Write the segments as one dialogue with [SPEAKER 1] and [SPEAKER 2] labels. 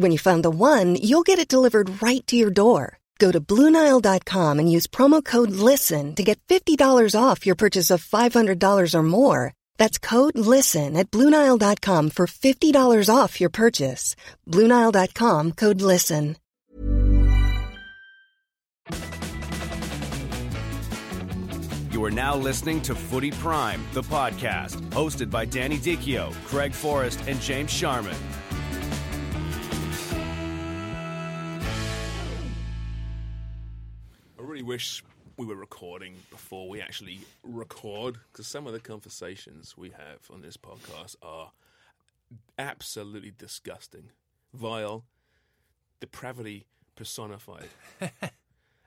[SPEAKER 1] When you find the one, you'll get it delivered right to your door. Go to Bluenile.com and use promo code LISTEN to get $50 off your purchase of $500 or more. That's code LISTEN at Bluenile.com for $50 off your purchase. Bluenile.com code LISTEN.
[SPEAKER 2] You are now listening to Footy Prime, the podcast, hosted by Danny Dicchio, Craig Forrest, and James Sharman.
[SPEAKER 3] I really wish we were recording before we actually record because some of the conversations we have on this podcast are absolutely disgusting, vile, depravity personified.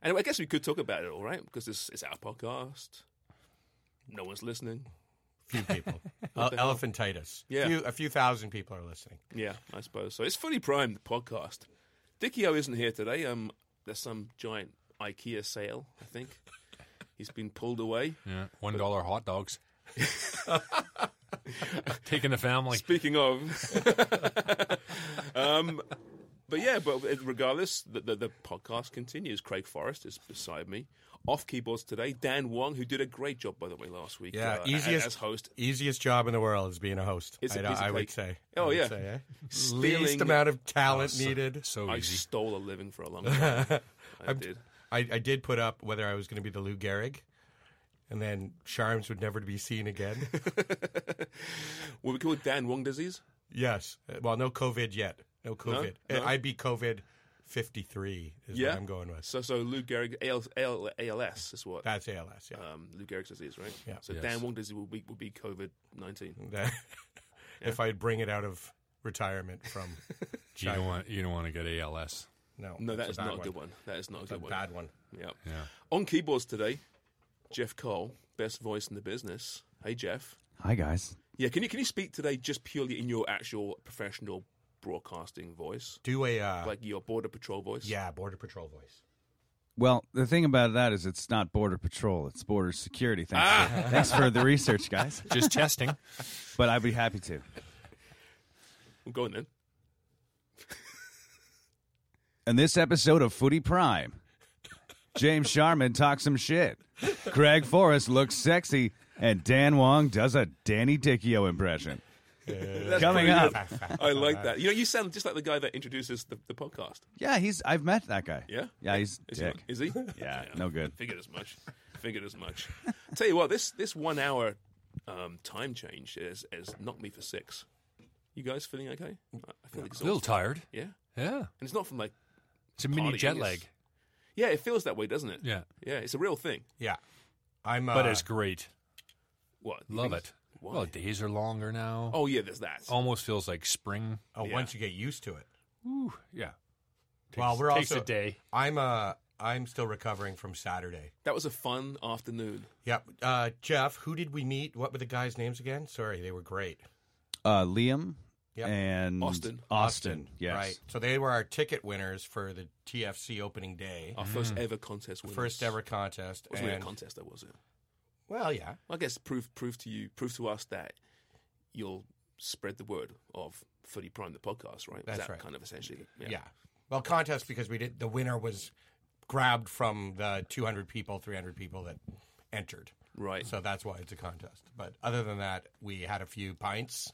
[SPEAKER 3] and I guess we could talk about it, all right? Because it's, it's our podcast. No one's listening.
[SPEAKER 4] few people.
[SPEAKER 3] What the hell?
[SPEAKER 4] Elephantitis.
[SPEAKER 3] Yeah.
[SPEAKER 4] Few, a few thousand people are listening.
[SPEAKER 3] Yeah, I suppose so. It's Fully Prime, the podcast. Dickio isn't here today. Um, there's some giant IKEA sale, I think. He's been pulled away.
[SPEAKER 5] Yeah, one dollar hot dogs. Taking the family.
[SPEAKER 3] Speaking of, um, but yeah, but regardless, the, the, the podcast continues. Craig Forrest is beside me. Off keyboards today, Dan Wong, who did a great job by the way last week.
[SPEAKER 4] Yeah,
[SPEAKER 3] uh,
[SPEAKER 4] easiest
[SPEAKER 3] as host.
[SPEAKER 4] easiest job in the world is being a host.
[SPEAKER 3] It's a
[SPEAKER 4] I'd- uh,
[SPEAKER 3] piece of
[SPEAKER 4] I would
[SPEAKER 3] cake.
[SPEAKER 4] say.
[SPEAKER 3] Oh,
[SPEAKER 4] I would
[SPEAKER 3] yeah.
[SPEAKER 4] say, eh?
[SPEAKER 3] Stealing-
[SPEAKER 4] least amount of talent needed.
[SPEAKER 5] So
[SPEAKER 3] I
[SPEAKER 5] easy.
[SPEAKER 3] stole a living for a long time. I
[SPEAKER 4] I'm-
[SPEAKER 3] did.
[SPEAKER 4] I, I did put up whether I was going to be the Lou Gehrig, and then Charms would never be seen again.
[SPEAKER 3] Were we called Dan Wong disease?
[SPEAKER 4] yes. Uh, Well, no COVID yet. No COVID. Uh,
[SPEAKER 3] No?
[SPEAKER 4] I'd be COVID fifty three. Is
[SPEAKER 3] yeah,
[SPEAKER 4] what I'm going with.
[SPEAKER 3] So, so Lou Gehrig, AL, AL, ALS is what
[SPEAKER 4] That's ALS. Yeah.
[SPEAKER 3] um, Lou Gehrig's disease, right?
[SPEAKER 4] Yeah.
[SPEAKER 3] So
[SPEAKER 5] Yes.
[SPEAKER 3] Dan Wong disease will be will be COVID nineteen.
[SPEAKER 4] if I bring it out of retirement from
[SPEAKER 5] You don't want you don't want to get ALS.
[SPEAKER 4] no,
[SPEAKER 3] No, that
[SPEAKER 4] that's
[SPEAKER 3] is
[SPEAKER 4] bad
[SPEAKER 3] not a
[SPEAKER 4] one.
[SPEAKER 3] good one. That is not a
[SPEAKER 4] It's
[SPEAKER 3] good
[SPEAKER 4] a
[SPEAKER 3] one.
[SPEAKER 4] bad one.
[SPEAKER 3] Yeah.
[SPEAKER 5] Yeah.
[SPEAKER 3] On keyboards today, Jeff Cole, best voice in the business. Hey, Jeff.
[SPEAKER 6] Hi guys.
[SPEAKER 3] Yeah, can you can you speak today just purely in your actual professional broadcasting voice,
[SPEAKER 4] Do a uh,
[SPEAKER 3] like your border patrol voice?
[SPEAKER 4] yeah border patrol voice.
[SPEAKER 6] Well, the thing about that is it's not border patrol, it's border security. Thanks,
[SPEAKER 3] Ah!
[SPEAKER 6] for, thanks for the research, guys.
[SPEAKER 5] Just testing.
[SPEAKER 6] But I'd be happy to.
[SPEAKER 3] Well, go on then.
[SPEAKER 6] In this episode of Footy Prime, James Sharman talks some shit. Craig Forrest looks sexy, and Dan Wong does a Danny Dicchio impression.
[SPEAKER 3] That's
[SPEAKER 6] Uh, Coming
[SPEAKER 3] pretty
[SPEAKER 6] up.
[SPEAKER 3] good. I like that. You know, you sound just like the guy that introduces the, the podcast.
[SPEAKER 6] Yeah, he's. I've met that guy.
[SPEAKER 3] Yeah?
[SPEAKER 6] Yeah, he's
[SPEAKER 3] Is
[SPEAKER 6] dick.
[SPEAKER 3] he? Is he?
[SPEAKER 6] Yeah, no good.
[SPEAKER 3] Figured as much. Figured as much. Tell you what, this this one hour um, time change has, has knocked me for six. You guys feeling okay? I I feel
[SPEAKER 5] A little
[SPEAKER 3] exhausted.
[SPEAKER 5] tired.
[SPEAKER 3] Yeah, and
[SPEAKER 5] Yeah.
[SPEAKER 3] it's not from like
[SPEAKER 5] It's a mini
[SPEAKER 3] Partying
[SPEAKER 5] jet
[SPEAKER 3] is-
[SPEAKER 5] lag,
[SPEAKER 3] yeah, it feels that way, doesn't it?
[SPEAKER 5] Yeah.
[SPEAKER 3] yeah, it's a real thing.
[SPEAKER 4] Yeah, I'm. Uh,
[SPEAKER 5] but it's great.
[SPEAKER 3] What? you
[SPEAKER 5] Love
[SPEAKER 3] think
[SPEAKER 5] it.
[SPEAKER 3] it's- Why?
[SPEAKER 5] Well, days are longer now.
[SPEAKER 3] oh yeah, there's that.
[SPEAKER 5] almost feels like spring.
[SPEAKER 4] oh,
[SPEAKER 3] yeah.
[SPEAKER 4] once you get used to it.
[SPEAKER 5] Ooh, yeah.
[SPEAKER 4] well,
[SPEAKER 5] Takes-
[SPEAKER 4] we're
[SPEAKER 5] takes
[SPEAKER 4] also
[SPEAKER 5] a day.
[SPEAKER 4] I'm uh I'm still recovering from Saturday.
[SPEAKER 3] That was a fun afternoon.
[SPEAKER 4] Yep. Uh, Jeff, who did we meet? What were the guys' names again? Sorry, they were great.
[SPEAKER 6] Uh, Liam
[SPEAKER 4] Yep.
[SPEAKER 6] and
[SPEAKER 3] Austin.
[SPEAKER 6] Austin. Yes.
[SPEAKER 4] Right. So they were our ticket winners for the TFC opening day,
[SPEAKER 3] Our first ever contest. Oh, Winners.
[SPEAKER 4] Mm. first ever contest.
[SPEAKER 3] It wasn't really
[SPEAKER 4] and-
[SPEAKER 3] a contest, though, was it?
[SPEAKER 4] Well, yeah.
[SPEAKER 3] Well, I guess prove prove to you, prove to us that you'll spread the word of Footy Prime, the podcast, right? Was
[SPEAKER 4] That's
[SPEAKER 3] that
[SPEAKER 4] right.
[SPEAKER 3] Kind of essentially.
[SPEAKER 4] Yeah. Well, contest because we did the winner was grabbed from the 200 people, 300 people that entered.
[SPEAKER 3] Right.
[SPEAKER 4] So that's why it's a contest. But other than that, we had a few pints.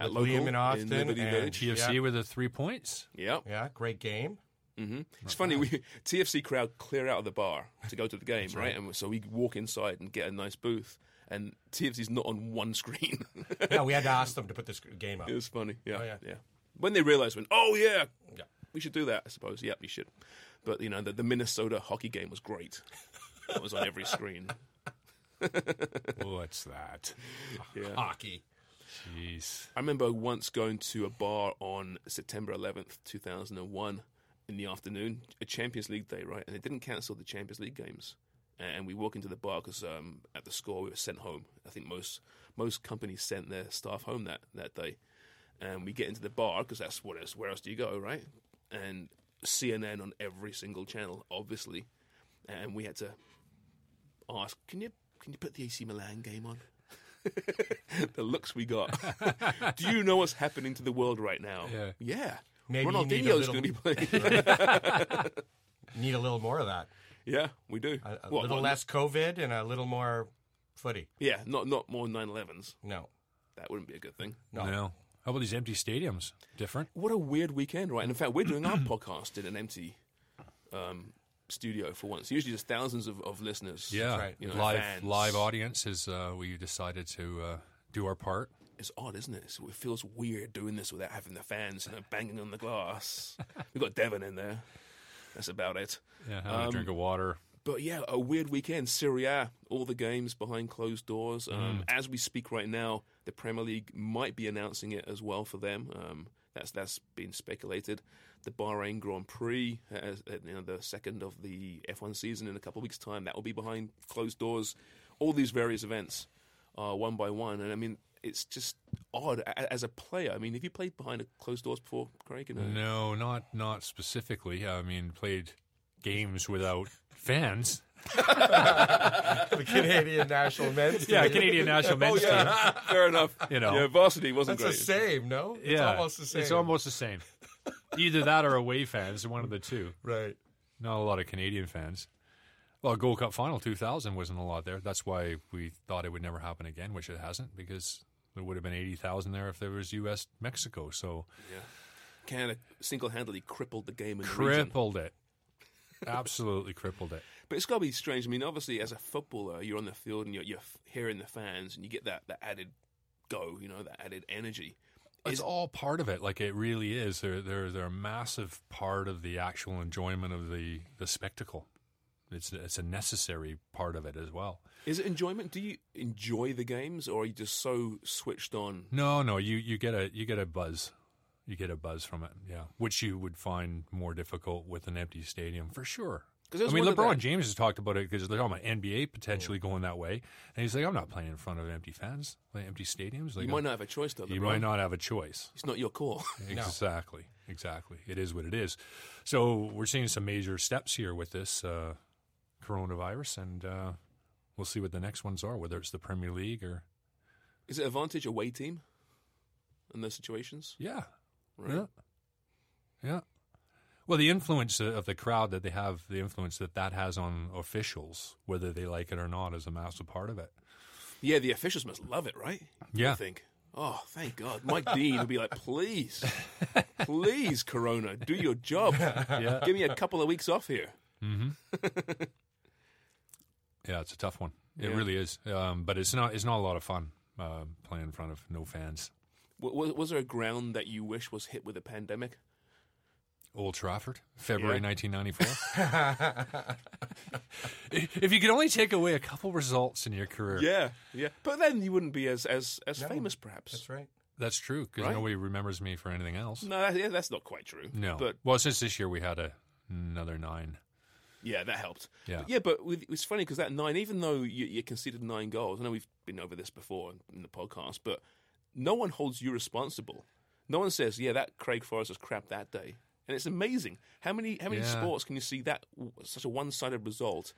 [SPEAKER 3] At
[SPEAKER 4] with Liam
[SPEAKER 3] local,
[SPEAKER 4] in
[SPEAKER 3] in
[SPEAKER 4] Austin
[SPEAKER 3] Liberty
[SPEAKER 4] and-
[SPEAKER 3] Village.
[SPEAKER 5] TFC
[SPEAKER 4] Yeah.
[SPEAKER 5] with the three points.
[SPEAKER 3] Yeah.
[SPEAKER 4] Yeah, great game.
[SPEAKER 3] hmm It's funny. We TFC crowd clear out of the bar to go to the game, right? And so we walk inside and get a nice booth, and TFC's not on one screen.
[SPEAKER 4] No, we had to ask them to put this game up.
[SPEAKER 3] it was funny. Yeah,
[SPEAKER 4] yeah.
[SPEAKER 3] When they realised, when oh yeah, we should do that, I suppose. Yep, you should. But, you know, the, the Minnesota hockey game was great. It was on every screen.
[SPEAKER 5] What's that?
[SPEAKER 3] Yeah.
[SPEAKER 4] Hockey.
[SPEAKER 5] Jeez.
[SPEAKER 3] I remember once going to a bar on September 11th, 2001, in the afternoon, a Champions League day, right? And they didn't cancel the Champions League games. And we walk into the bar because um, at the score we were sent home. I think most most companies sent their staff home that, that day. And we get into the bar because that's what else, where else do you go, right? And CNN on every single channel, obviously. And we had to ask, can you can you put the AC Milan game on? the looks we got. Do you know what's happening to the world right now?
[SPEAKER 5] Yeah.
[SPEAKER 3] yeah.
[SPEAKER 4] Maybe you need a
[SPEAKER 3] Ronaldinho's
[SPEAKER 4] little-
[SPEAKER 3] going to be playing.
[SPEAKER 4] Need a little more of that.
[SPEAKER 3] yeah, we do.
[SPEAKER 4] A, a
[SPEAKER 3] What,
[SPEAKER 4] little
[SPEAKER 3] what,
[SPEAKER 4] less COVID and a little more footy.
[SPEAKER 3] Yeah, not not more 911s.
[SPEAKER 4] No.
[SPEAKER 3] That wouldn't be a good thing.
[SPEAKER 4] No.
[SPEAKER 5] How about these empty stadiums? Different.
[SPEAKER 3] What a weird weekend, right? And in fact, we're doing our podcast in an empty um, studio for once. Usually, there's thousands of, of listeners.
[SPEAKER 5] Yeah.
[SPEAKER 4] right.
[SPEAKER 3] You know,
[SPEAKER 5] live
[SPEAKER 3] fans.
[SPEAKER 5] live audience is uh, we decided to uh, do our part.
[SPEAKER 3] It's odd, isn't it? It's- It feels weird doing this without having the fans and banging on the glass. We've got Devon in there. That's about it.
[SPEAKER 5] Yeah. Having a
[SPEAKER 3] Um,
[SPEAKER 5] drink of water.
[SPEAKER 3] But yeah, a weird weekend. Serie A, all the games behind closed doors.
[SPEAKER 5] Mm.
[SPEAKER 3] Um, As we speak right now, the Premier League might be announcing it as well for them. Um, that's that's been speculated. The Bahrain Grand Prix, as, uh, you know, the second of the F1 season in a couple of weeks' time, that will be behind closed doors. All these various events are one by one, and I mean, it's just odd A- a- as a player. I mean, have you played behind a closed doors before, Craig? And, uh,
[SPEAKER 5] No, not not specifically. I mean, played games without fans.
[SPEAKER 4] The Canadian national men's
[SPEAKER 5] Yeah,
[SPEAKER 4] team.
[SPEAKER 5] Canadian
[SPEAKER 4] Oh,
[SPEAKER 5] national men's team.
[SPEAKER 3] Fair enough.
[SPEAKER 5] You know.
[SPEAKER 3] yeah, varsity wasn't
[SPEAKER 4] That's the
[SPEAKER 3] great.
[SPEAKER 4] same, no? It's
[SPEAKER 5] yeah,
[SPEAKER 4] almost the same.
[SPEAKER 5] It's almost the same. Either that or away fans, one of the two.
[SPEAKER 4] right.
[SPEAKER 5] Not a lot of Canadian fans. Well, Gold Cup final 2000 wasn't a lot there. That's why we thought it would never happen again, which it hasn't, because there would have been 80,000 there if there was U.S. Mexico. So
[SPEAKER 3] Canada single-handedly crippled the game in the region.
[SPEAKER 5] crippled it. Absolutely crippled it.
[SPEAKER 3] But it's got to be strange. I mean, obviously, as a footballer, you're on the field and you're, you're hearing the fans, and you get that, that added go, you know, that added energy.
[SPEAKER 5] It's all part of it. Like it really is. They're they're they're a massive part of the actual enjoyment of the the spectacle. It's it's a necessary part of it as well.
[SPEAKER 3] Is it enjoyment? Do you enjoy the games, or are you just so switched on?
[SPEAKER 5] No, no, you you get a you get a buzz. You get a buzz from it, yeah, which you would find more difficult with an empty stadium for sure.
[SPEAKER 3] 'Cause there's
[SPEAKER 5] I mean,
[SPEAKER 3] one of
[SPEAKER 5] LeBron
[SPEAKER 3] that-
[SPEAKER 5] James has talked about it because they're talking about NBA potentially going that way, and he's like, "I'm not playing in front of empty fans, like empty stadiums." Like,
[SPEAKER 3] You might not have a choice, though.
[SPEAKER 5] you
[SPEAKER 3] LeBron.
[SPEAKER 5] might not have a choice.
[SPEAKER 3] It's not your call.
[SPEAKER 5] Exactly. Exactly. It is what it is. So we're seeing some major steps here with this uh, coronavirus, and uh, we'll see what the next ones are, whether it's the Premier League or
[SPEAKER 3] Is it advantage away team in those situations?
[SPEAKER 5] yeah,
[SPEAKER 3] Right.
[SPEAKER 5] yeah, yeah. Well, the influence uh, of the crowd that they have, the influence that that has on officials, whether they like it or not, is a massive part of it.
[SPEAKER 3] Yeah, the officials must love it, right? I
[SPEAKER 5] Yeah.
[SPEAKER 3] think. Oh, thank God. Mike Dean would be like, please, please, Corona, do your job.
[SPEAKER 5] Yeah.
[SPEAKER 3] Give me a couple of weeks off here.
[SPEAKER 5] Yeah, it's a tough one. It
[SPEAKER 3] Yeah.
[SPEAKER 5] really is. Um, but it's not. It's not a lot of fun uh, playing in front of no fans.
[SPEAKER 3] Was, was there a ground that you wish was hit with a pandemic?
[SPEAKER 5] Old Trafford, February
[SPEAKER 3] Yeah.
[SPEAKER 5] 1994. if you could only take away a couple results in your career,
[SPEAKER 3] Yeah, yeah. But then you wouldn't be as as, as
[SPEAKER 4] No,
[SPEAKER 3] famous, perhaps.
[SPEAKER 4] That's right.
[SPEAKER 5] that's true because
[SPEAKER 3] Right.
[SPEAKER 5] nobody remembers me for anything else.
[SPEAKER 3] No, that, yeah, that's not quite true.
[SPEAKER 5] No.
[SPEAKER 3] but
[SPEAKER 5] well, since this year we had a, another nine.
[SPEAKER 3] yeah, that helped.
[SPEAKER 5] Yeah.
[SPEAKER 3] but, yeah, but with, it's funny because that nine, even though you, you conceded nine goals, I know we've been over this before in the podcast, but no one holds you responsible. No one says, "Yeah, that Craig Forrest was crap that day." And it's amazing how many how many
[SPEAKER 5] Yeah.
[SPEAKER 3] sports can you see that such a one sided result,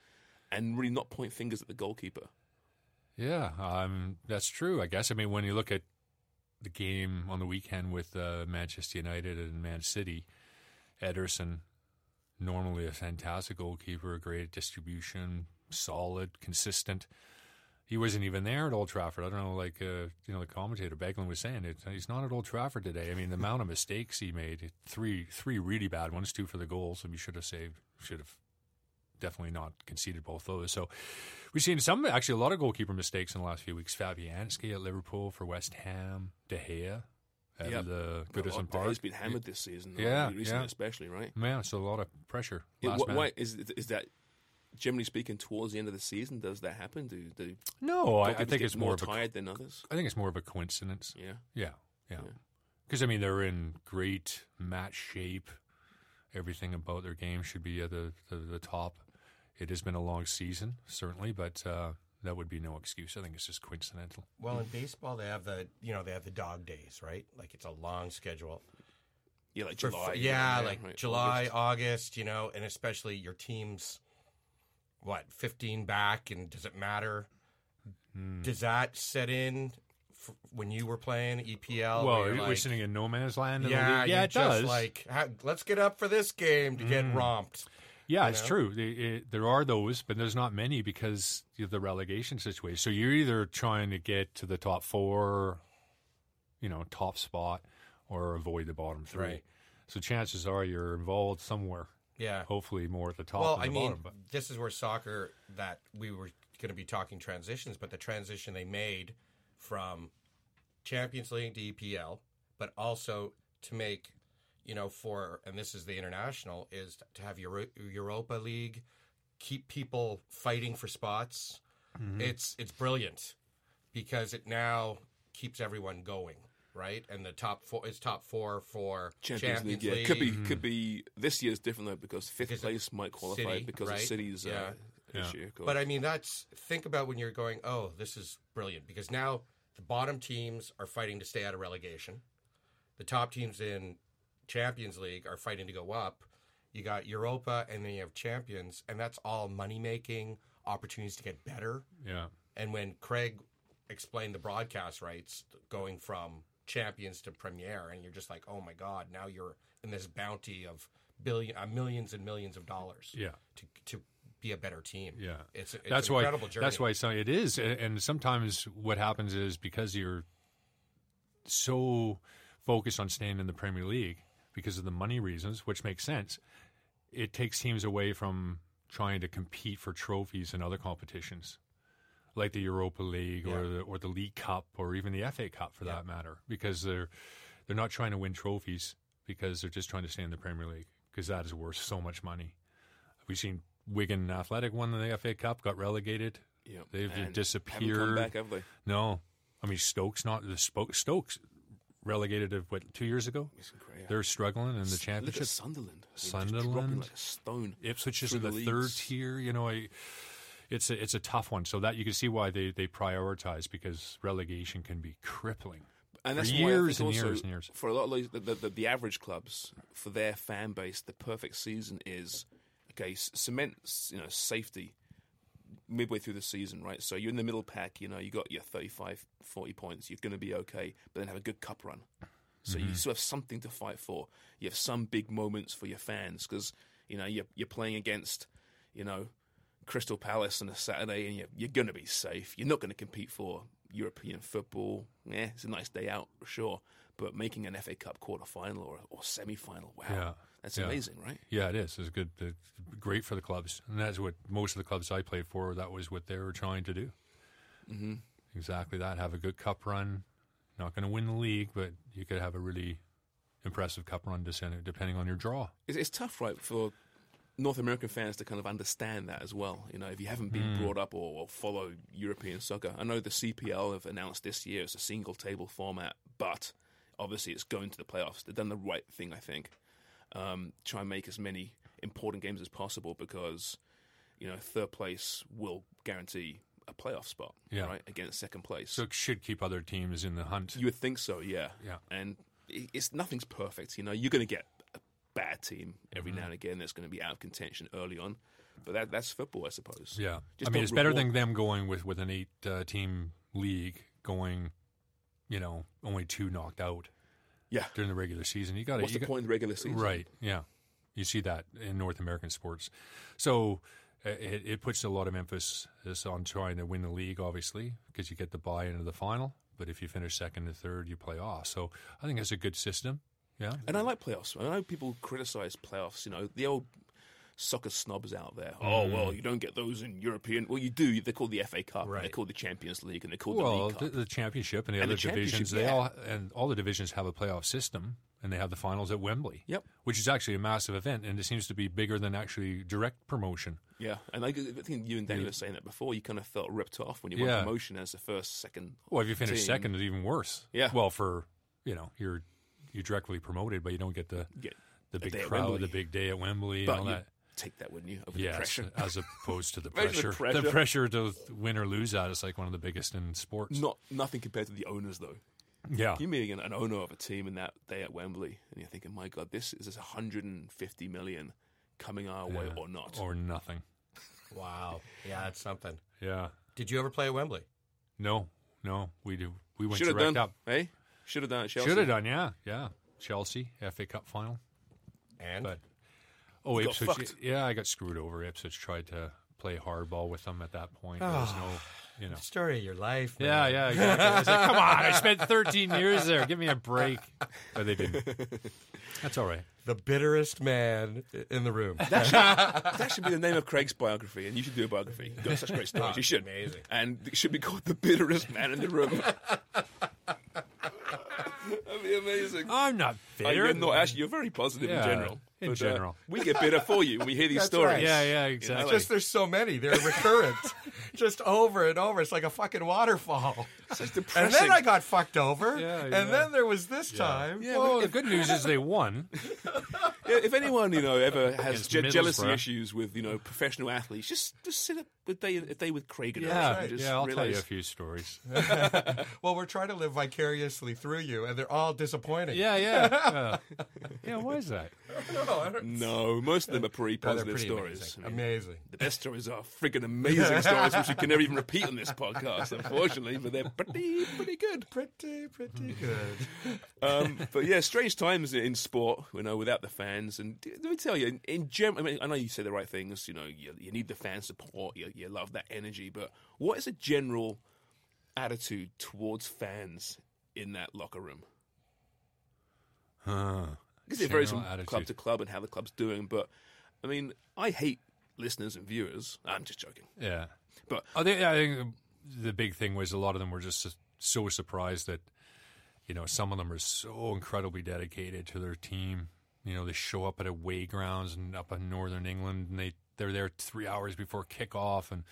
[SPEAKER 3] and really not point fingers at the goalkeeper.
[SPEAKER 5] Yeah, um, that's true. I guess. I mean, when you look at the game on the weekend with uh, Manchester United and Man City, Ederson, normally a fantastic goalkeeper, great at distribution, solid, consistent. He wasn't even there at Old Trafford. I don't know, like uh, you know, the commentator Beglin was saying, it, he's not at Old Trafford today. I mean, the amount of mistakes he made three, three really bad ones, two for the goals, and you should have saved, should have definitely not conceded both those. So we've seen some, actually, a lot of goalkeeper mistakes in the last few weeks. Fabianski at Liverpool for West Ham, De Gea uh, at
[SPEAKER 3] Yep.
[SPEAKER 5] the
[SPEAKER 3] Well,
[SPEAKER 5] Goodison Park.
[SPEAKER 3] He's been hammered this season. though,
[SPEAKER 5] Yeah,
[SPEAKER 3] recently
[SPEAKER 5] yeah.
[SPEAKER 3] especially right.
[SPEAKER 5] Yeah, it's a lot of pressure.
[SPEAKER 3] It,
[SPEAKER 5] Last
[SPEAKER 3] wh-
[SPEAKER 5] man.
[SPEAKER 3] why is is that? Generally speaking, towards the end of the season, does that happen? Do do
[SPEAKER 5] No, Oh, I, I
[SPEAKER 3] goalkeepers
[SPEAKER 5] think
[SPEAKER 3] get
[SPEAKER 5] it's more, of a,
[SPEAKER 3] tired than others?
[SPEAKER 5] I think it's more of a coincidence.
[SPEAKER 3] Yeah,
[SPEAKER 5] Yeah, yeah. Because I mean, they're in great match shape. Everything about their game should be at the the, the top. It has been a long season, certainly, but uh, that would be no excuse. I think it's just coincidental.
[SPEAKER 4] Well, in baseball, they have the you know they have the dog days, right? Like it's a long schedule.
[SPEAKER 3] yeah, like
[SPEAKER 4] For-
[SPEAKER 3] July.
[SPEAKER 4] yeah,
[SPEAKER 3] right,
[SPEAKER 4] like
[SPEAKER 3] right,
[SPEAKER 4] July,
[SPEAKER 3] August.
[SPEAKER 4] August. you know, and especially your team's what fifteen back, and does it matter?
[SPEAKER 5] Hmm.
[SPEAKER 4] Does that set in f when you were playing EPL?
[SPEAKER 5] well,
[SPEAKER 4] where
[SPEAKER 5] we're
[SPEAKER 4] you're like,
[SPEAKER 5] sitting in no man's land. in the
[SPEAKER 4] Yeah,
[SPEAKER 5] league. yeah,
[SPEAKER 4] you're
[SPEAKER 5] it
[SPEAKER 4] just
[SPEAKER 5] does. Hmm.
[SPEAKER 4] Like, ha- let's get up for this game to get romped.
[SPEAKER 5] yeah, it's true. They, it, there are those, but there's not many because of the relegation situation. So you're either trying to get to the top four, you know, top spot, or avoid the bottom three.
[SPEAKER 4] Right.
[SPEAKER 5] So chances are you're involved somewhere.
[SPEAKER 4] Yeah.
[SPEAKER 5] hopefully more at the top
[SPEAKER 4] Well,
[SPEAKER 5] than
[SPEAKER 4] I
[SPEAKER 5] the
[SPEAKER 4] mean,
[SPEAKER 5] bottom. But
[SPEAKER 4] this is where soccer that we were going to be talking transitions, but the transition they made from Champions League to EPL, but also to make, you know, for and this is the international is to have Euro- Europa League, keep people fighting for spots. It's it's brilliant because it now keeps everyone going. Right, and the top four is top four for
[SPEAKER 3] Champions League, yeah, could be
[SPEAKER 4] League.
[SPEAKER 3] could be this year's different though because fifth
[SPEAKER 4] Because of
[SPEAKER 3] place might qualify
[SPEAKER 4] City,
[SPEAKER 3] because
[SPEAKER 4] right?
[SPEAKER 3] of City's uh,
[SPEAKER 5] Yeah.
[SPEAKER 3] issue. of course.
[SPEAKER 4] But I mean, that's think about when you're going. Oh, this is brilliant because now the bottom teams are fighting to stay out of relegation. The top teams in Champions League are fighting to go up. You got Europa, and then you have Champions, and that's all money making opportunities to get better.
[SPEAKER 5] yeah,
[SPEAKER 4] And when Craig explained the broadcast rights going from Champions to Premier, and you're just like, oh my god, now you're in this bounty of billion, uh, millions and millions of dollars
[SPEAKER 5] yeah,
[SPEAKER 4] to to be a better team.
[SPEAKER 5] yeah.
[SPEAKER 4] it's, it's
[SPEAKER 5] that's
[SPEAKER 4] an
[SPEAKER 5] why.
[SPEAKER 4] incredible journey.
[SPEAKER 5] That's why so it is, and, and sometimes what happens is because you're so focused on staying in the Premier League because of the money reasons, which makes sense. It takes teams away from trying to compete for trophies in other competitions, like the Europa League or the, or the League Cup or even the FA Cup for that matter, because they're they're not trying to win trophies because they're just trying to stay in the Premier League because that is worth so much money. We've seen Wigan Athletic won the FA Cup, got relegated.
[SPEAKER 3] Yeah.
[SPEAKER 5] They've
[SPEAKER 3] And haven't come
[SPEAKER 5] disappeared.
[SPEAKER 3] back, have they?
[SPEAKER 5] No, I mean Stokes. Not the Spoke, Stokes relegated of what two years ago. They're struggling in the
[SPEAKER 3] Look
[SPEAKER 5] championship.
[SPEAKER 3] at Sunderland. They're just dropping
[SPEAKER 5] Sunderland.
[SPEAKER 3] like a stone.
[SPEAKER 5] Ipswich is
[SPEAKER 3] through
[SPEAKER 5] in the, third
[SPEAKER 3] leagues.
[SPEAKER 5] tier. You know, I, it's a, it's a tough one. So that you can see why they they prioritize because relegation can be crippling.
[SPEAKER 3] and
[SPEAKER 5] for
[SPEAKER 3] that's why I think
[SPEAKER 5] years and
[SPEAKER 3] also
[SPEAKER 5] years and years.
[SPEAKER 3] For a lot of those, the, the, the, the average clubs, for their fan base, the perfect season is okay. c- Cement, s- you know, safety midway through the season, right? So you're in the middle pack. You know, you got your 35, 40 points. You're going to be okay, but then have a good cup run. So
[SPEAKER 5] Mm-hmm.
[SPEAKER 3] you still have something to fight for. You have some big moments for your fans because you know you're you're playing against you know Crystal Palace on a Saturday, and you're, you're going to be safe. You're not going to compete for European football. Yeah, it's a nice day out, sure, but making an FA Cup quarter final or or semi final, wow,
[SPEAKER 5] Yeah,
[SPEAKER 3] that's
[SPEAKER 5] yeah.
[SPEAKER 3] amazing, right?
[SPEAKER 5] Yeah, it is. It's good, it's great for the clubs, and that's what most of the clubs I played for. That was what they were trying to do. Mm-hmm. Exactly that. Have a good cup run. Not going to win the league, but you could have a really impressive cup run, descend- depending on your draw.
[SPEAKER 3] It's, it's tough, right, for North American fans to kind of understand that as well. You know, if you haven't been
[SPEAKER 5] Hmm.
[SPEAKER 3] brought up or, or follow European soccer, I know the CPL have announced this year it's a single table format, but obviously it's going to the playoffs. They've done the right thing, I think. Um, try and make as many important games as possible because you know third place will guarantee a playoff spot,
[SPEAKER 5] Yeah.
[SPEAKER 3] right, against second place.
[SPEAKER 5] So it should keep other teams in the hunt.
[SPEAKER 3] You would think so, yeah.
[SPEAKER 5] Yeah.
[SPEAKER 3] And i- it's nothing's perfect, you know. You're going to get a bad team every
[SPEAKER 5] Mm-hmm.
[SPEAKER 3] now and again that's going to be out of contention early on, but that that's football, I suppose.
[SPEAKER 5] Yeah,
[SPEAKER 3] Just
[SPEAKER 5] I mean
[SPEAKER 3] don't
[SPEAKER 5] it's better
[SPEAKER 3] reward-
[SPEAKER 5] than them going with with an eight uh, team league going, you know, only two knocked out
[SPEAKER 3] yeah.
[SPEAKER 5] during the regular season. You got
[SPEAKER 3] What's
[SPEAKER 5] you
[SPEAKER 3] the
[SPEAKER 5] got-
[SPEAKER 3] point in the regular season?
[SPEAKER 5] Right. Yeah. You see that in North American sports. So uh, it, it puts a lot of emphasis on trying to win the league, obviously, because you get the buy into the final. But if you finish second or third, you play off. So I think that's a good system. Yeah.
[SPEAKER 3] And I like playoffs. I know people criticize playoffs. You know, the old soccer snobs out there.
[SPEAKER 5] Mm-hmm.
[SPEAKER 3] Oh well, you don't get those in European. Well, you do. They're called the FA Cup. and They're
[SPEAKER 4] Right.
[SPEAKER 3] called the Champions League, and they're called
[SPEAKER 5] Well,
[SPEAKER 3] the League
[SPEAKER 5] the,
[SPEAKER 3] Cup.
[SPEAKER 5] the championship and the
[SPEAKER 3] And the
[SPEAKER 5] other divisions,
[SPEAKER 3] championship,
[SPEAKER 5] they
[SPEAKER 3] yeah.
[SPEAKER 5] all and all the divisions have a playoff system, and they have the finals at Wembley.
[SPEAKER 3] Yep.
[SPEAKER 5] which is actually a massive event, and it seems to be bigger than actually direct promotion.
[SPEAKER 3] yeah, and like, I think you and Danny were saying that before. You kind of felt ripped off when you
[SPEAKER 5] Yeah.
[SPEAKER 3] won promotion as the first, second.
[SPEAKER 5] Well, if you finish
[SPEAKER 3] team.
[SPEAKER 5] second, it's even worse.
[SPEAKER 3] Yeah.
[SPEAKER 5] Well, for you know, you're you're directly promoted, but you don't get the
[SPEAKER 3] Yeah.
[SPEAKER 5] the
[SPEAKER 3] The
[SPEAKER 5] big
[SPEAKER 3] day at
[SPEAKER 5] crowd,
[SPEAKER 3] Wembley.
[SPEAKER 5] the big day at Wembley, and
[SPEAKER 3] but
[SPEAKER 5] all
[SPEAKER 3] you
[SPEAKER 5] that.
[SPEAKER 3] take that, wouldn't you? Over the
[SPEAKER 5] Yes,
[SPEAKER 3] pressure.
[SPEAKER 5] as opposed to the
[SPEAKER 3] Imagine the
[SPEAKER 5] pressure.
[SPEAKER 3] pressure.
[SPEAKER 5] to win or lose out is like one of the biggest in sports.
[SPEAKER 3] Not nothing compared to the owners though.
[SPEAKER 5] Yeah.
[SPEAKER 3] You meeting an, an owner of a team in that day at Wembley, and you're thinking, "My God, this is 150 million coming our way
[SPEAKER 5] Yeah.
[SPEAKER 3] or not."
[SPEAKER 5] Or nothing.
[SPEAKER 4] Wow. Yeah, that's something.
[SPEAKER 5] Yeah.
[SPEAKER 4] Did you ever play at Wembley?
[SPEAKER 5] No, no, we do. We went
[SPEAKER 3] Should have
[SPEAKER 5] direct
[SPEAKER 3] done,
[SPEAKER 5] up.
[SPEAKER 3] eh? Should have done it. Chelsea.
[SPEAKER 5] Should have done, yeah, yeah. Chelsea FA Cup final,
[SPEAKER 4] And
[SPEAKER 5] but oh,
[SPEAKER 3] You got
[SPEAKER 5] Ipswich,
[SPEAKER 3] fucked.
[SPEAKER 5] yeah, I got screwed over. Ipswich tried to play hardball with them at that point. There
[SPEAKER 3] Ah,
[SPEAKER 5] was no, you know.
[SPEAKER 4] story of your life. man.
[SPEAKER 5] Yeah, yeah, exactly. I was like, Come on, I spent 13 years there. Give me a break. But they didn't. That's all right.
[SPEAKER 4] The bitterest man i- in the room.
[SPEAKER 3] That should be the name of Craig's biography, and you should do a biography. You've got such great stories. you should.
[SPEAKER 4] amazing.
[SPEAKER 3] And it should be called The Bitterest Man in the Room. That'd be amazing.
[SPEAKER 5] I'm not
[SPEAKER 3] Oh,
[SPEAKER 5] bitter.
[SPEAKER 3] you're not actually. You're very positive
[SPEAKER 5] Yeah,
[SPEAKER 3] in general.
[SPEAKER 5] in
[SPEAKER 3] uh,
[SPEAKER 5] general.
[SPEAKER 3] we get bitter for you. when We hear these
[SPEAKER 4] That's
[SPEAKER 3] stories.
[SPEAKER 4] right.
[SPEAKER 5] yeah, yeah, exactly.
[SPEAKER 3] like-
[SPEAKER 4] Just there's so many. They're recurrent. Just over and over. It's like a fucking waterfall.
[SPEAKER 3] Such
[SPEAKER 4] And
[SPEAKER 3] depressing.
[SPEAKER 4] then I got fucked over.
[SPEAKER 5] Yeah,
[SPEAKER 4] and
[SPEAKER 5] yeah.
[SPEAKER 4] then there was this time.
[SPEAKER 5] well, the good news is they won.
[SPEAKER 3] Yeah, if anyone you know ever has
[SPEAKER 5] Against
[SPEAKER 3] je- jealousy
[SPEAKER 5] Middlesbrough.
[SPEAKER 3] issues with you know professional athletes, just just sit up a day a day with Craig and us
[SPEAKER 5] Yeah,
[SPEAKER 3] and just
[SPEAKER 5] yeah. I'll tell you a
[SPEAKER 3] realize-
[SPEAKER 5] few stories.
[SPEAKER 4] Well, we're trying to live vicariously through you, and they're all disappointing.
[SPEAKER 5] Yeah, yeah, yeah. yeah why is that?
[SPEAKER 4] No, I don't-
[SPEAKER 3] No, most of them are pretty
[SPEAKER 4] No, they're
[SPEAKER 3] positive
[SPEAKER 4] pretty
[SPEAKER 3] stories.
[SPEAKER 4] Amazing.
[SPEAKER 3] I mean,
[SPEAKER 4] amazing.
[SPEAKER 3] The best stories are freaking amazing stories, which we can never even repeat on this podcast, unfortunately. But they're pretty pretty good.
[SPEAKER 4] Pretty, pretty good.
[SPEAKER 3] um, but yeah, strange times in sport, you know, without the fans. And d- let me tell you, in, in general, I mean, I know you say the right things. You know, you, you need the fan support. You, you love that energy. But what is a general attitude towards fans in that locker room?
[SPEAKER 5] Huh.
[SPEAKER 3] Because it varies from
[SPEAKER 5] General
[SPEAKER 3] club
[SPEAKER 5] attitude.
[SPEAKER 3] to club and how the club's doing. But I mean, I hate listeners and viewers. I'm just joking.
[SPEAKER 5] Yeah.
[SPEAKER 3] But
[SPEAKER 5] I think, I think the big thing was a lot of them were just so surprised that, you know, some of them are so incredibly dedicated to their team. You know, they show up at away grounds and up in northern England, and they they're there three hours before kickoff, and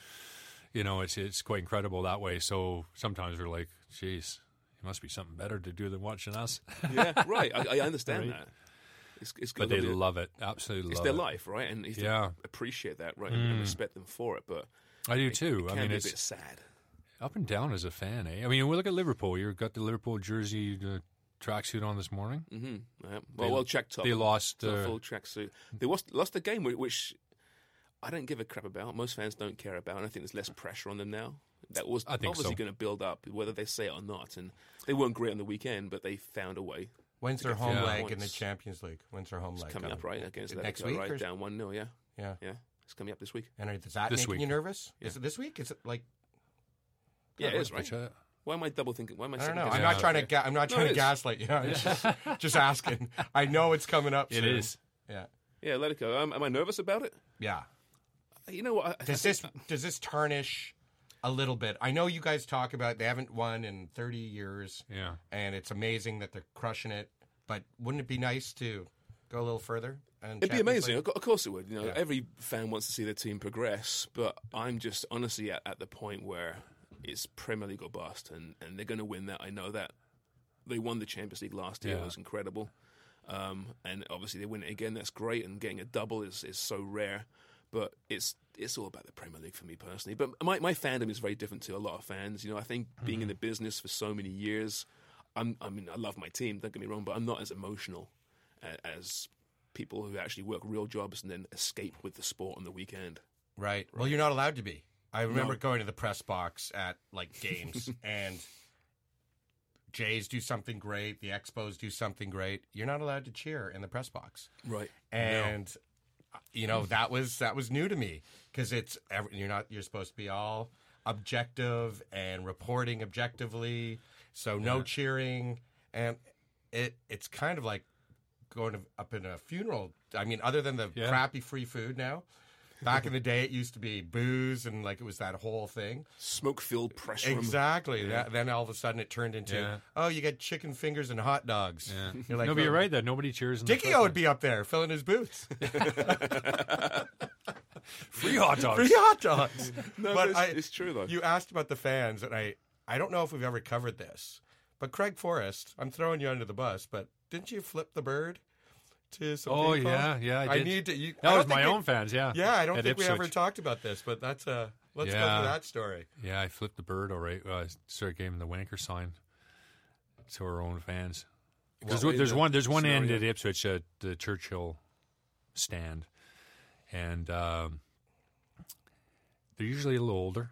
[SPEAKER 5] you know, it's it's quite incredible that way. So sometimes we're like, "Geez, it must be something better to do than watching us."
[SPEAKER 3] yeah, right. I, I understand that. It's, it's
[SPEAKER 5] But they
[SPEAKER 3] gotta be-
[SPEAKER 5] love it, absolutely.
[SPEAKER 3] It's
[SPEAKER 5] love
[SPEAKER 3] their
[SPEAKER 5] it.
[SPEAKER 3] life, right? And you have to
[SPEAKER 5] Yeah. Mm.
[SPEAKER 3] appreciate that, right? And respect them for it. But
[SPEAKER 5] I do
[SPEAKER 3] it-
[SPEAKER 5] too.
[SPEAKER 3] It
[SPEAKER 5] I
[SPEAKER 3] can
[SPEAKER 5] mean,
[SPEAKER 3] be
[SPEAKER 5] it's
[SPEAKER 3] a bit sad.
[SPEAKER 5] Up and down as a fan, eh? I mean, we look at Liverpool. You've got the Liverpool jersey uh, tracksuit on this morning.
[SPEAKER 3] hmm Yeah. Well, well, check top.
[SPEAKER 5] They lost.
[SPEAKER 3] Not
[SPEAKER 5] Uh,
[SPEAKER 3] full tracksuit. They lost, lost the game, whi- which I don't give a crap about. Most fans don't care about, and I think there's less pressure on them now. That was
[SPEAKER 5] I think
[SPEAKER 3] obviously
[SPEAKER 5] so.
[SPEAKER 3] going to build up, whether they say it or not. And they weren't great on the weekend, but they found a way.
[SPEAKER 4] When's their home
[SPEAKER 5] Yeah.
[SPEAKER 4] leg in the
[SPEAKER 3] Points.
[SPEAKER 4] Champions League? When's their home
[SPEAKER 3] It's
[SPEAKER 4] leg?
[SPEAKER 3] coming up, right? Against
[SPEAKER 4] um, Next
[SPEAKER 3] Atletico,
[SPEAKER 4] week
[SPEAKER 3] right?
[SPEAKER 4] or-
[SPEAKER 3] Down 1 0, yeah.
[SPEAKER 4] Yeah.
[SPEAKER 3] Yeah. It's coming up this week.
[SPEAKER 4] And is that
[SPEAKER 5] This
[SPEAKER 4] making
[SPEAKER 5] week.
[SPEAKER 4] you nervous? Is
[SPEAKER 3] Yeah.
[SPEAKER 4] it this week? Is it like
[SPEAKER 3] Yeah, it is,
[SPEAKER 5] which,
[SPEAKER 3] right?
[SPEAKER 5] uh,
[SPEAKER 3] Why am I double thinking? Why am I
[SPEAKER 4] I don't
[SPEAKER 3] second
[SPEAKER 4] know. I'm
[SPEAKER 3] guessing
[SPEAKER 4] not
[SPEAKER 3] myself
[SPEAKER 4] trying to.
[SPEAKER 3] here?
[SPEAKER 4] Ga- I'm not
[SPEAKER 3] No,
[SPEAKER 4] trying
[SPEAKER 3] it
[SPEAKER 4] to
[SPEAKER 3] is.
[SPEAKER 4] gaslight you. I'm just, just asking. I know it's coming up.
[SPEAKER 5] It
[SPEAKER 4] soon.
[SPEAKER 5] is.
[SPEAKER 4] Yeah.
[SPEAKER 3] Yeah, Atletico. Um, am I nervous about it?
[SPEAKER 4] Yeah.
[SPEAKER 3] You know what? I- I
[SPEAKER 4] Does
[SPEAKER 3] think-
[SPEAKER 4] this does this tarnish a little bit? I know you guys talk about they haven't won in 30 years,
[SPEAKER 5] yeah.
[SPEAKER 4] and it's amazing that they're crushing it. But wouldn't it be nice to go a little further? And
[SPEAKER 3] It'd be
[SPEAKER 4] Champions
[SPEAKER 3] amazing.
[SPEAKER 4] League?
[SPEAKER 3] Of cou- of course it would. You know, every fan wants to see their team progress, but I'm just honestly at, at the point where it's Premier League or bust, and, and they're going to win that. I know that. They won the Champions League last year.
[SPEAKER 5] Yeah.
[SPEAKER 3] It was incredible. Um, and obviously they win it again. That's great. And getting a double is, is so rare. But it's it's all about the Premier League for me personally. But my, my fandom is very different to a lot of fans. You know, I think being in the business for so many years, I'm, I mean, I love my team. Don't get me wrong, but I'm not as emotional a- as people who actually work real jobs and then escape with the sport on the weekend.
[SPEAKER 4] Right. Well, you're not allowed to be. I remember going to the press box at like games and Jays do something great, the Expos do something great. You're not allowed to cheer in the press box.
[SPEAKER 3] Right.
[SPEAKER 4] And uh, you know, that was that was new to me cuz it's ev- you're not you're supposed to be all objective and reporting objectively. So no cheering and it it's kind of like going to, up in a funeral. I mean, other than the
[SPEAKER 5] Yeah.
[SPEAKER 4] crappy free food now. Back in the day, it used to be booze and like it was that whole thing.
[SPEAKER 3] Smoke filled pressure room.
[SPEAKER 4] Exactly. That, then all of a sudden, it turned into
[SPEAKER 5] Yeah.
[SPEAKER 4] oh, you got chicken fingers and hot dogs. You're
[SPEAKER 5] no, but
[SPEAKER 4] "Oh,
[SPEAKER 5] you're right. That nobody cheers. in the
[SPEAKER 4] Dickio
[SPEAKER 5] first
[SPEAKER 4] would be up there filling his boots.
[SPEAKER 5] free hot dogs.
[SPEAKER 4] Free hot dogs.
[SPEAKER 3] No, but it's- it's true, though.
[SPEAKER 4] You asked about the fans, and I, I don't know if we've ever covered this, but Craig Forrest, I'm throwing you under the bus, but didn't you flip the bird to some
[SPEAKER 5] Oh
[SPEAKER 4] people?
[SPEAKER 5] yeah, yeah. I,
[SPEAKER 4] I
[SPEAKER 5] did.
[SPEAKER 4] need to. You, I
[SPEAKER 5] that
[SPEAKER 4] don't
[SPEAKER 5] was my
[SPEAKER 4] think we-
[SPEAKER 5] own fans. Yeah.
[SPEAKER 4] Yeah, I don't
[SPEAKER 5] At
[SPEAKER 4] think we ever
[SPEAKER 5] Ipswich.
[SPEAKER 4] talked about this, but that's a. Let's go
[SPEAKER 5] Yeah.
[SPEAKER 4] through that story.
[SPEAKER 5] Yeah, I flipped the bird. All right, well, I sort of gave him the wanker sign to our own fans. There's,
[SPEAKER 3] Well, in
[SPEAKER 5] there's
[SPEAKER 3] the
[SPEAKER 5] one. There's one end at
[SPEAKER 3] scenario.
[SPEAKER 5] Ipswich at the Churchill stand, and um, they're usually a little older,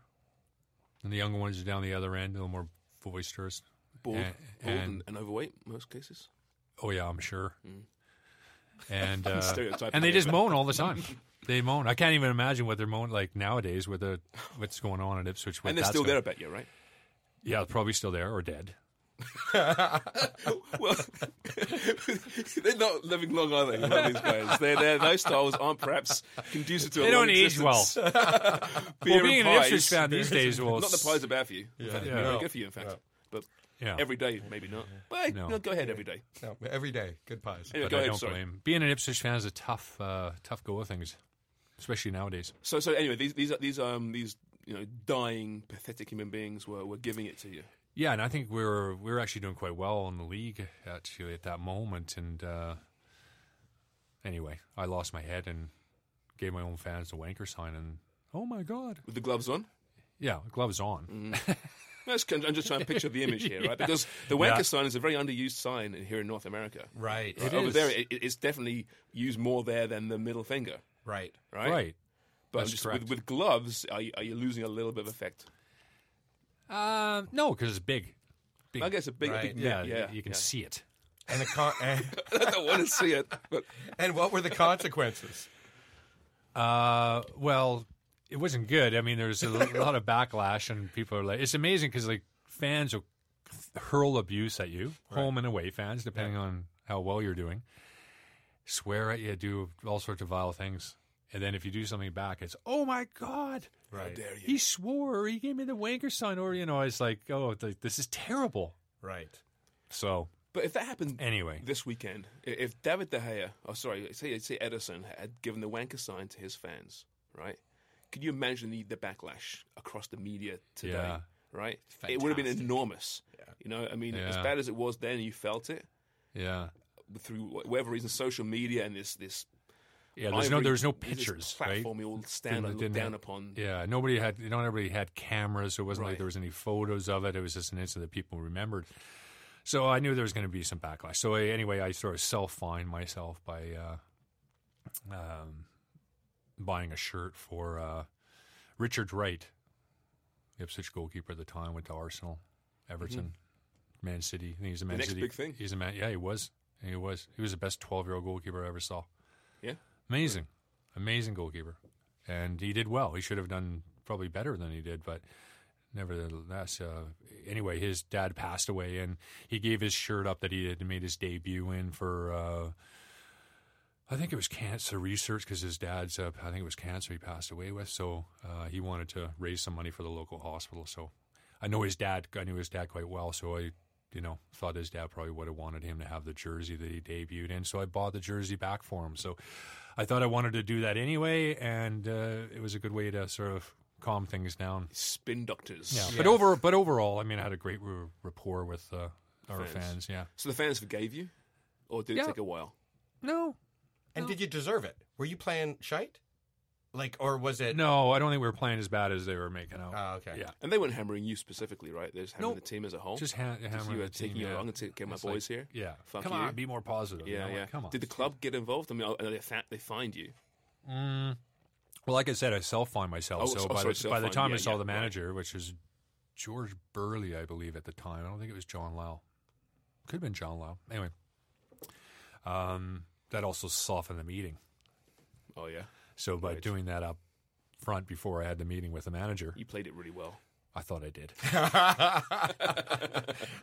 [SPEAKER 5] and the younger ones are down the other end, a little more boisterous.
[SPEAKER 3] Bald,
[SPEAKER 5] And-
[SPEAKER 3] bald
[SPEAKER 5] and-
[SPEAKER 3] and, and overweight, in most cases.
[SPEAKER 5] Oh yeah, I'm sure. And uh,
[SPEAKER 3] Mm. stereotyping
[SPEAKER 5] and they
[SPEAKER 3] it,
[SPEAKER 5] just
[SPEAKER 3] but-
[SPEAKER 5] moan all the time. They moan. I can't even imagine what they're moaning like nowadays with the what's going on at Ipswich. with
[SPEAKER 3] and they're
[SPEAKER 5] that
[SPEAKER 3] still
[SPEAKER 5] sort
[SPEAKER 3] there, I
[SPEAKER 5] of-
[SPEAKER 3] bet you, right?
[SPEAKER 5] Yeah, they're probably still there or dead.
[SPEAKER 3] Well, they're not living long, are they? a lot of these guys, their their lifestyles aren't perhaps conducive to. a
[SPEAKER 5] They
[SPEAKER 3] long
[SPEAKER 5] don't age well.
[SPEAKER 3] existence.
[SPEAKER 5] well,
[SPEAKER 3] Beer and
[SPEAKER 5] being an Ipswich
[SPEAKER 3] pies.
[SPEAKER 5] fan these days, well,
[SPEAKER 3] not the pies are bad for you. Yeah,
[SPEAKER 5] Yeah.
[SPEAKER 3] Very
[SPEAKER 5] No.
[SPEAKER 3] good for you, in fact. But
[SPEAKER 5] yeah,
[SPEAKER 3] every day, maybe not. But hey,
[SPEAKER 5] No.
[SPEAKER 3] no, go ahead every day.
[SPEAKER 4] No, every day, good pies.
[SPEAKER 3] Anyway,
[SPEAKER 5] but
[SPEAKER 3] go
[SPEAKER 5] I
[SPEAKER 3] ahead.
[SPEAKER 5] don't
[SPEAKER 3] sorry.
[SPEAKER 5] blame. Being an Ipswich fan is a tough, uh, tough go of things, especially nowadays.
[SPEAKER 3] So so anyway, these these are- these um these you know dying pathetic human beings were were giving it to you.
[SPEAKER 5] Yeah, and I think we were we were actually doing quite well in the league actually at that moment. And uh, anyway, I lost my head and gave my own fans the wanker sign, and oh my god,
[SPEAKER 3] With the gloves on,
[SPEAKER 5] yeah, gloves on.
[SPEAKER 3] Mm. That's- I'm just trying to picture the image here, right? Because the
[SPEAKER 5] Yeah.
[SPEAKER 3] wanker sign is a very underused sign in- here in North America.
[SPEAKER 4] Right.
[SPEAKER 3] Right, Over there, it, it's definitely used more there than the middle finger,
[SPEAKER 4] Right.
[SPEAKER 3] right?
[SPEAKER 5] right.
[SPEAKER 3] But
[SPEAKER 5] that's
[SPEAKER 3] just
[SPEAKER 5] correct.
[SPEAKER 3] with, with gloves, are you, are you losing a little bit of effect?
[SPEAKER 5] Um, no, because it's big. Big.
[SPEAKER 3] I guess a big,
[SPEAKER 4] Right.
[SPEAKER 3] big
[SPEAKER 5] yeah,
[SPEAKER 3] yeah,
[SPEAKER 5] you can
[SPEAKER 3] yeah.
[SPEAKER 5] see it.
[SPEAKER 4] And the con- and,
[SPEAKER 3] I don't want to see it. But
[SPEAKER 4] and what were the consequences?
[SPEAKER 5] Uh, well, it wasn't good. I mean, there's a l- lot of backlash, and people are like, it's amazing because like fans will hurl abuse at you, home and away fans, depending on how well you're doing, swear at you, do all sorts of vile things, and then if you do something back, it's oh my god,
[SPEAKER 4] Right.
[SPEAKER 5] he swore, or he gave me the wanker sign, or you know, it's like oh, th- this is terrible.
[SPEAKER 4] Right.
[SPEAKER 5] So
[SPEAKER 3] but if that happened
[SPEAKER 5] Anyway.
[SPEAKER 3] this weekend, i- if David De Gea, oh sorry, say say Edison had given the wanker sign to his fans, right? Could you imagine the, the backlash across the media today?
[SPEAKER 5] Yeah.
[SPEAKER 3] Right, it would have been
[SPEAKER 4] fantastic.
[SPEAKER 3] enormous. You know, I mean, as
[SPEAKER 5] Yeah.
[SPEAKER 3] bad as it was then, you felt it
[SPEAKER 5] yeah,
[SPEAKER 3] through wh- whatever reason, social media and this this
[SPEAKER 5] yeah. There's no
[SPEAKER 3] ivory-
[SPEAKER 5] there's no
[SPEAKER 3] this
[SPEAKER 5] pictures, right?
[SPEAKER 3] platform you all stand
[SPEAKER 5] Didn't-
[SPEAKER 3] and look
[SPEAKER 5] didn't
[SPEAKER 3] down
[SPEAKER 5] have-
[SPEAKER 3] upon.
[SPEAKER 5] Yeah, nobody had. You know, everybody had cameras. So it wasn't
[SPEAKER 3] Um, Right.
[SPEAKER 5] like there was any photos of it. It was just an incident that people remembered. So I knew there was going to be some backlash. So I, anyway, I sort of self fined myself by uh, um, buying a shirt for uh, Richard Wright, Ipswich goalkeeper at the time, went to Arsenal, Everton, Man City. I think he's a Man
[SPEAKER 3] Mm-hmm. next
[SPEAKER 5] City.
[SPEAKER 3] big thing.
[SPEAKER 5] He's a man. Yeah, he was. He was. He was the best twelve year old goalkeeper I ever saw.
[SPEAKER 3] Yeah.
[SPEAKER 5] Amazing, amazing goalkeeper, and he did well. He should have done probably better than he did, but nevertheless, uh, anyway, his dad passed away, and he gave his shirt up that he had made his debut in for. Uh, I think it was cancer research because his dad's, uh, I think it was cancer he passed away with. So uh, he wanted to raise some money for the local hospital. So I know his dad, I knew his dad quite well. So I, you know, thought his dad probably would have wanted him to have the jersey that he debuted in. So I bought the jersey back for him. So I thought I wanted to do that anyway. And uh, it was a good way to sort of calm things down.
[SPEAKER 3] Spin doctors.
[SPEAKER 5] Yeah. But over, but overall, I mean, I had a great r- rapport with uh, our
[SPEAKER 3] Fans.
[SPEAKER 5] fans. Yeah.
[SPEAKER 3] So the fans forgave you, or did it
[SPEAKER 5] Yeah.
[SPEAKER 3] take a while?
[SPEAKER 5] No.
[SPEAKER 4] And did you deserve it? Were you playing shite? Like, or was it?
[SPEAKER 5] No, I don't think we were playing as bad as they were making out.
[SPEAKER 4] Oh, okay.
[SPEAKER 5] Yeah.
[SPEAKER 3] And they weren't hammering you specifically, right? They're just hammering
[SPEAKER 5] Nope.
[SPEAKER 3] the team as a whole.
[SPEAKER 5] Just ha- hammering
[SPEAKER 3] Oh. you were
[SPEAKER 5] the team,
[SPEAKER 3] taking it
[SPEAKER 5] yeah.
[SPEAKER 3] along and take care of my
[SPEAKER 5] It's
[SPEAKER 3] boys
[SPEAKER 5] like,
[SPEAKER 3] here.
[SPEAKER 5] Yeah.
[SPEAKER 3] Fuck
[SPEAKER 5] come
[SPEAKER 3] you.
[SPEAKER 5] on, be more positive. you
[SPEAKER 3] Yeah,
[SPEAKER 5] know,
[SPEAKER 3] yeah.
[SPEAKER 5] like, come on.
[SPEAKER 3] Did the club get involved? I mean, are they fat? They fined you.
[SPEAKER 5] Mm, well, like I said, I self find myself.
[SPEAKER 3] Oh,
[SPEAKER 5] so
[SPEAKER 3] so- sorry,
[SPEAKER 5] by, the, by the
[SPEAKER 3] self-find.
[SPEAKER 5] time
[SPEAKER 3] Yeah,
[SPEAKER 5] I saw
[SPEAKER 3] yeah,
[SPEAKER 5] the
[SPEAKER 3] right.
[SPEAKER 5] manager, which is George Burley, I believe, at the time. I don't think it was John Lau. Could have been John Lau. Anyway, um, that also softened the meeting.
[SPEAKER 3] Oh yeah,
[SPEAKER 5] So by
[SPEAKER 3] Right.
[SPEAKER 5] doing that up front before I had the meeting with the manager,
[SPEAKER 3] you played it really well.
[SPEAKER 5] I thought I did.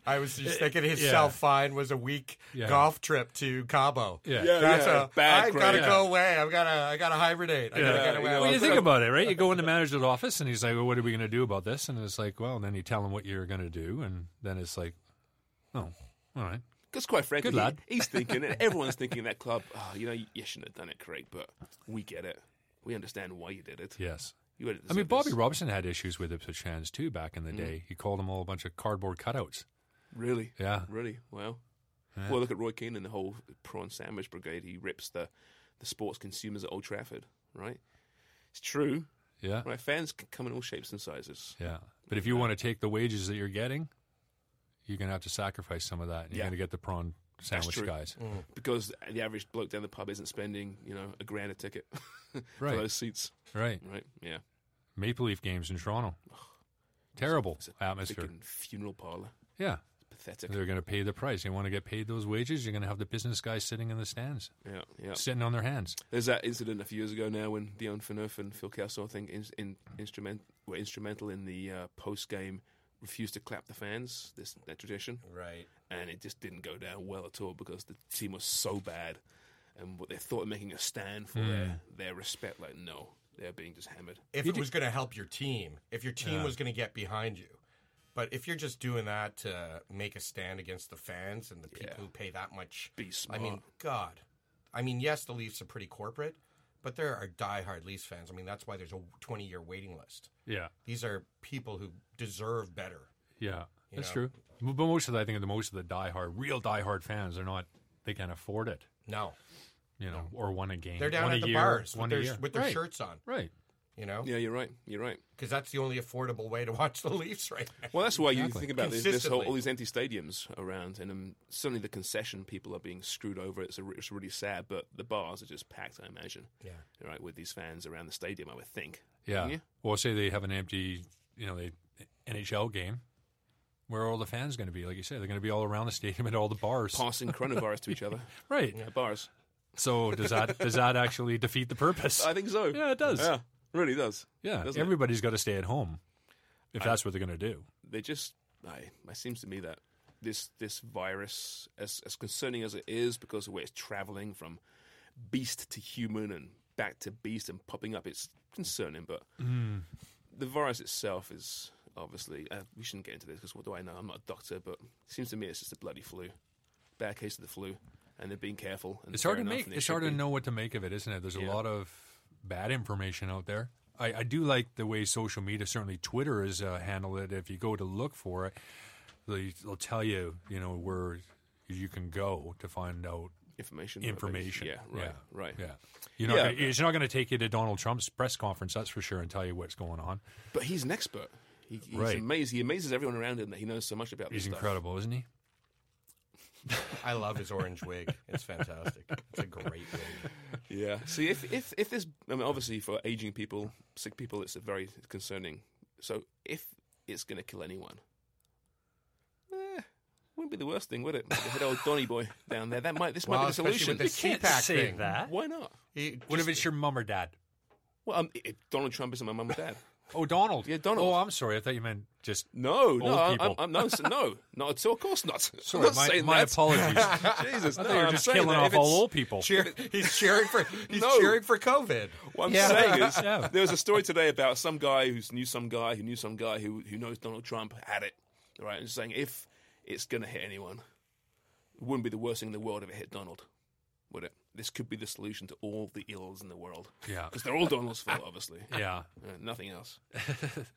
[SPEAKER 4] I was just thinking his
[SPEAKER 5] Eh, Yeah.
[SPEAKER 4] self fine was a week
[SPEAKER 5] Yeah.
[SPEAKER 4] golf trip to Cabo.
[SPEAKER 5] Yeah.
[SPEAKER 3] Yeah,
[SPEAKER 4] that's
[SPEAKER 3] yeah,
[SPEAKER 4] a
[SPEAKER 3] bad
[SPEAKER 4] I've
[SPEAKER 3] grade.
[SPEAKER 4] got to
[SPEAKER 3] Yeah.
[SPEAKER 4] go away. I've got to I got to hibernate. I got to
[SPEAKER 3] Yeah,
[SPEAKER 4] get
[SPEAKER 3] you
[SPEAKER 4] away.
[SPEAKER 3] know,
[SPEAKER 5] Well, you
[SPEAKER 3] it's
[SPEAKER 5] think
[SPEAKER 3] like-
[SPEAKER 5] about it, right? You go in the manager's office and he's like, well, what are we going to do about this? And it's like, well, and then you tell him what you're going to do. And then it's like, oh, all right.
[SPEAKER 3] Because quite frankly,
[SPEAKER 5] Good lad.
[SPEAKER 3] he's thinking, and everyone's thinking in that club, oh, you know, you shouldn't have done it, Craig, but we get it. We understand why you did it.
[SPEAKER 5] Yes.
[SPEAKER 3] You had to
[SPEAKER 5] I mean,
[SPEAKER 3] deserve
[SPEAKER 5] Bobby
[SPEAKER 3] this." Mm.
[SPEAKER 5] Robson had issues with Ipswich fans too back in the day. He called them all a bunch of cardboard cutouts.
[SPEAKER 3] Really?
[SPEAKER 5] Yeah.
[SPEAKER 3] Really? Wow. Well, look at Roy Keane and the whole prawn sandwich brigade. He rips the, the sports consumers at Old Trafford, right? It's true.
[SPEAKER 5] Yeah.
[SPEAKER 3] Right? Fans can come in all shapes and sizes.
[SPEAKER 5] Yeah. But if you want to take the wages that you're getting, you're going to have to sacrifice some of that. And you're
[SPEAKER 3] Yeah.
[SPEAKER 5] going to get the prawn sandwich
[SPEAKER 3] true.
[SPEAKER 5] guys.
[SPEAKER 3] Because the average bloke down the pub isn't spending, you know, a grand a ticket for
[SPEAKER 5] Right.
[SPEAKER 3] those seats,
[SPEAKER 5] Right.
[SPEAKER 3] right? Yeah.
[SPEAKER 5] Maple Leaf games in Toronto. Terrible
[SPEAKER 3] It's a
[SPEAKER 5] atmosphere.
[SPEAKER 3] freaking funeral parlor.
[SPEAKER 5] Yeah.
[SPEAKER 3] Pathetic.
[SPEAKER 5] They're going to pay the price. You want to get paid those wages, you're going to have the business guys sitting in the stands,
[SPEAKER 3] Yeah, yeah.
[SPEAKER 5] sitting on their hands.
[SPEAKER 3] There's that incident a few years ago now when Dion Phaneuf and Phil Kessel, I think, in, in, instrument were instrumental in the uh, post game refused to clap the fans. This that tradition,
[SPEAKER 4] Right.
[SPEAKER 3] and it just didn't go down well at all because the team was so bad, and what they thought of making a stand for
[SPEAKER 5] Mm.
[SPEAKER 3] their, their respect. Like, no, they're being just hammered.
[SPEAKER 4] if it was going to help your team, if your team was going to get behind you. But if you're just doing that to make a stand against the fans and the people who pay that much,
[SPEAKER 3] Be
[SPEAKER 4] I mean, God, I mean, yes, the Leafs are pretty corporate, but there are diehard Leafs fans. I mean, that's why there's a 20 year waiting list.
[SPEAKER 5] Yeah.
[SPEAKER 4] These are people who deserve better.
[SPEAKER 5] Yeah. That's
[SPEAKER 4] know?
[SPEAKER 5] true. M- But most of the, I think the most of the diehard, real diehard fans, they're not, they can't afford it,
[SPEAKER 4] No,
[SPEAKER 5] you know, or one a game.
[SPEAKER 4] they're down
[SPEAKER 5] one
[SPEAKER 4] at
[SPEAKER 5] a
[SPEAKER 4] the
[SPEAKER 5] year,
[SPEAKER 4] bars
[SPEAKER 5] one
[SPEAKER 4] with
[SPEAKER 5] a
[SPEAKER 4] their,
[SPEAKER 5] year.
[SPEAKER 4] with their
[SPEAKER 5] Right.
[SPEAKER 4] shirts on.
[SPEAKER 5] Right.
[SPEAKER 4] You know,
[SPEAKER 3] Yeah, you're right. You're right.
[SPEAKER 4] because that's the only affordable way to watch the Leafs right now.
[SPEAKER 3] Well, that's why you think about this, this whole
[SPEAKER 4] Consistently.
[SPEAKER 3] all these empty stadiums around, and um, suddenly the concession people are being screwed over. It's, a, re- it's really sad, but the bars are just packed. I imagine. Yeah. Right, with these fans around the stadium, I would think.
[SPEAKER 5] Yeah.
[SPEAKER 3] Yeah.
[SPEAKER 5] Or say they have an empty, you know, they NHL game. Where are all the fans going to be? Like you said, they're going to be all around the stadium at all the bars.
[SPEAKER 3] Passing coronavirus to each other
[SPEAKER 5] Right.
[SPEAKER 3] at bars.
[SPEAKER 5] So does that does that actually defeat the purpose?
[SPEAKER 3] I think so.
[SPEAKER 5] Yeah, it does.
[SPEAKER 3] Yeah, really does.
[SPEAKER 5] Yeah,
[SPEAKER 3] doesn't it?
[SPEAKER 5] everybody's got to stay at home if that's what they're going to do.
[SPEAKER 3] They just, I, it seems to me that this this virus, as as concerning as it is, because of where it's traveling from beast to human and back to beast and popping up, it's concerning. But
[SPEAKER 5] Mm.
[SPEAKER 3] the virus itself is obviously. Uh, we shouldn't get into this because what do I know? I'm not a doctor, but it seems to me it's just a bloody flu, bad case of the flu, and they're being careful. And
[SPEAKER 5] It's hard
[SPEAKER 3] fair
[SPEAKER 5] to
[SPEAKER 3] enough,
[SPEAKER 5] make.
[SPEAKER 3] and they
[SPEAKER 5] It's
[SPEAKER 3] should
[SPEAKER 5] hard to
[SPEAKER 3] be.
[SPEAKER 5] know what to make of it, isn't it? There's a
[SPEAKER 3] Yeah.
[SPEAKER 5] lot of bad information out there. I, I do like the way social media, certainly Twitter, has uh, handled it. If you go to look for it, they, they'll tell you, you know, where you can go to find out
[SPEAKER 3] information.
[SPEAKER 5] information.
[SPEAKER 3] Yeah, right, right.
[SPEAKER 5] Yeah, you know,
[SPEAKER 3] Yeah.
[SPEAKER 5] it's not going to take you to Donald Trump's press conference, that's for sure, and tell you what's going on.
[SPEAKER 3] But he's an expert. He, he's
[SPEAKER 5] Right.
[SPEAKER 3] amazed. He amazes everyone around him that he knows so much about. this
[SPEAKER 5] He's
[SPEAKER 3] stuff.
[SPEAKER 5] incredible, isn't he?
[SPEAKER 4] I love his orange wig. It's fantastic. It's a great wig.
[SPEAKER 3] Yeah. See, if if if this, I mean, obviously for aging people, sick people, it's a very concerning. So if it's going to kill anyone, eh, wouldn't be the worst thing, would it? Like That old Donny boy down there. That might. This might be the
[SPEAKER 4] especially
[SPEAKER 3] solution.
[SPEAKER 4] with the CPAC thing.
[SPEAKER 3] Why not?
[SPEAKER 4] He-
[SPEAKER 5] What if it's your mum or dad?
[SPEAKER 3] Well, um, if Donald Trump isn't my mum and dad.
[SPEAKER 5] Oh, Donald.
[SPEAKER 3] Yeah, Donald.
[SPEAKER 5] Oh, I'm sorry. I thought you meant just.
[SPEAKER 3] No, no,
[SPEAKER 5] Old
[SPEAKER 3] I'm,
[SPEAKER 5] people.
[SPEAKER 3] I'm, I'm, no, s- no, not at all. Of course not. I'm
[SPEAKER 5] Sorry,
[SPEAKER 3] not
[SPEAKER 5] my,
[SPEAKER 3] saying
[SPEAKER 5] my
[SPEAKER 3] that.
[SPEAKER 5] apologies. I
[SPEAKER 3] Jesus,
[SPEAKER 5] thought
[SPEAKER 3] no,
[SPEAKER 5] you were
[SPEAKER 3] I'm
[SPEAKER 5] just
[SPEAKER 3] saying
[SPEAKER 5] killing
[SPEAKER 3] that
[SPEAKER 5] off
[SPEAKER 3] if it's-
[SPEAKER 5] all old people.
[SPEAKER 4] Cheer- he's cheering for he's
[SPEAKER 3] No.
[SPEAKER 4] cheering for COVID.
[SPEAKER 3] What I'm
[SPEAKER 4] Yeah.
[SPEAKER 3] saying is,
[SPEAKER 5] Yeah.
[SPEAKER 3] there was a story today about some guy who knew some guy who knew some guy who, who knows Donald Trump had it, right? And saying if it's going to hit anyone, it wouldn't be the worst thing in the world if it hit Donald, would it? This could be the solution to all the ills in the world.
[SPEAKER 5] Yeah.
[SPEAKER 3] Because they're all Donald's fault, obviously.
[SPEAKER 5] Yeah,
[SPEAKER 3] Uh, nothing else.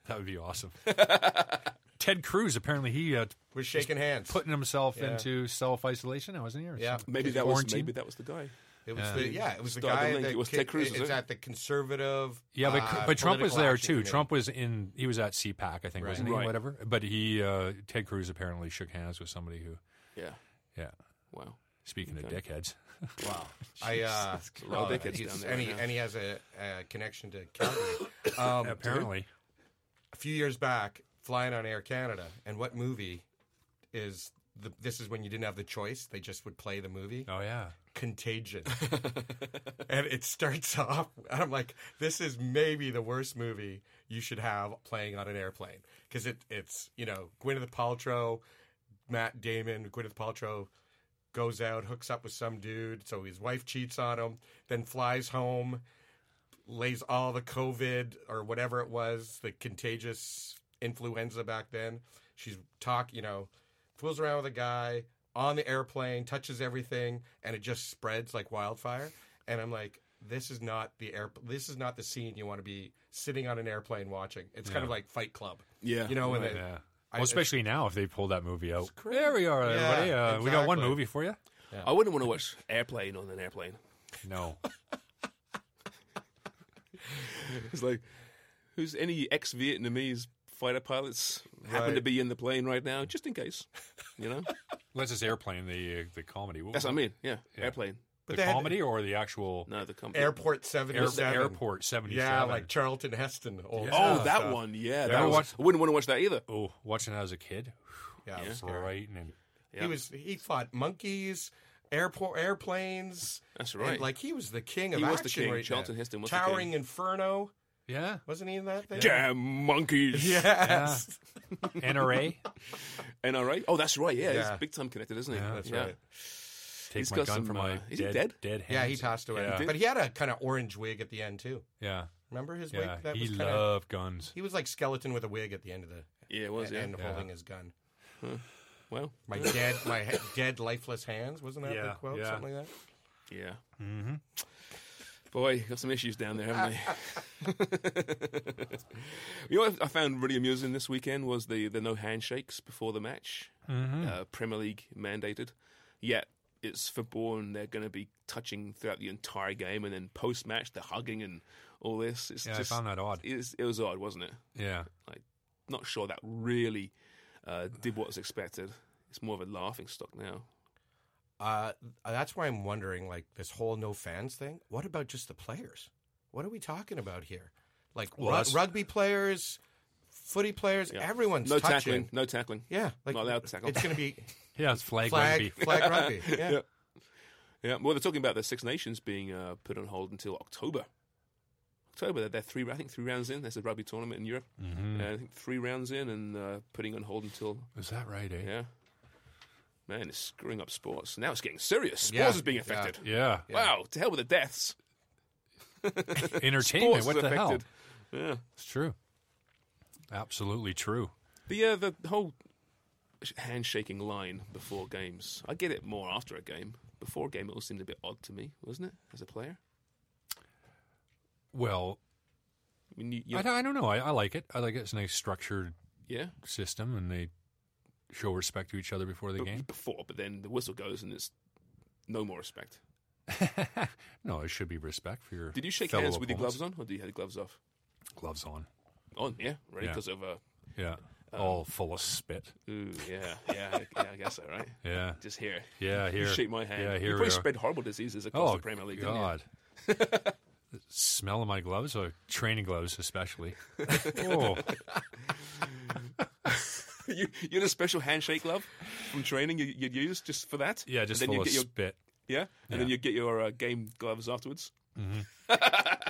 [SPEAKER 5] that would be awesome. Ted Cruz apparently he uh,
[SPEAKER 4] Was shaking hands.
[SPEAKER 5] putting himself into self isolation. Now, wasn't he? Or
[SPEAKER 4] Yeah.
[SPEAKER 5] something?
[SPEAKER 3] Maybe
[SPEAKER 5] He's
[SPEAKER 3] that was
[SPEAKER 5] quarantined?
[SPEAKER 3] maybe that was the guy.
[SPEAKER 4] it was the yeah, it was the
[SPEAKER 3] Started the
[SPEAKER 4] guy
[SPEAKER 3] link.
[SPEAKER 4] that
[SPEAKER 3] It was
[SPEAKER 4] ki-
[SPEAKER 3] Ted Cruz,
[SPEAKER 4] it-
[SPEAKER 3] was
[SPEAKER 4] It's
[SPEAKER 3] it?
[SPEAKER 4] at the conservative.
[SPEAKER 5] Yeah, but
[SPEAKER 4] uh,
[SPEAKER 5] but Trump was
[SPEAKER 4] Political
[SPEAKER 5] there
[SPEAKER 4] Action
[SPEAKER 5] too.
[SPEAKER 4] Committee.
[SPEAKER 5] Trump was in. He was at CPAC, I think, wasn't he?
[SPEAKER 3] Right.
[SPEAKER 5] Whatever. But he uh, Ted Cruz apparently shook hands with somebody who.
[SPEAKER 3] Yeah.
[SPEAKER 5] Yeah.
[SPEAKER 3] Wow.
[SPEAKER 5] Speaking of dickheads.
[SPEAKER 4] Wow. I uh,
[SPEAKER 3] lot of
[SPEAKER 4] oh,
[SPEAKER 3] dickheads
[SPEAKER 4] he's-
[SPEAKER 3] down there right
[SPEAKER 4] and, he,
[SPEAKER 3] now.
[SPEAKER 4] and he has a, a connection to Calgary. Um,
[SPEAKER 5] apparently.
[SPEAKER 4] a few years back, flying on Air Canada, and what movie is the, this is when you didn't have the choice. They just would play the movie.
[SPEAKER 5] Oh yeah.
[SPEAKER 4] Contagion. and it starts off, and I'm like, this is maybe the worst movie you should have playing on an airplane. Because it, it's, you know, Gwyneth Paltrow, Matt Damon, Gwyneth Paltrow goes out, hooks up with some dude. So his wife cheats on him, then flies home, lays all the COVID or whatever it was, the contagious influenza back then. She's talk, you know, fools around with a guy on the airplane, touches everything, and it just spreads like wildfire. And I'm like, this is not the air. This is not the scene you want to be sitting on an airplane watching. It's kind of like Fight Club.
[SPEAKER 3] Yeah.
[SPEAKER 4] you know, when
[SPEAKER 5] Right,
[SPEAKER 4] they-
[SPEAKER 5] yeah.
[SPEAKER 4] I-
[SPEAKER 5] well, especially now if they pull that movie out. There we are, everybody. Uh, We got one
[SPEAKER 4] exactly.
[SPEAKER 5] movie for you.
[SPEAKER 3] I wouldn't want to watch Airplane on an airplane.
[SPEAKER 5] No.
[SPEAKER 3] It's like, who's any ex Vietnamese fighter pilots happen
[SPEAKER 4] Right.
[SPEAKER 3] to be in the plane right now, just in case? You know?
[SPEAKER 5] Let's just airplane the uh, the comedy. What
[SPEAKER 3] That's
[SPEAKER 5] was
[SPEAKER 3] what I
[SPEAKER 5] it?
[SPEAKER 3] mean. Yeah, airplane.
[SPEAKER 4] But
[SPEAKER 5] the
[SPEAKER 4] they had-
[SPEAKER 5] comedy or the actual
[SPEAKER 3] No, the company.
[SPEAKER 4] Airport
[SPEAKER 5] air,
[SPEAKER 4] 77.
[SPEAKER 5] airport seventy seven.
[SPEAKER 4] Yeah, like Charlton Heston. Old
[SPEAKER 3] Oh,
[SPEAKER 4] stuff.
[SPEAKER 3] that one. Yeah,
[SPEAKER 5] ever
[SPEAKER 3] that was,
[SPEAKER 5] watch-
[SPEAKER 3] I wouldn't want to watch that either.
[SPEAKER 5] oh, watching that as a kid,
[SPEAKER 4] Yeah, it was scary.
[SPEAKER 5] frightening.
[SPEAKER 3] Oh, Yeah.
[SPEAKER 4] He was he fought monkeys, airport airplanes.
[SPEAKER 3] That's
[SPEAKER 4] and,
[SPEAKER 3] right.
[SPEAKER 4] like he was the king of
[SPEAKER 3] He was
[SPEAKER 4] action
[SPEAKER 3] the king.
[SPEAKER 4] right
[SPEAKER 3] Charlton
[SPEAKER 4] now.
[SPEAKER 3] Heston was the king.
[SPEAKER 4] Towering Inferno.
[SPEAKER 5] Yeah,
[SPEAKER 4] Wasn't he in that thing?
[SPEAKER 3] Damn monkeys.
[SPEAKER 4] Yes.
[SPEAKER 5] NRA.
[SPEAKER 3] NRA. Oh, that's right. Yeah,
[SPEAKER 4] Yeah.
[SPEAKER 3] he's big time connected, isn't he?
[SPEAKER 5] Yeah,
[SPEAKER 4] That's right.
[SPEAKER 5] Take
[SPEAKER 3] He's
[SPEAKER 5] my gun
[SPEAKER 3] got
[SPEAKER 5] from
[SPEAKER 3] some,
[SPEAKER 5] my
[SPEAKER 3] uh,
[SPEAKER 5] dead,
[SPEAKER 3] is he dead?
[SPEAKER 5] dead hands.
[SPEAKER 4] Yeah, he passed away.
[SPEAKER 5] Yeah,
[SPEAKER 4] But he had a kind of orange wig at the end too.
[SPEAKER 5] yeah.
[SPEAKER 4] Remember his
[SPEAKER 5] yeah.
[SPEAKER 4] wig? That
[SPEAKER 5] he
[SPEAKER 4] was kind of
[SPEAKER 5] loved guns.
[SPEAKER 4] he was like skeleton with a wig at the end of the
[SPEAKER 3] Yeah, it was. Yeah.
[SPEAKER 4] and holding his gun.
[SPEAKER 3] Well,
[SPEAKER 4] My dead, my he- dead, lifeless hands. Wasn't that
[SPEAKER 5] Yeah,
[SPEAKER 4] the quote?
[SPEAKER 5] yeah.
[SPEAKER 4] Something like that.
[SPEAKER 3] yeah. Mm-hmm. Boy, got some issues down there, haven't they? you know what I found really amusing this weekend was the, the no handshakes before the match.
[SPEAKER 5] Mm-hmm.
[SPEAKER 3] Uh, Premier League mandated. Yet it's forbidden. They're going to be touching throughout the entire game, and then post match they're hugging and all this. It's
[SPEAKER 5] Yeah, I
[SPEAKER 3] just,
[SPEAKER 5] found that odd.
[SPEAKER 3] It's, it was odd, wasn't it?
[SPEAKER 5] Yeah,
[SPEAKER 3] like not sure that really uh, did what was expected. It's more of a laughing stock now.
[SPEAKER 4] Uh, that's why I'm wondering, like this whole no fans thing. What about just the players? What are we talking about here? Like
[SPEAKER 5] Well,
[SPEAKER 4] ru-
[SPEAKER 5] that's-
[SPEAKER 4] rugby players, footy players,
[SPEAKER 3] Yeah.
[SPEAKER 4] everyone's
[SPEAKER 3] no
[SPEAKER 4] touching.
[SPEAKER 3] tackling, no tackling.
[SPEAKER 4] Yeah, like
[SPEAKER 3] not allowed to tackle.
[SPEAKER 4] It's going to be
[SPEAKER 5] yeah. It's flag,
[SPEAKER 4] flag
[SPEAKER 5] rugby.
[SPEAKER 4] flag rugby. Yeah.
[SPEAKER 3] Yeah. yeah. Well, they're talking about the Six Nations being uh, put on hold until October. October, they're, they're three. I think three rounds in. There's a rugby tournament in Europe.
[SPEAKER 5] Mm-hmm.
[SPEAKER 3] Uh, I think three rounds in and uh, putting on hold until
[SPEAKER 5] Is that right? Eh?
[SPEAKER 3] yeah. Man, it's screwing up sports. Now it's getting serious. Sports
[SPEAKER 4] Yeah.
[SPEAKER 3] is being
[SPEAKER 4] Yeah.
[SPEAKER 3] affected.
[SPEAKER 5] Yeah.
[SPEAKER 3] Wow, to hell with the deaths.
[SPEAKER 5] Entertainment.
[SPEAKER 3] Sports
[SPEAKER 5] what
[SPEAKER 3] is
[SPEAKER 5] the hell?
[SPEAKER 3] affected. Yeah.
[SPEAKER 5] It's true. Absolutely true.
[SPEAKER 3] The uh, the whole sh- handshaking line before games, I get it more after a game. Before a game, it all seemed a bit odd to me, wasn't it? As a player,
[SPEAKER 5] Well,
[SPEAKER 3] I mean, you, you,
[SPEAKER 5] I, don't- I don't know. I, I like it. I like it. It's a nice structured
[SPEAKER 3] yeah,
[SPEAKER 5] system, and they show respect to each other before the
[SPEAKER 3] But-
[SPEAKER 5] game.
[SPEAKER 3] before, but then the whistle goes and it's no more respect.
[SPEAKER 5] no, it should be respect for your.
[SPEAKER 3] Did you shake
[SPEAKER 5] fellow
[SPEAKER 3] hands with your
[SPEAKER 5] opponents.
[SPEAKER 3] gloves on, or did you have your gloves off?
[SPEAKER 5] Gloves on.
[SPEAKER 3] On, yeah, right,
[SPEAKER 5] Yeah.
[SPEAKER 3] because of uh,
[SPEAKER 5] Yeah. All full of spit.
[SPEAKER 3] ooh, yeah, yeah, yeah, I guess so, right?
[SPEAKER 5] Yeah.
[SPEAKER 3] Just here,
[SPEAKER 5] Yeah. Here.
[SPEAKER 3] you shake my hand.
[SPEAKER 5] Yeah. Here.
[SPEAKER 3] you
[SPEAKER 5] we
[SPEAKER 3] probably
[SPEAKER 5] are.
[SPEAKER 3] spread horrible diseases across
[SPEAKER 5] oh
[SPEAKER 3] the Premier League. didn't you?
[SPEAKER 5] God. The smell of my gloves, or training gloves especially. oh,
[SPEAKER 3] you, you had a special handshake glove from training you, you'd use just for that.
[SPEAKER 5] yeah. Just
[SPEAKER 3] and then
[SPEAKER 5] full
[SPEAKER 3] you
[SPEAKER 5] of
[SPEAKER 3] get your
[SPEAKER 5] spit.
[SPEAKER 3] Yeah, and then
[SPEAKER 5] Yeah.
[SPEAKER 3] you get your uh, game gloves afterwards.
[SPEAKER 5] I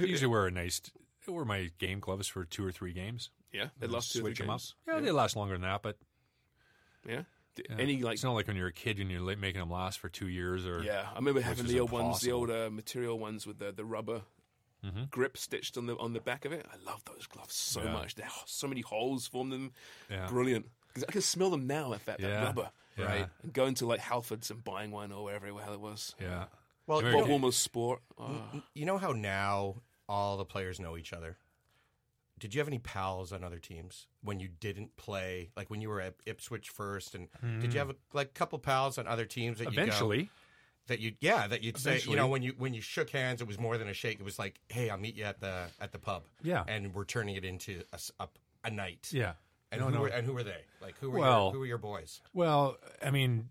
[SPEAKER 5] usually wear a nice. I wear my game gloves for two or three games.
[SPEAKER 3] Yeah, they
[SPEAKER 5] and
[SPEAKER 3] last two or three
[SPEAKER 5] switch 'em up.
[SPEAKER 3] games.
[SPEAKER 5] Yeah, they last longer than that, but
[SPEAKER 3] Yeah, D-
[SPEAKER 5] yeah.
[SPEAKER 3] any like
[SPEAKER 5] it's not like when you're a kid and you're like, making them last for two years or
[SPEAKER 3] yeah. I remember
[SPEAKER 5] Which
[SPEAKER 3] having
[SPEAKER 5] is
[SPEAKER 3] the old ones, the
[SPEAKER 5] impossible. Mm-hmm.
[SPEAKER 3] old uh, material ones with the, the rubber grip stitched on the on the back of it. I love those gloves so
[SPEAKER 5] Yeah.
[SPEAKER 3] much. There are so many holes formed in them.
[SPEAKER 5] Yeah.
[SPEAKER 3] Brilliant. 'Cause I can smell them now. In fact,
[SPEAKER 5] Yeah.
[SPEAKER 3] that rubber.
[SPEAKER 5] Yeah.
[SPEAKER 4] Right.
[SPEAKER 3] And going to like Halfords and buying one or wherever the hell it was.
[SPEAKER 5] yeah.
[SPEAKER 4] Well,
[SPEAKER 5] Very
[SPEAKER 4] you
[SPEAKER 3] Bob
[SPEAKER 4] know,
[SPEAKER 3] Wilmer's sport. Oh.
[SPEAKER 4] you know how now all the players know each other. Did you have any pals on other teams when you didn't play? Like when you were at Ipswich first, and did you have a, like a couple pals on other teams that you go,
[SPEAKER 5] Hmm. Eventually,
[SPEAKER 4] that you yeah that you'd say you
[SPEAKER 5] Eventually.
[SPEAKER 4] know when you when you shook hands it was more than a shake it was like hey I'll meet you at the at the pub
[SPEAKER 5] Yeah.
[SPEAKER 4] and we're turning it into a, s- a- a night
[SPEAKER 5] yeah.
[SPEAKER 4] and who were and who were they like who were
[SPEAKER 5] Well-
[SPEAKER 4] your, who were your boys
[SPEAKER 5] Well, I mean,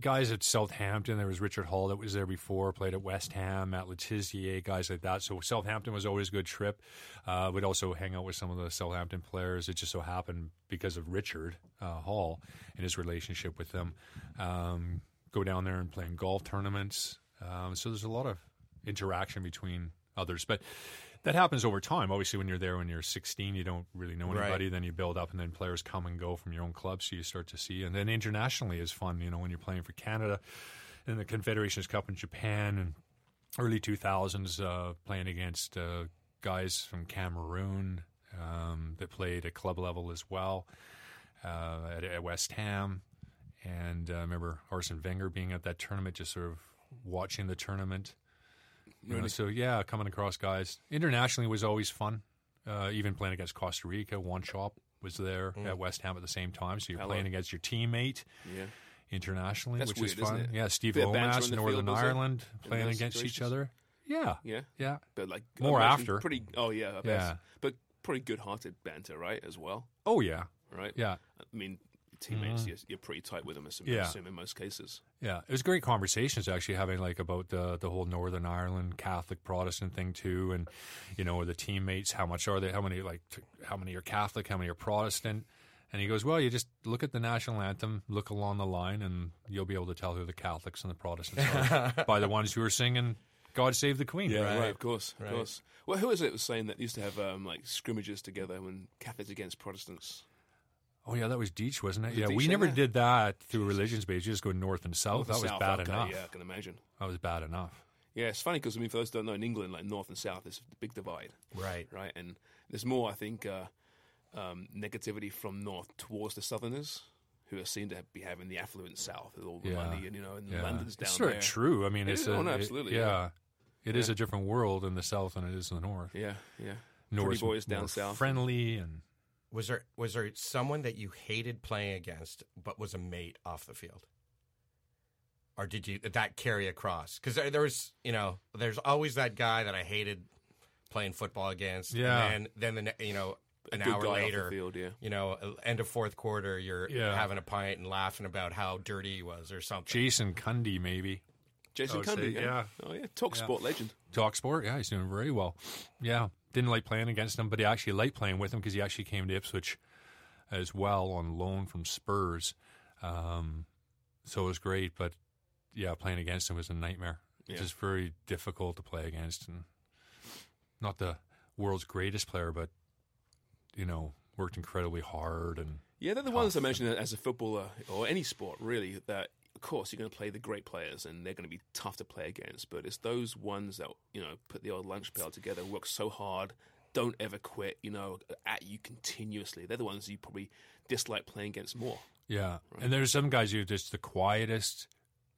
[SPEAKER 5] guys at Southampton. There was Richard Hall that was there before, played at West Ham, Matt Letizier, guys like that. So Southampton was always a good trip. Uh, we'd also hang out with some of the Southampton players. It just so happened because of Richard uh, Hall and his relationship with them. Um, go down there and play in golf tournaments. Um, so there's a lot of interaction between others, but. That happens over time. Obviously, when you're there when you're 16, you don't really know
[SPEAKER 4] Right.
[SPEAKER 5] anybody. Then you build up, and then players come and go from your own club, so you start to see. And then internationally is fun, you know, when you're playing for Canada in the Confederations Cup in Japan and early 2000s, uh, playing against uh, guys from Cameroon um, that played at club level as well uh, at, at West Ham. And uh, I remember Arsene Wenger being at that tournament, just sort of watching the tournament. You know, so yeah, coming across guys internationally was always fun. Uh, even playing against Costa Rica, one chop was there at West Ham at the same time. So you're
[SPEAKER 3] Hello.
[SPEAKER 5] playing against your teammate
[SPEAKER 3] Yeah.
[SPEAKER 5] internationally,
[SPEAKER 3] That's
[SPEAKER 5] which is
[SPEAKER 3] weird, isn't
[SPEAKER 5] fun.
[SPEAKER 3] it?
[SPEAKER 5] Yeah, Steve
[SPEAKER 3] Bit of banter on
[SPEAKER 5] Lomas,
[SPEAKER 3] the
[SPEAKER 5] Northern
[SPEAKER 3] field, was there,
[SPEAKER 5] Ireland,
[SPEAKER 3] in
[SPEAKER 5] playing
[SPEAKER 3] those
[SPEAKER 5] against each
[SPEAKER 3] situations?
[SPEAKER 5] other. Yeah,
[SPEAKER 3] Yeah.
[SPEAKER 5] yeah.
[SPEAKER 3] But like I
[SPEAKER 5] More
[SPEAKER 3] imagine
[SPEAKER 5] after.
[SPEAKER 3] Pretty. Oh yeah. I bet.
[SPEAKER 5] Yeah.
[SPEAKER 3] But pretty good-hearted banter, right? As well,
[SPEAKER 5] Oh yeah,
[SPEAKER 3] right?
[SPEAKER 5] yeah. Mm-hmm.
[SPEAKER 3] I mean, teammates, you're, you're pretty tight with them. I assume, I
[SPEAKER 5] Yeah.
[SPEAKER 3] assume in most cases.
[SPEAKER 5] Yeah, it was great conversations actually having like about the the whole Northern Ireland Catholic Protestant thing too, and you know the teammates, how much are they? How many like t- how many are Catholic? How many are Protestant? And he goes, well, you just look at the national anthem, look along the line, and you'll be able to tell who the Catholics and the Protestants are by the ones who are singing "God Save the Queen."
[SPEAKER 3] Yeah, right. of course, of course. Well, who is it that was saying that they used to have um, like scrimmages together when Catholics against Protestants?
[SPEAKER 5] Oh yeah, that was Deitch, wasn't it?
[SPEAKER 3] Was it
[SPEAKER 5] yeah,
[SPEAKER 3] Deitch
[SPEAKER 5] we
[SPEAKER 3] in
[SPEAKER 5] never
[SPEAKER 3] that?
[SPEAKER 5] did that through religions, but you just go north and south.
[SPEAKER 3] North and
[SPEAKER 5] Oh, that was
[SPEAKER 3] South,
[SPEAKER 5] bad
[SPEAKER 3] okay,
[SPEAKER 5] enough.
[SPEAKER 3] Yeah, I can imagine.
[SPEAKER 5] That was bad enough.
[SPEAKER 3] Yeah, it's funny because I mean, for those who don't know, in England, like North and South, there's a big divide,
[SPEAKER 4] Right.
[SPEAKER 3] right? And there's more, I think, uh, um, negativity from North towards the Southerners. Who are seen to be having the affluent South with all the
[SPEAKER 5] Yeah.
[SPEAKER 3] money, and you know, and
[SPEAKER 5] Yeah.
[SPEAKER 3] London's down
[SPEAKER 5] it's sort
[SPEAKER 3] there.
[SPEAKER 5] of true. I mean,
[SPEAKER 3] It
[SPEAKER 5] it's
[SPEAKER 3] is-
[SPEAKER 5] a,
[SPEAKER 3] oh, no,
[SPEAKER 5] it-
[SPEAKER 3] absolutely,
[SPEAKER 5] yeah,
[SPEAKER 3] yeah.
[SPEAKER 5] It is a different world in the south than it is in the north.
[SPEAKER 3] Yeah, yeah.
[SPEAKER 5] North's
[SPEAKER 3] Pretty boys down
[SPEAKER 5] more
[SPEAKER 3] south.
[SPEAKER 5] friendly and
[SPEAKER 4] Was there was there someone that you hated playing against, but was a mate off the field, or did you did that carry across? Because there, there was, you know, there's always that guy that I hated playing football against.
[SPEAKER 5] Yeah.
[SPEAKER 4] And then, then the ne- you know
[SPEAKER 3] A
[SPEAKER 4] an
[SPEAKER 3] good
[SPEAKER 4] hour
[SPEAKER 3] guy off the
[SPEAKER 4] later,
[SPEAKER 3] field, yeah.
[SPEAKER 4] you know, uh, end of fourth quarter, you're
[SPEAKER 5] Yeah.
[SPEAKER 4] having a pint and laughing about how dirty he was or something.
[SPEAKER 5] Jason Cundy maybe I
[SPEAKER 3] Jason
[SPEAKER 5] would say,
[SPEAKER 3] Cundy,
[SPEAKER 5] yeah.
[SPEAKER 3] oh yeah, talk sport legend.
[SPEAKER 5] talk sport. Yeah, he's doing very well. Yeah, didn't like playing against him, but he actually liked playing with him because he actually came to Ipswich as well on loan from Spurs. Um, so it was great, but yeah, playing against him was a nightmare.
[SPEAKER 3] Yeah.
[SPEAKER 5] Just very difficult to play against, and not the world's greatest player, but you know, worked incredibly hard and
[SPEAKER 3] Yeah, they're the ones I mentioned as a footballer or any sport really. That of course you're going to play the great players, and they're going to be tough to play against. But it's those ones that you know put the old lunch pail together, work so hard, don't ever quit. You know, at you continuously. They're the ones you probably dislike playing against more.
[SPEAKER 5] Yeah. And there's some guys who are just the quietest,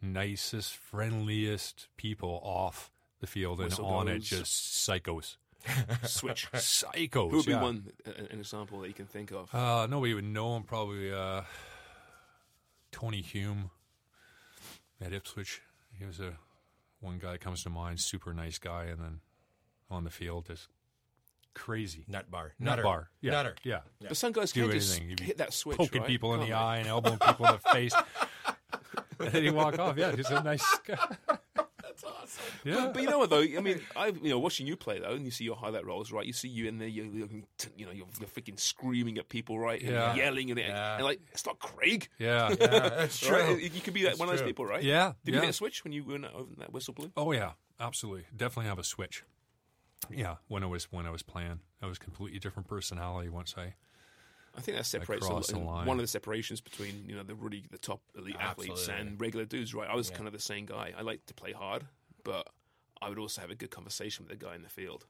[SPEAKER 5] nicest, friendliest people off the field and
[SPEAKER 3] Whistle
[SPEAKER 5] on it,
[SPEAKER 3] goes.
[SPEAKER 5] just psychos.
[SPEAKER 3] Switch.
[SPEAKER 5] Psychos.
[SPEAKER 3] Who would be
[SPEAKER 5] yeah.
[SPEAKER 3] one an an example that you can think of?
[SPEAKER 5] Uh, nobody would know him. Probably uh, Tony Hume at Ipswich. He was a one guy that comes to mind, super nice guy, and then on the field, just crazy.
[SPEAKER 4] Nut bar,
[SPEAKER 5] Nut
[SPEAKER 4] nutter,
[SPEAKER 5] bar. Yeah.
[SPEAKER 4] nutter.
[SPEAKER 5] Yeah.
[SPEAKER 3] but some guys
[SPEAKER 5] do
[SPEAKER 3] can just
[SPEAKER 5] anything. You'd be
[SPEAKER 3] hit that switch,
[SPEAKER 5] poking
[SPEAKER 3] right?
[SPEAKER 5] people in the
[SPEAKER 3] Can't they?
[SPEAKER 5] eye and elbowing people in the face. and then he walk off. Yeah, he's a nice guy. That's awesome. Yeah.
[SPEAKER 3] But you know what though? I mean, I you know watching you play though, and you see your highlight rolls, right? You see you in there, you're, you're t- you know you're, you're freaking screaming at people, right? And
[SPEAKER 5] Yeah.
[SPEAKER 3] yelling and, and like it's not Craig,
[SPEAKER 5] yeah.
[SPEAKER 4] That's true.
[SPEAKER 3] right? You could be that one of those people, right?
[SPEAKER 5] Yeah,
[SPEAKER 3] Did
[SPEAKER 5] yeah.
[SPEAKER 3] you hit a switch when you were in that, when that whistle blew?
[SPEAKER 5] Oh yeah, absolutely. Definitely have a switch. Yeah, when I was when I was playing, I was a completely different personality once I
[SPEAKER 3] I think that separates a
[SPEAKER 5] crossed
[SPEAKER 3] lot,
[SPEAKER 5] the line.
[SPEAKER 3] one of the separations between you know the really the top elite athletes
[SPEAKER 4] Absolutely.
[SPEAKER 3] and regular dudes, right? I was kind of the same guy. I liked to play hard, but I would also have a good conversation with the guy in the field,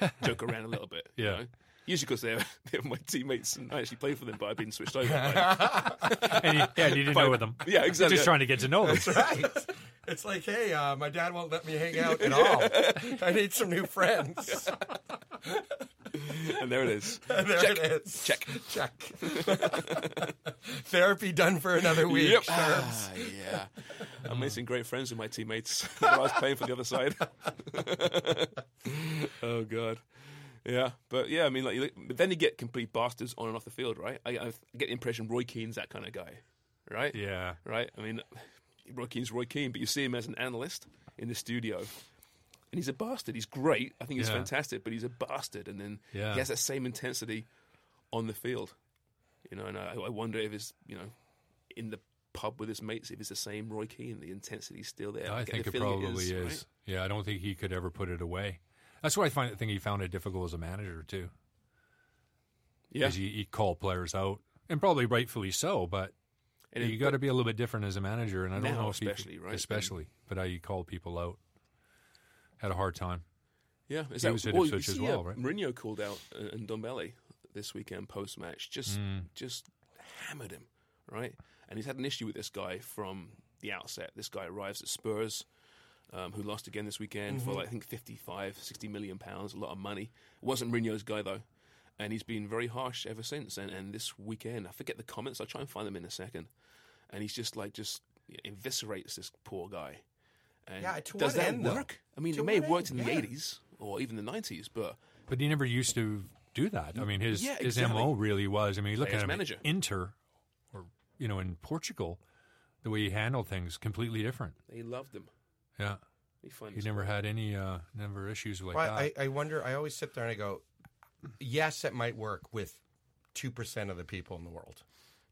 [SPEAKER 3] right? joke around a little bit, you
[SPEAKER 5] Yeah.
[SPEAKER 3] know? Usually because they're, they're my teammates and I actually play for them, but I've been switched over. by-
[SPEAKER 5] and you, yeah, and you didn't know them.
[SPEAKER 3] Yeah, exactly.
[SPEAKER 5] Just trying to get to know them.
[SPEAKER 4] right. It's like, hey, uh, my dad won't let me hang out at all. I need some new friends.
[SPEAKER 3] and there it is.
[SPEAKER 4] there
[SPEAKER 3] Check.
[SPEAKER 4] it is.
[SPEAKER 3] Check.
[SPEAKER 4] Check. Therapy done for another week.
[SPEAKER 3] Yep.
[SPEAKER 4] Sherms.
[SPEAKER 3] Ah, yeah. I'm making great friends with my teammates while I was playing for the other side. oh god. Yeah, but yeah, I mean, like, you look- but then you get complete bastards on and off the field, right? I, I get the impression Roy Keane's that kind of guy, right?
[SPEAKER 5] Yeah.
[SPEAKER 3] Right. I mean, Roy Keane's Roy Keane, but you see him as an analyst in the studio. And he's a bastard. He's great. I think he's
[SPEAKER 5] Yeah.
[SPEAKER 3] fantastic, but he's a bastard. And then
[SPEAKER 5] Yeah.
[SPEAKER 3] he has that same intensity on the field. You know, and I, I wonder if it's, you know, in the pub with his mates, if it's the same Roy Keane, the intensity's still there.
[SPEAKER 5] I
[SPEAKER 3] get the
[SPEAKER 5] think it
[SPEAKER 3] feeling
[SPEAKER 5] probably is.
[SPEAKER 3] right?
[SPEAKER 5] Yeah, I don't think he could ever put it away. That's why I find I think he found it difficult as a manager too.
[SPEAKER 3] Yeah.
[SPEAKER 5] he, he called players out, and probably rightfully so. But
[SPEAKER 3] And
[SPEAKER 5] you
[SPEAKER 3] it-
[SPEAKER 5] got to be a little bit different as a manager, and I don't
[SPEAKER 3] Now
[SPEAKER 5] know if he-
[SPEAKER 3] especially, right?
[SPEAKER 5] Especially, but I called people out. Had a hard time.
[SPEAKER 3] Yeah, is
[SPEAKER 5] He
[SPEAKER 3] that,
[SPEAKER 5] was at
[SPEAKER 3] well,
[SPEAKER 5] Ipswich
[SPEAKER 3] you
[SPEAKER 5] as
[SPEAKER 3] see,
[SPEAKER 5] well,
[SPEAKER 3] uh,
[SPEAKER 5] right?
[SPEAKER 3] Mourinho called out uh, and Dombelli this weekend post match, just
[SPEAKER 5] Hmm.
[SPEAKER 3] just hammered him, right? And he's had an issue with this guy from the outset. This guy arrives at Spurs, um, who lost again this weekend
[SPEAKER 5] Mm-hmm.
[SPEAKER 3] for like, I think 55, 60 million pounds, a lot of money. Wasn't Mourinho's guy though, and he's been very harsh ever since. And and this weekend, I forget the comments. I'll try and find them in a second. And he's just like just eviscerates this poor guy. And
[SPEAKER 4] Yeah, to
[SPEAKER 3] does
[SPEAKER 4] what
[SPEAKER 3] that
[SPEAKER 4] end, though?
[SPEAKER 3] work? I mean,
[SPEAKER 4] To
[SPEAKER 3] it may have
[SPEAKER 4] what
[SPEAKER 3] worked
[SPEAKER 4] end?
[SPEAKER 3] in the
[SPEAKER 4] Yeah.
[SPEAKER 3] '80s or even the '90s, but
[SPEAKER 5] But he never used to do that. I mean, his
[SPEAKER 3] Yeah,
[SPEAKER 5] his
[SPEAKER 3] exactly.
[SPEAKER 5] mo really was. I mean, you look
[SPEAKER 3] Players
[SPEAKER 5] at him
[SPEAKER 3] manager.
[SPEAKER 5] at Inter, or you know, in Portugal, the way he handled things completely different.
[SPEAKER 3] they loved them.
[SPEAKER 5] Yeah,
[SPEAKER 3] They find
[SPEAKER 5] he never had any uh, never issues like
[SPEAKER 4] well,
[SPEAKER 5] that.
[SPEAKER 4] I, I wonder. I always sit there and I go, yes, it might work with two percent of the people in the world.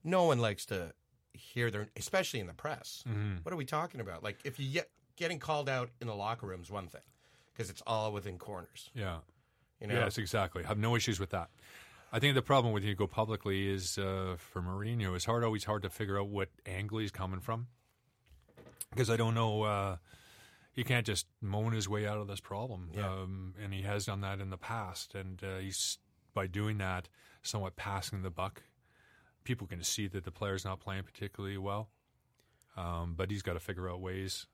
[SPEAKER 4] No one likes to hear their, especially in the press. What are we talking about? Like if you get getting called out in the locker room is one thing because it's all within corners.
[SPEAKER 5] yeah,
[SPEAKER 4] You know,
[SPEAKER 5] Yes, exactly. I have no issues with that. I think the problem with you go publicly is uh, for Mourinho. It's hard, always hard to figure out what angle he's coming from because I don't know. Uh, he can't just moan his way out of this problem, um, and he has done that in the past. And uh, he's by doing that, somewhat passing the buck. People can see that the player's not playing particularly well, um, but he's got to figure out ways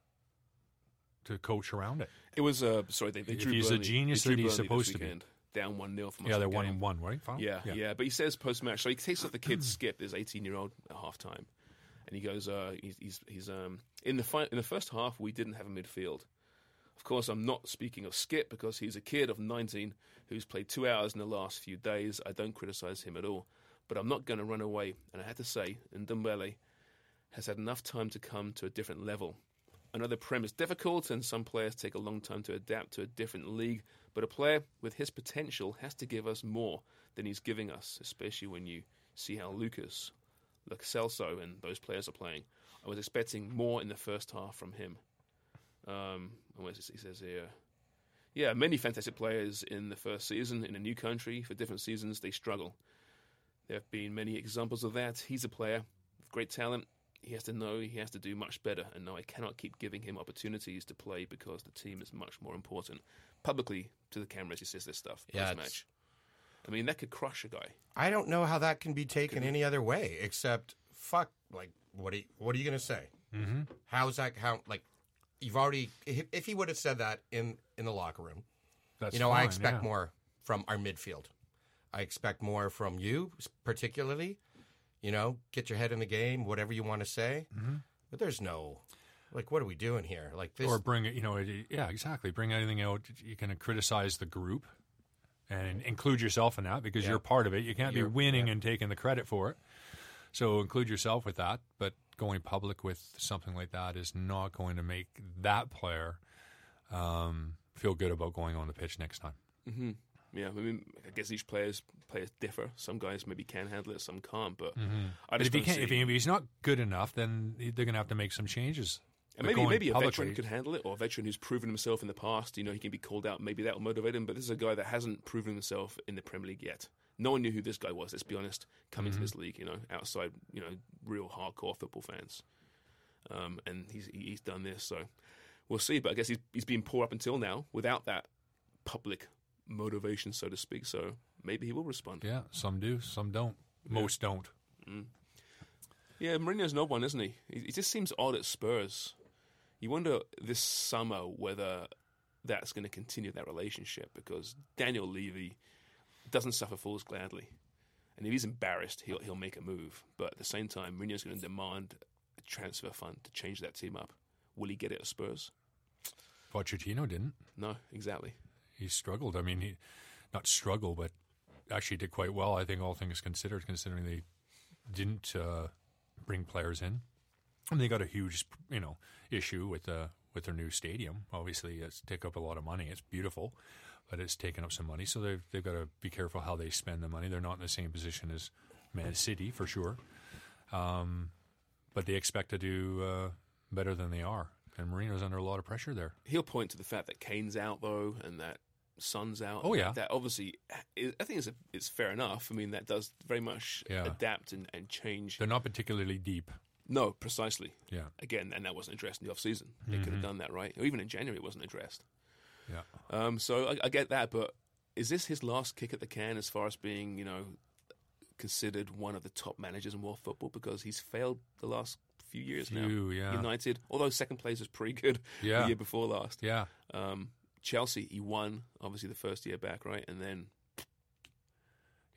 [SPEAKER 5] to coach around it.
[SPEAKER 3] It was uh, sorry, they, they
[SPEAKER 5] If
[SPEAKER 3] drew
[SPEAKER 5] he's a
[SPEAKER 3] Burnley-
[SPEAKER 5] genius
[SPEAKER 3] they drew
[SPEAKER 5] that
[SPEAKER 3] Burnley this
[SPEAKER 5] he's supposed to be.
[SPEAKER 3] weekend, Down one 0 from
[SPEAKER 5] yeah,
[SPEAKER 3] last
[SPEAKER 5] they're
[SPEAKER 3] game.
[SPEAKER 5] one and one, right? Final?
[SPEAKER 3] Yeah, yeah, But he says post match, so he takes off the kid Skip, his eighteen year old at half time, and he goes, uh, he's, he's, he's um in the fi- in the first half we didn't have a midfield. Of course, I'm not speaking of Skip because he's a kid of 19 who's played two hours in the last few days. I don't criticise him at all, but I'm not going to run away. And I have to say, Ndombele has had enough time to come to a different level. Another prem is difficult, and some players take a long time to adapt to a different league. But a player with his potential has to give us more than he's giving us, especially when you see how Lucas, Celso, and those players are playing. I was expecting more in the first half from him. Um, and what is it- he says here, yeah, many fantastic players in the first season in a new country for different seasons they struggle. There have been many examples of that. He's a player with great talent. He has to know he has to do much better, and no, I cannot keep giving him opportunities to play because the team is much more important. Publicly to the cameras, he says this stuff
[SPEAKER 4] Yeah,
[SPEAKER 3] post
[SPEAKER 4] it's-
[SPEAKER 3] match. I mean, that could crush a guy.
[SPEAKER 4] I don't know how that can be taken any other way except fuck. Like, what are you, what are you going to say? Mm-hmm. How's that? How like you've already if if he would have said that in in the locker room,
[SPEAKER 5] That's
[SPEAKER 4] you know, I
[SPEAKER 5] fine,
[SPEAKER 4] expect
[SPEAKER 5] yeah.
[SPEAKER 4] more from our midfield. I expect more from you, particularly. You know, get your head in the game, whatever you want to say. But there's no, like, what are we doing here? Like this,
[SPEAKER 5] or bring it, you know, it, yeah, exactly. Bring anything out. You can criticize the group and include yourself in that because you're part of it. You can't be winning and taking the credit for it. So include yourself with that. But going public with something like that is not going to make that player um, feel good about going on the pitch next time.
[SPEAKER 3] Yeah, I mean, I guess each player's players differ. Some guys maybe can handle it, some can't. But I
[SPEAKER 5] Mm-hmm. But
[SPEAKER 3] just
[SPEAKER 5] if he
[SPEAKER 3] don't
[SPEAKER 5] can't,
[SPEAKER 3] see-
[SPEAKER 5] if, he, if he's not good enough, then they're going to have to make some changes.
[SPEAKER 3] And
[SPEAKER 5] But
[SPEAKER 3] maybe
[SPEAKER 5] going
[SPEAKER 3] maybe a
[SPEAKER 5] publicly-
[SPEAKER 3] veteran could handle it, or a veteran who's proven himself in the past. You know, he can be called out. Maybe that will motivate him. But this is a guy that hasn't proven himself in the Premier League yet. No one knew who this guy was. Let's be honest. Coming
[SPEAKER 5] Mm-hmm.
[SPEAKER 3] to this league, you know, outside, you know, real hardcore football fans, um, and he's he's done this. So we'll see. But I guess he's he's been poor up until now without that public motivation, so to speak. So maybe he will respond.
[SPEAKER 5] Yeah, some do, some don't. Most don't.
[SPEAKER 3] Yeah, Mourinho's an odd one, isn't he? he? He just seems odd at Spurs. You wonder this summer whether that's going to continue that relationship because Daniel Levy doesn't suffer fools gladly. And if he's embarrassed, he'll, he'll make a move. But at the same time, Mourinho's going to demand a transfer fund to change that team up. Will he get it at Spurs?
[SPEAKER 5] Pochettino didn't.
[SPEAKER 3] No, exactly.
[SPEAKER 5] he struggled. I mean, he not struggle, but actually did quite well. I think all things considered, considering they didn't uh, bring players in, And they got a huge, you know, issue with uh, with their new stadium. Obviously, it's take up a lot of money. It's beautiful, but it's taken up some money. So they've they've got to be careful how they spend the money. They're not in the same position as Man City for sure, um, but they expect to do uh, better than they are. And Marino's under a lot of pressure there.
[SPEAKER 3] He'll point to the fact that Kane's out though, and that Son's out.
[SPEAKER 5] Oh, yeah.
[SPEAKER 3] that obviously. I I think it's a, it's fair enough. I mean, that does very much
[SPEAKER 5] Yeah.
[SPEAKER 3] adapt and, and change.
[SPEAKER 5] They're not particularly deep.
[SPEAKER 3] No, precisely.
[SPEAKER 5] Yeah,
[SPEAKER 3] Again, and that wasn't addressed in the off season. They could
[SPEAKER 5] Mm-hmm.
[SPEAKER 3] have done that, right? Or even in January, it wasn't addressed.
[SPEAKER 5] yeah.
[SPEAKER 3] Um, so I, I get that, but is this his last kick at the can as far as being, you know, considered one of the top managers in world football because he's failed the last few years now.
[SPEAKER 5] Few, yeah.
[SPEAKER 3] United, although second place was pretty good
[SPEAKER 5] Yeah.
[SPEAKER 3] the year before last.
[SPEAKER 5] Yeah.
[SPEAKER 3] Um, Chelsea, he won obviously the first year back, right? And then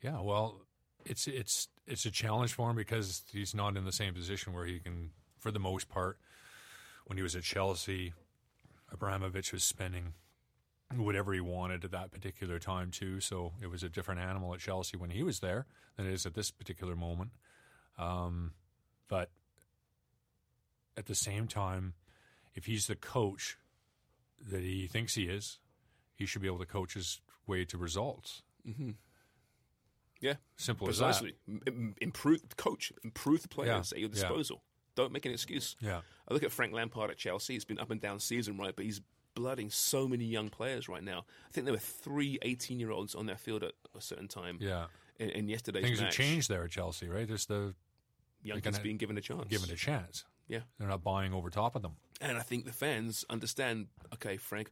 [SPEAKER 5] Yeah, well, it's it's it's a challenge for him because he's not in the same position where he can, for the most part, when he was at Chelsea, Abramovich was spending whatever he wanted at that particular time too. So it was a different animal at Chelsea when he was there than it is at this particular moment. Um, but at the same time, if he's the coach that he thinks he is, he should be able to coach his way to results.
[SPEAKER 3] yeah,
[SPEAKER 5] Simple as that.
[SPEAKER 3] precisely M- im- improve coach, improve the players
[SPEAKER 5] Yeah,
[SPEAKER 3] at your
[SPEAKER 5] yeah.
[SPEAKER 3] disposal. Don't make an excuse.
[SPEAKER 5] Yeah.
[SPEAKER 3] I look at Frank Lampard at Chelsea. It's been up and down season, right? But he's blooding so many young players right now. I think there were three 18 year olds on their field at a certain time.
[SPEAKER 5] Yeah.
[SPEAKER 3] In, in yesterday's
[SPEAKER 5] Things
[SPEAKER 3] match,
[SPEAKER 5] have changed there at Chelsea, right? There's the
[SPEAKER 3] Young
[SPEAKER 5] They're
[SPEAKER 3] kids
[SPEAKER 5] gonna-
[SPEAKER 3] being given a chance.
[SPEAKER 5] given a chance.
[SPEAKER 3] yeah.
[SPEAKER 5] They're not buying over top of them.
[SPEAKER 3] And I think the fans understand. Okay, Frank.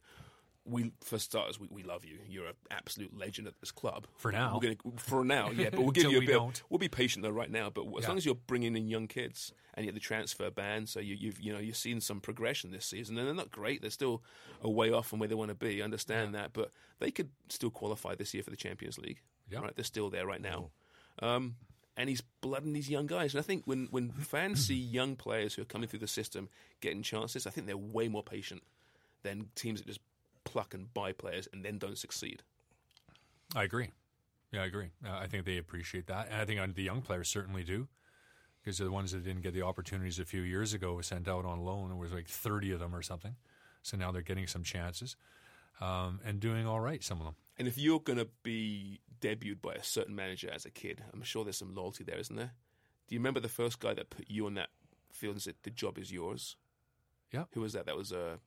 [SPEAKER 3] We, for starters, we, we love you. You're an absolute legend at this club.
[SPEAKER 5] For now.
[SPEAKER 3] we're gonna, for now, yeah. But we'll give
[SPEAKER 5] Till
[SPEAKER 3] you a
[SPEAKER 5] we
[SPEAKER 3] bit.
[SPEAKER 5] don't.
[SPEAKER 3] We'll be patient though, right now. But as
[SPEAKER 5] Yeah.
[SPEAKER 3] long as you're bringing in young kids and you get the transfer ban, so you, you've you know you've seen some progression this season, and they're not great. They're still a way off from where they want to be. I understand that, but they could still qualify this year for the Champions League.
[SPEAKER 5] Yeah.
[SPEAKER 3] Right, they're still there right now. Um, and he's blooding these young guys. And I think when, when fans see young players who are coming through the system getting chances, I think they're way more patient than teams that just pluck and buy players and then don't succeed.
[SPEAKER 5] I agree. Yeah, I agree. Uh, I think they appreciate that, and I think uh, the young players certainly do, because they're the ones that didn't get the opportunities a few years ago were sent out on loan. There was like thirty of them or something, so now they're getting some chances um, and doing all right. Some of them.
[SPEAKER 3] And if you're going to be debuted by a certain manager as a kid, I'm sure there's some loyalty there, isn't there? Do you remember the first guy that put you on that field and said, the job is yours?
[SPEAKER 5] Yeah.
[SPEAKER 3] Who was that? That was, uh,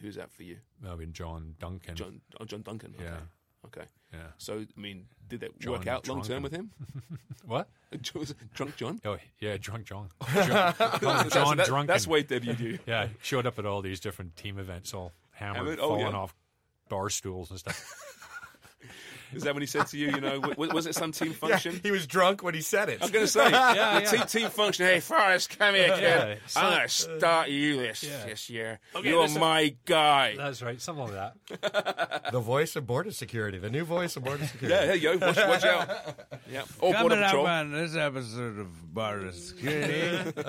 [SPEAKER 3] who's that for you?
[SPEAKER 5] I mean, John Duncan.
[SPEAKER 3] John, oh, John Duncan. Okay.
[SPEAKER 5] Yeah.
[SPEAKER 3] Okay.
[SPEAKER 5] Yeah.
[SPEAKER 3] So, I mean, did that
[SPEAKER 5] John
[SPEAKER 3] work out long term
[SPEAKER 5] Drunken.
[SPEAKER 3] with him?
[SPEAKER 5] What?
[SPEAKER 3] Was it Drunk John?
[SPEAKER 5] Oh, yeah, drunk John. John, John
[SPEAKER 3] That's- that-
[SPEAKER 5] Drunken.
[SPEAKER 3] That's why he debuted you.
[SPEAKER 5] Yeah, showed up at all these different team events, all hammered,
[SPEAKER 3] Hammered? Oh,
[SPEAKER 5] falling
[SPEAKER 3] yeah.
[SPEAKER 5] off bar stools and stuff.
[SPEAKER 3] Is that when he said to you, you know, w- w- was it some team function?
[SPEAKER 4] he was drunk when he said it.
[SPEAKER 3] I'm going to say, the Team, team function, hey, Forrest, come here, kid.
[SPEAKER 5] Yeah,
[SPEAKER 3] I'm
[SPEAKER 5] some-
[SPEAKER 3] going to start you this,
[SPEAKER 5] yeah.
[SPEAKER 3] this year.
[SPEAKER 5] Okay,
[SPEAKER 3] You're
[SPEAKER 5] listen.
[SPEAKER 3] my guy.
[SPEAKER 5] That's right, something like that.
[SPEAKER 4] The voice of border security. The new voice of border security.
[SPEAKER 3] yeah, yeah, yo, watch, watch out. Yeah. Oh, Border
[SPEAKER 6] Coming up
[SPEAKER 3] Patrol.
[SPEAKER 6] on this episode of Bar of Security.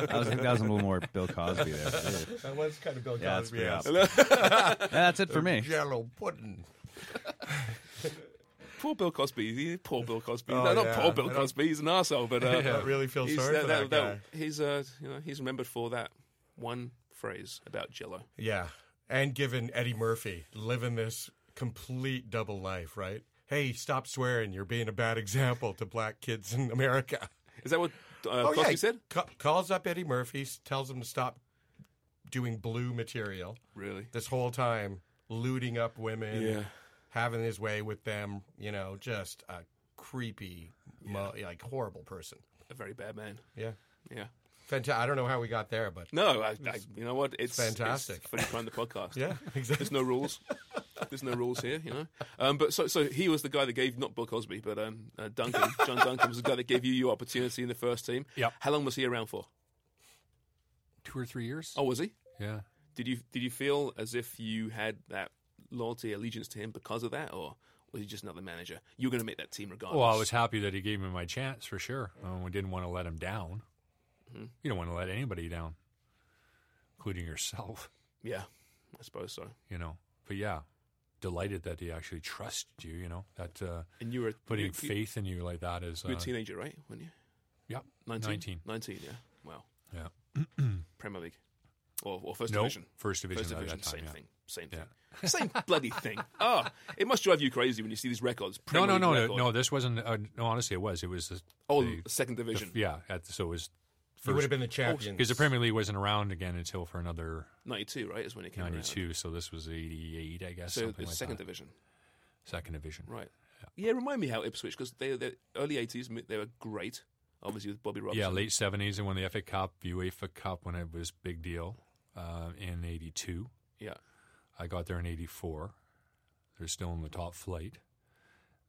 [SPEAKER 6] I was thinking that was a little more Bill Cosby there.
[SPEAKER 4] That was kind of Bill
[SPEAKER 6] Yeah, that's pretty
[SPEAKER 4] Cosby-esque.
[SPEAKER 6] awesome. That's it for me.
[SPEAKER 4] Yellow pudding.
[SPEAKER 3] Poor Bill Cosby. He- Poor Bill Cosby.
[SPEAKER 4] Oh,
[SPEAKER 3] no, not
[SPEAKER 4] yeah.
[SPEAKER 3] poor Bill
[SPEAKER 4] I don't-
[SPEAKER 3] Cosby. He's an asshole, but uh,
[SPEAKER 4] I really feel
[SPEAKER 3] he's,
[SPEAKER 4] sorry for that, guy.
[SPEAKER 3] He's, uh, you know, he's remembered for that one phrase about Jello.
[SPEAKER 4] Yeah, and given Eddie Murphy living this complete double life, right? Hey, stop swearing. You're being a bad example to black kids in America.
[SPEAKER 3] Is that what uh,
[SPEAKER 4] Oh, yeah,
[SPEAKER 3] Cosby
[SPEAKER 4] he
[SPEAKER 3] said?
[SPEAKER 4] ca- calls up Eddie Murphy, s- tells him to stop doing blue material.
[SPEAKER 3] Really?
[SPEAKER 4] This whole time, looting up women,
[SPEAKER 3] Yeah.
[SPEAKER 4] having his way with them. You know, just a creepy, mo- like horrible person.
[SPEAKER 3] A very bad man.
[SPEAKER 4] Yeah.
[SPEAKER 3] Yeah.
[SPEAKER 4] Fanta- I don't know how we got there, but
[SPEAKER 3] No, I, I, you know what? It's
[SPEAKER 4] fantastic.
[SPEAKER 3] It's funny to find the podcast.
[SPEAKER 4] yeah, exactly.
[SPEAKER 3] There's no rules. There's no rules here, you know. Um, but so, so he was the guy that gave not Bill Cosby, but um, uh, Duncan, John Duncan was the guy that gave you your opportunity in the first team.
[SPEAKER 5] Yep.
[SPEAKER 3] How long was he around for?
[SPEAKER 5] Two or three years.
[SPEAKER 3] Oh, was he?
[SPEAKER 5] Yeah.
[SPEAKER 3] Did you did you feel as if you had that loyalty allegiance to him because of that, or was he just another manager? You were going to make that team regardless.
[SPEAKER 5] Well, I was happy that he gave me my chance for sure. Um, we didn't want to let him down.
[SPEAKER 3] Mm-hmm.
[SPEAKER 5] You don't want to let anybody down, including yourself,
[SPEAKER 3] yeah, I suppose so.
[SPEAKER 5] you know. But yeah, delighted that he actually trusted you, you know, that uh,
[SPEAKER 3] And you were
[SPEAKER 5] putting
[SPEAKER 3] you- you-
[SPEAKER 5] faith in you like that is.
[SPEAKER 3] You were
[SPEAKER 5] uh,
[SPEAKER 3] a teenager, right? When you
[SPEAKER 5] Yeah.
[SPEAKER 3] 19?
[SPEAKER 5] 19.
[SPEAKER 3] 19, yeah. Wow.
[SPEAKER 5] Yeah.
[SPEAKER 3] Premier League or, or First
[SPEAKER 5] No,
[SPEAKER 3] Division.
[SPEAKER 5] First Division
[SPEAKER 3] First
[SPEAKER 5] by that
[SPEAKER 3] Division,
[SPEAKER 5] time,
[SPEAKER 3] same
[SPEAKER 5] yeah.
[SPEAKER 3] thing. Same thing. Same bloody thing. Oh, it must drive you crazy when you see these records.
[SPEAKER 5] No,
[SPEAKER 3] Premier
[SPEAKER 5] no,
[SPEAKER 3] League
[SPEAKER 5] no, no,
[SPEAKER 3] record.
[SPEAKER 5] no. This wasn't. Uh, no, honestly, it was. It was. The,
[SPEAKER 3] Oh,
[SPEAKER 5] the-
[SPEAKER 3] second
[SPEAKER 5] the-
[SPEAKER 3] division.
[SPEAKER 5] yeah. At, so it was
[SPEAKER 4] You would have been the champions.
[SPEAKER 5] because the Premier League wasn't around again until for another
[SPEAKER 3] 92, right, is when it came around.
[SPEAKER 5] '92. So this was '88, I guess.
[SPEAKER 3] So
[SPEAKER 5] something
[SPEAKER 3] it's
[SPEAKER 5] like
[SPEAKER 3] second
[SPEAKER 5] that.
[SPEAKER 3] division.
[SPEAKER 5] Second division.
[SPEAKER 3] Right. Yeah. remind me how Ipswich, because they, the early 80s, m- they were great, obviously with Bobby Robson.
[SPEAKER 5] Yeah, late '70s, and won the FA Cup, UEFA Cup when it was big deal uh, in '82.
[SPEAKER 3] Yeah.
[SPEAKER 5] I got there in '84. They're still in the top flight,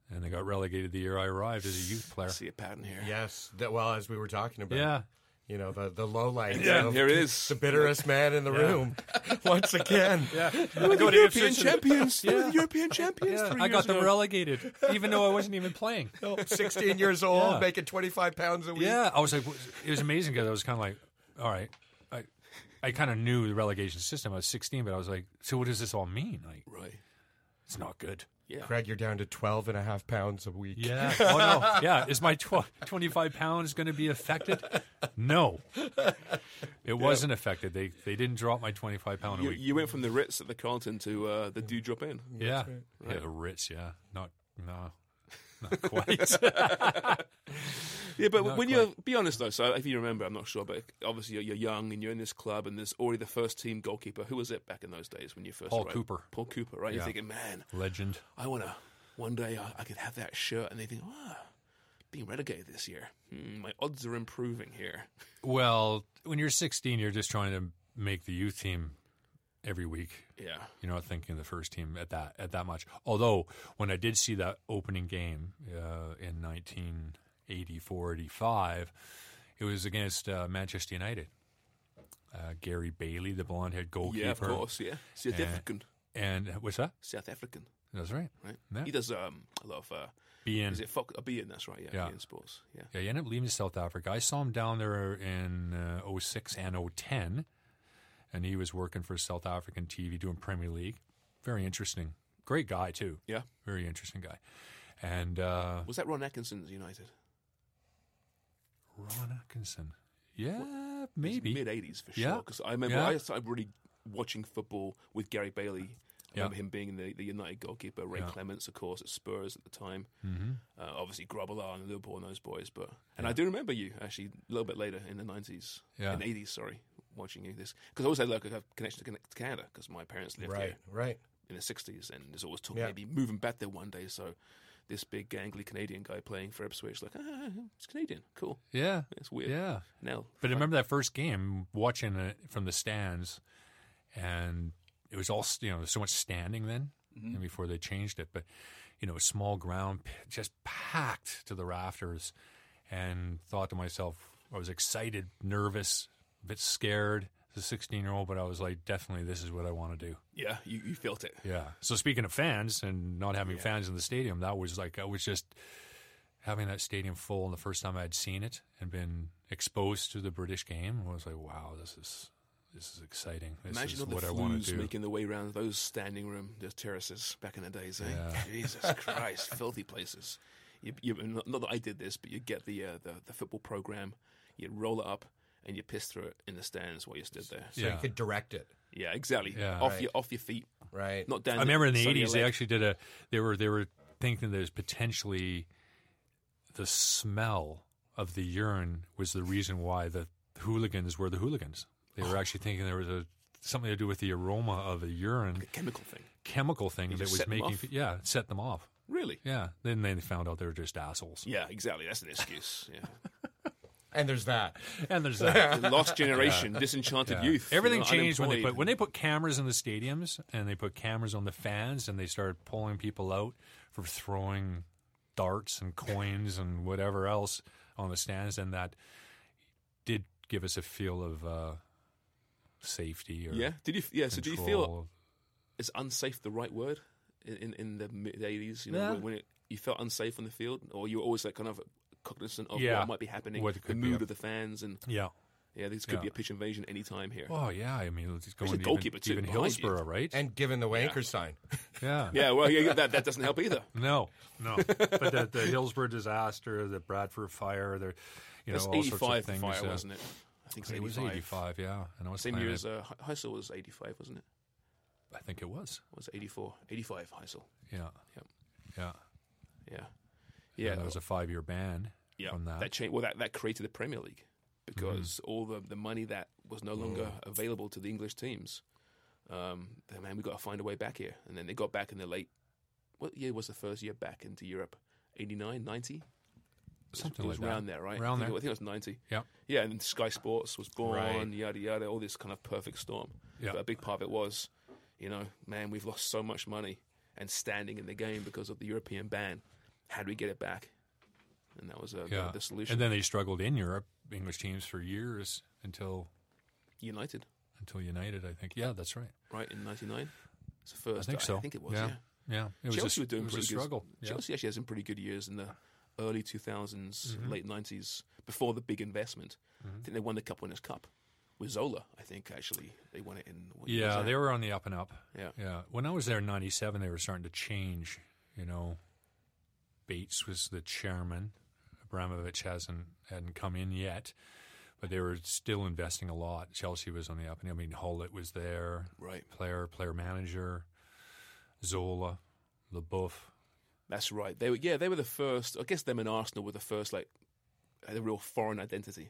[SPEAKER 5] and they got relegated the year I arrived as a youth player.
[SPEAKER 3] See a pattern here.
[SPEAKER 4] Yes. That, well, as we were talking about.
[SPEAKER 5] Yeah,
[SPEAKER 4] You know, the, the low light.
[SPEAKER 3] Yeah, here it is.
[SPEAKER 4] The bitterest man in the room. Once again. Yeah.
[SPEAKER 3] They were
[SPEAKER 5] go
[SPEAKER 3] the
[SPEAKER 5] to
[SPEAKER 3] European
[SPEAKER 5] Ipswich and-
[SPEAKER 3] champions. They were the European champions. three
[SPEAKER 5] I
[SPEAKER 3] years
[SPEAKER 5] got them
[SPEAKER 3] ago.
[SPEAKER 5] relegated, even though I wasn't even playing.
[SPEAKER 4] 16 years old,
[SPEAKER 5] Yeah.
[SPEAKER 4] making 25 pounds a week.
[SPEAKER 5] Yeah, I was like, it was amazing because I was kind of like, all right, I, I kind of knew the relegation system. I was 16, but I was like, so what does this all mean? Like,
[SPEAKER 3] Right.
[SPEAKER 5] it's not good.
[SPEAKER 3] Yeah.
[SPEAKER 4] Craig, you're down to 12 and a half pounds a week.
[SPEAKER 5] Yeah. Oh no. Yeah. Is my tw- 25 pounds going to be affected? No. It wasn't affected. They they didn't drop my 25 pound a
[SPEAKER 3] You,
[SPEAKER 5] week.
[SPEAKER 3] you went from the Ritz at the Carlton to uh, the Do Drop In.
[SPEAKER 5] yeah. Yeah. The Ritz. Yeah. Not. No. Not quite.
[SPEAKER 3] Yeah, but
[SPEAKER 5] Not
[SPEAKER 3] when you be honest though, so if you remember, I'm not sure, but obviously you're, you're young and you're in this club, and there's already the first team goalkeeper. Who was it back in those days when you first?
[SPEAKER 5] Paul
[SPEAKER 3] arrived?
[SPEAKER 5] Cooper.
[SPEAKER 3] Paul Cooper, right? You're
[SPEAKER 5] Yeah.
[SPEAKER 3] thinking, man,
[SPEAKER 5] Legend.
[SPEAKER 3] I want to. One day I, I could have that shirt, and they think, ah, being relegated this year, hmm, my odds are improving here.
[SPEAKER 5] Well, when you're 16, you're just trying to make the youth team every week.
[SPEAKER 3] Yeah,
[SPEAKER 5] You're not thinking the first team at that at that much. Although when I did see that opening game uh, in 1984-85, it was against uh, Manchester United. Uh, Gary Bailey, the blonde-haired goalkeeper.
[SPEAKER 3] yeah, of course, yeah. South
[SPEAKER 5] Yeah.
[SPEAKER 3] African,
[SPEAKER 5] And uh, what's that?
[SPEAKER 3] South African,
[SPEAKER 5] That's right.
[SPEAKER 3] right?
[SPEAKER 5] Yeah.
[SPEAKER 3] He does um, a lot of. Uh,
[SPEAKER 5] BN.
[SPEAKER 3] Is it Fox? A BN, that's right. Yeah,
[SPEAKER 5] Yeah.
[SPEAKER 3] BN Sports. Yeah,
[SPEAKER 5] Yeah, he ended up leaving South Africa. I saw him down there in uh, 06 and 010, and he was working for South African TV doing Premier League. Very interesting. Great guy, too.
[SPEAKER 3] yeah.
[SPEAKER 5] Very interesting guy. And uh,
[SPEAKER 3] Was that Ron Atkinson's United?
[SPEAKER 5] Ron Atkinson. Yeah, maybe.
[SPEAKER 3] mid '80s for
[SPEAKER 5] Yeah.
[SPEAKER 3] sure. Because I remember
[SPEAKER 5] Yeah.
[SPEAKER 3] I started really watching football with Gary Bailey. I
[SPEAKER 5] Yeah.
[SPEAKER 3] remember him being the, the United goalkeeper, Ray
[SPEAKER 5] Yeah. Mm-hmm.
[SPEAKER 3] Clements, of course, at Spurs at the time. Uh, obviously, Grobbelaar and Liverpool and those boys. But and I do remember you actually a little bit later in the nineties,
[SPEAKER 5] Yeah.
[SPEAKER 3] in the '80s, sorry, watching you this because I always had like a connection to Can- to Canada because my parents lived
[SPEAKER 4] Right,
[SPEAKER 3] here
[SPEAKER 4] right.
[SPEAKER 3] in the '60s, and there's always talk
[SPEAKER 4] Yeah.
[SPEAKER 3] maybe moving back there one day. So this big gangly Canadian guy playing for Ipswich, like ah, it's Canadian, cool.
[SPEAKER 5] Yeah.
[SPEAKER 3] It's weird.
[SPEAKER 5] Yeah.
[SPEAKER 3] Now,
[SPEAKER 5] But I remember that first game, watching it from the stands, and it was all you know. There's so much standing then,
[SPEAKER 3] Mm-hmm.
[SPEAKER 5] and before they changed it. But you know, small ground, p- just packed to the rafters, and thought to myself, I was excited, nervous, a bit scared. As a 16 year old, but I was like, definitely, this is what I want to do.
[SPEAKER 3] yeah, you, you felt it.
[SPEAKER 5] Yeah. So speaking of fans and not having fans in the stadium, that was like I was just having that stadium full, and the first time I'd seen it and been exposed to the British game, I was like, wow, this is this is exciting. This
[SPEAKER 3] Imagine
[SPEAKER 5] is
[SPEAKER 3] all the
[SPEAKER 5] what I want
[SPEAKER 3] Blues
[SPEAKER 5] to do.
[SPEAKER 3] making the way around those standing room, those terraces back in the days. Eh?
[SPEAKER 5] Yeah.
[SPEAKER 3] Jesus Christ, filthy places. You, you, not not that I did this, but you get the, uh, the the football program, you roll it up, and you piss through it in the stands while you stood there.
[SPEAKER 4] So
[SPEAKER 5] Yeah.
[SPEAKER 4] you could direct it,
[SPEAKER 3] Yeah, exactly.
[SPEAKER 5] Yeah.
[SPEAKER 3] off
[SPEAKER 4] Right.
[SPEAKER 3] your off your feet,
[SPEAKER 4] right?
[SPEAKER 3] not down.
[SPEAKER 5] I remember in the
[SPEAKER 3] side of your
[SPEAKER 5] eighties they
[SPEAKER 3] leg.
[SPEAKER 5] actually did a they were they were thinking there's potentially the smell of the urine was the reason why the hooligans were the hooligans. They
[SPEAKER 3] Oh.
[SPEAKER 5] were actually thinking there was a something to do with the aroma of the urine
[SPEAKER 3] chemical thing.
[SPEAKER 5] chemical thing
[SPEAKER 3] You
[SPEAKER 5] that
[SPEAKER 3] just
[SPEAKER 5] was
[SPEAKER 3] set them
[SPEAKER 5] making
[SPEAKER 3] off?
[SPEAKER 5] yeah it set them off.
[SPEAKER 3] Really?
[SPEAKER 5] Yeah. Then they found out they were just assholes.
[SPEAKER 3] Yeah, exactly. That's an excuse. Yeah.
[SPEAKER 4] And there's that.
[SPEAKER 5] And there's that.
[SPEAKER 3] The lost generation, disenchanted
[SPEAKER 5] Yeah.
[SPEAKER 3] youth. you
[SPEAKER 5] Everything
[SPEAKER 3] know,
[SPEAKER 5] changed when they
[SPEAKER 3] unemployed.
[SPEAKER 5] put when they put cameras in the stadiums and they put cameras on the fans and they started pulling people out for throwing darts and coins and whatever else on the stands and that did give us a feel of uh, safety or
[SPEAKER 3] Yeah. Did you? Yeah. So do you feel
[SPEAKER 5] control.
[SPEAKER 3] is unsafe the right word in in, in the mid eighties? You know,
[SPEAKER 5] Yeah.
[SPEAKER 3] when, when it, you felt unsafe on the field, or you were always like kind of cognizant of
[SPEAKER 5] Yeah.
[SPEAKER 3] what might be happening,
[SPEAKER 5] What it
[SPEAKER 3] the
[SPEAKER 5] could be
[SPEAKER 3] mood
[SPEAKER 5] up-
[SPEAKER 3] of the fans, and
[SPEAKER 5] yeah.
[SPEAKER 3] yeah, this could
[SPEAKER 5] Yeah.
[SPEAKER 3] be a pitch invasion any time here.
[SPEAKER 5] Oh yeah, I mean it's going to
[SPEAKER 3] goalkeeper,
[SPEAKER 5] even,
[SPEAKER 3] too,
[SPEAKER 5] even
[SPEAKER 3] behind you.
[SPEAKER 5] Hillsborough, right?
[SPEAKER 4] And given the wanker sign.
[SPEAKER 5] yeah.
[SPEAKER 3] Yeah, well, yeah, that that doesn't help either.
[SPEAKER 5] No, no. but the, the Hillsborough disaster, the Bradford fire, the you know
[SPEAKER 3] That's
[SPEAKER 5] all sorts
[SPEAKER 3] eighty-five
[SPEAKER 5] of things.
[SPEAKER 3] fire,
[SPEAKER 5] uh,
[SPEAKER 3] wasn't it? I I think it's
[SPEAKER 5] It was 85, yeah. And I was
[SPEAKER 3] Same
[SPEAKER 5] playing
[SPEAKER 3] year
[SPEAKER 5] it-
[SPEAKER 3] as uh, He- Heisel was 85, wasn't it?
[SPEAKER 5] I think it was.
[SPEAKER 3] Or was it 84? 85 Heisel.
[SPEAKER 5] Yeah.
[SPEAKER 3] Yep.
[SPEAKER 5] Yeah.
[SPEAKER 3] Yeah. Yeah.
[SPEAKER 5] And that was a five year ban
[SPEAKER 3] yeah.
[SPEAKER 5] from that. Mm.
[SPEAKER 3] changed, well, that, that created the Premier League because all the, the money that was no longer available to the English teams, um, then, man, we got to find a way back here. And then they got back in the late, what year was the first year back into Europe? 89, 90?
[SPEAKER 5] Something
[SPEAKER 3] it was
[SPEAKER 5] like that.
[SPEAKER 3] around there, right?
[SPEAKER 5] Around
[SPEAKER 3] I think,
[SPEAKER 5] there.
[SPEAKER 3] I think it was 90.
[SPEAKER 5] Yep.
[SPEAKER 3] Yeah, and then Sky Sports was born,
[SPEAKER 4] Right.
[SPEAKER 3] yada yada, all this kind of perfect storm.
[SPEAKER 5] Yeah.
[SPEAKER 3] But a big part of it was, you know, man, we've lost so much money and standing in the game because of the European ban. How do we get it back? And that was uh, the-
[SPEAKER 5] yeah.
[SPEAKER 3] the, solution.
[SPEAKER 5] And then they struggled in Europe, English teams, for years until
[SPEAKER 3] United,
[SPEAKER 5] until United, I think. Yeah, that's right.
[SPEAKER 3] right in '99, it's the first.
[SPEAKER 5] I think so.
[SPEAKER 3] I think it was.
[SPEAKER 5] Yeah.
[SPEAKER 3] Yeah.
[SPEAKER 5] Yeah. It was
[SPEAKER 3] Chelsea
[SPEAKER 5] a,
[SPEAKER 3] were doing
[SPEAKER 5] it was a
[SPEAKER 3] pretty good.
[SPEAKER 5] struggle. Yeah.
[SPEAKER 3] Chelsea actually had some pretty good years in the early 2000s,
[SPEAKER 5] Mm-hmm.
[SPEAKER 3] late 90s, before the big investment. I think they won the Cup Winners' Cup with Zola. I think actually they won it in. what year was
[SPEAKER 5] Yeah,
[SPEAKER 3] that?
[SPEAKER 5] they were on the up and up.
[SPEAKER 3] Yeah.
[SPEAKER 5] Yeah. When I was there in 97, they were starting to change, you know. Bates was the chairman. Abramovich hasn't hadn't come in yet, but they were still investing a lot. Chelsea was on the up and I mean Hollett was there.
[SPEAKER 3] Right.
[SPEAKER 5] Player, player manager, Zola, LeBoeuf.
[SPEAKER 3] That's right. They were yeah, they were the first. I guess them and Arsenal were the first like had a real foreign identity,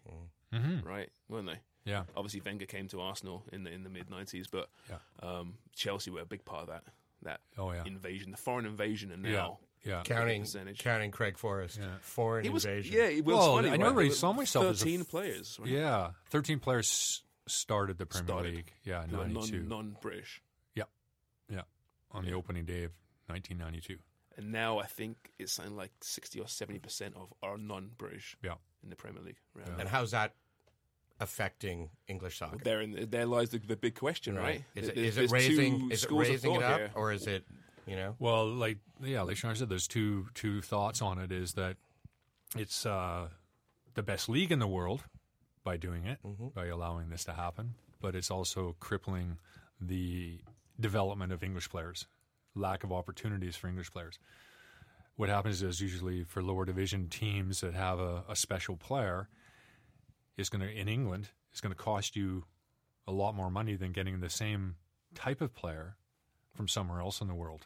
[SPEAKER 5] Mhm.
[SPEAKER 3] right? Weren't they?
[SPEAKER 5] Yeah.
[SPEAKER 3] Obviously, Wenger came to Arsenal in the in the mid '90s, but
[SPEAKER 5] Yeah.
[SPEAKER 3] um, Chelsea were a big part of that that
[SPEAKER 5] Oh yeah.
[SPEAKER 3] invasion, the foreign invasion, and
[SPEAKER 5] yeah.
[SPEAKER 3] now
[SPEAKER 5] Yeah.
[SPEAKER 4] Counting,
[SPEAKER 3] Percentage.
[SPEAKER 4] counting Craig Forrest, foreign
[SPEAKER 3] it was
[SPEAKER 4] invasion.
[SPEAKER 3] yeah, it was
[SPEAKER 5] Well,
[SPEAKER 3] funny.
[SPEAKER 5] I
[SPEAKER 3] right?
[SPEAKER 5] never really
[SPEAKER 3] There
[SPEAKER 5] saw
[SPEAKER 3] were
[SPEAKER 5] myself as a
[SPEAKER 3] thirteen
[SPEAKER 5] f-
[SPEAKER 3] players, right?
[SPEAKER 5] Yeah. 13 players s- started the Premier
[SPEAKER 3] Started.
[SPEAKER 5] League. Yeah,
[SPEAKER 3] who were
[SPEAKER 5] 92.
[SPEAKER 3] non non British,
[SPEAKER 5] Yeah. On the opening day of 1992.
[SPEAKER 3] and now I think it's something like sixty or seventy percent of are non British
[SPEAKER 5] Yeah.
[SPEAKER 3] in the Premier League. Right?
[SPEAKER 5] Yeah.
[SPEAKER 3] And
[SPEAKER 4] And how's that affecting English soccer?
[SPEAKER 3] Well, there, in, there lies the, the big question, right?
[SPEAKER 4] Is it,
[SPEAKER 3] There-
[SPEAKER 4] is
[SPEAKER 3] there's
[SPEAKER 4] it raising?
[SPEAKER 3] two
[SPEAKER 4] Is it
[SPEAKER 3] schools of
[SPEAKER 4] raising it
[SPEAKER 3] thought
[SPEAKER 4] up,
[SPEAKER 3] here.
[SPEAKER 4] or is it? You know,
[SPEAKER 5] Well, like yeah, like Sean said, there's two two thoughts on it. Is that it's uh, the best league in the world by doing it, by allowing this to happen, but it's also crippling the development of English players, lack of opportunities for English players. What happens is usually for lower division teams that have a, a special player is going to in England is going to cost you a lot more money than getting the same type of player from somewhere else in the world.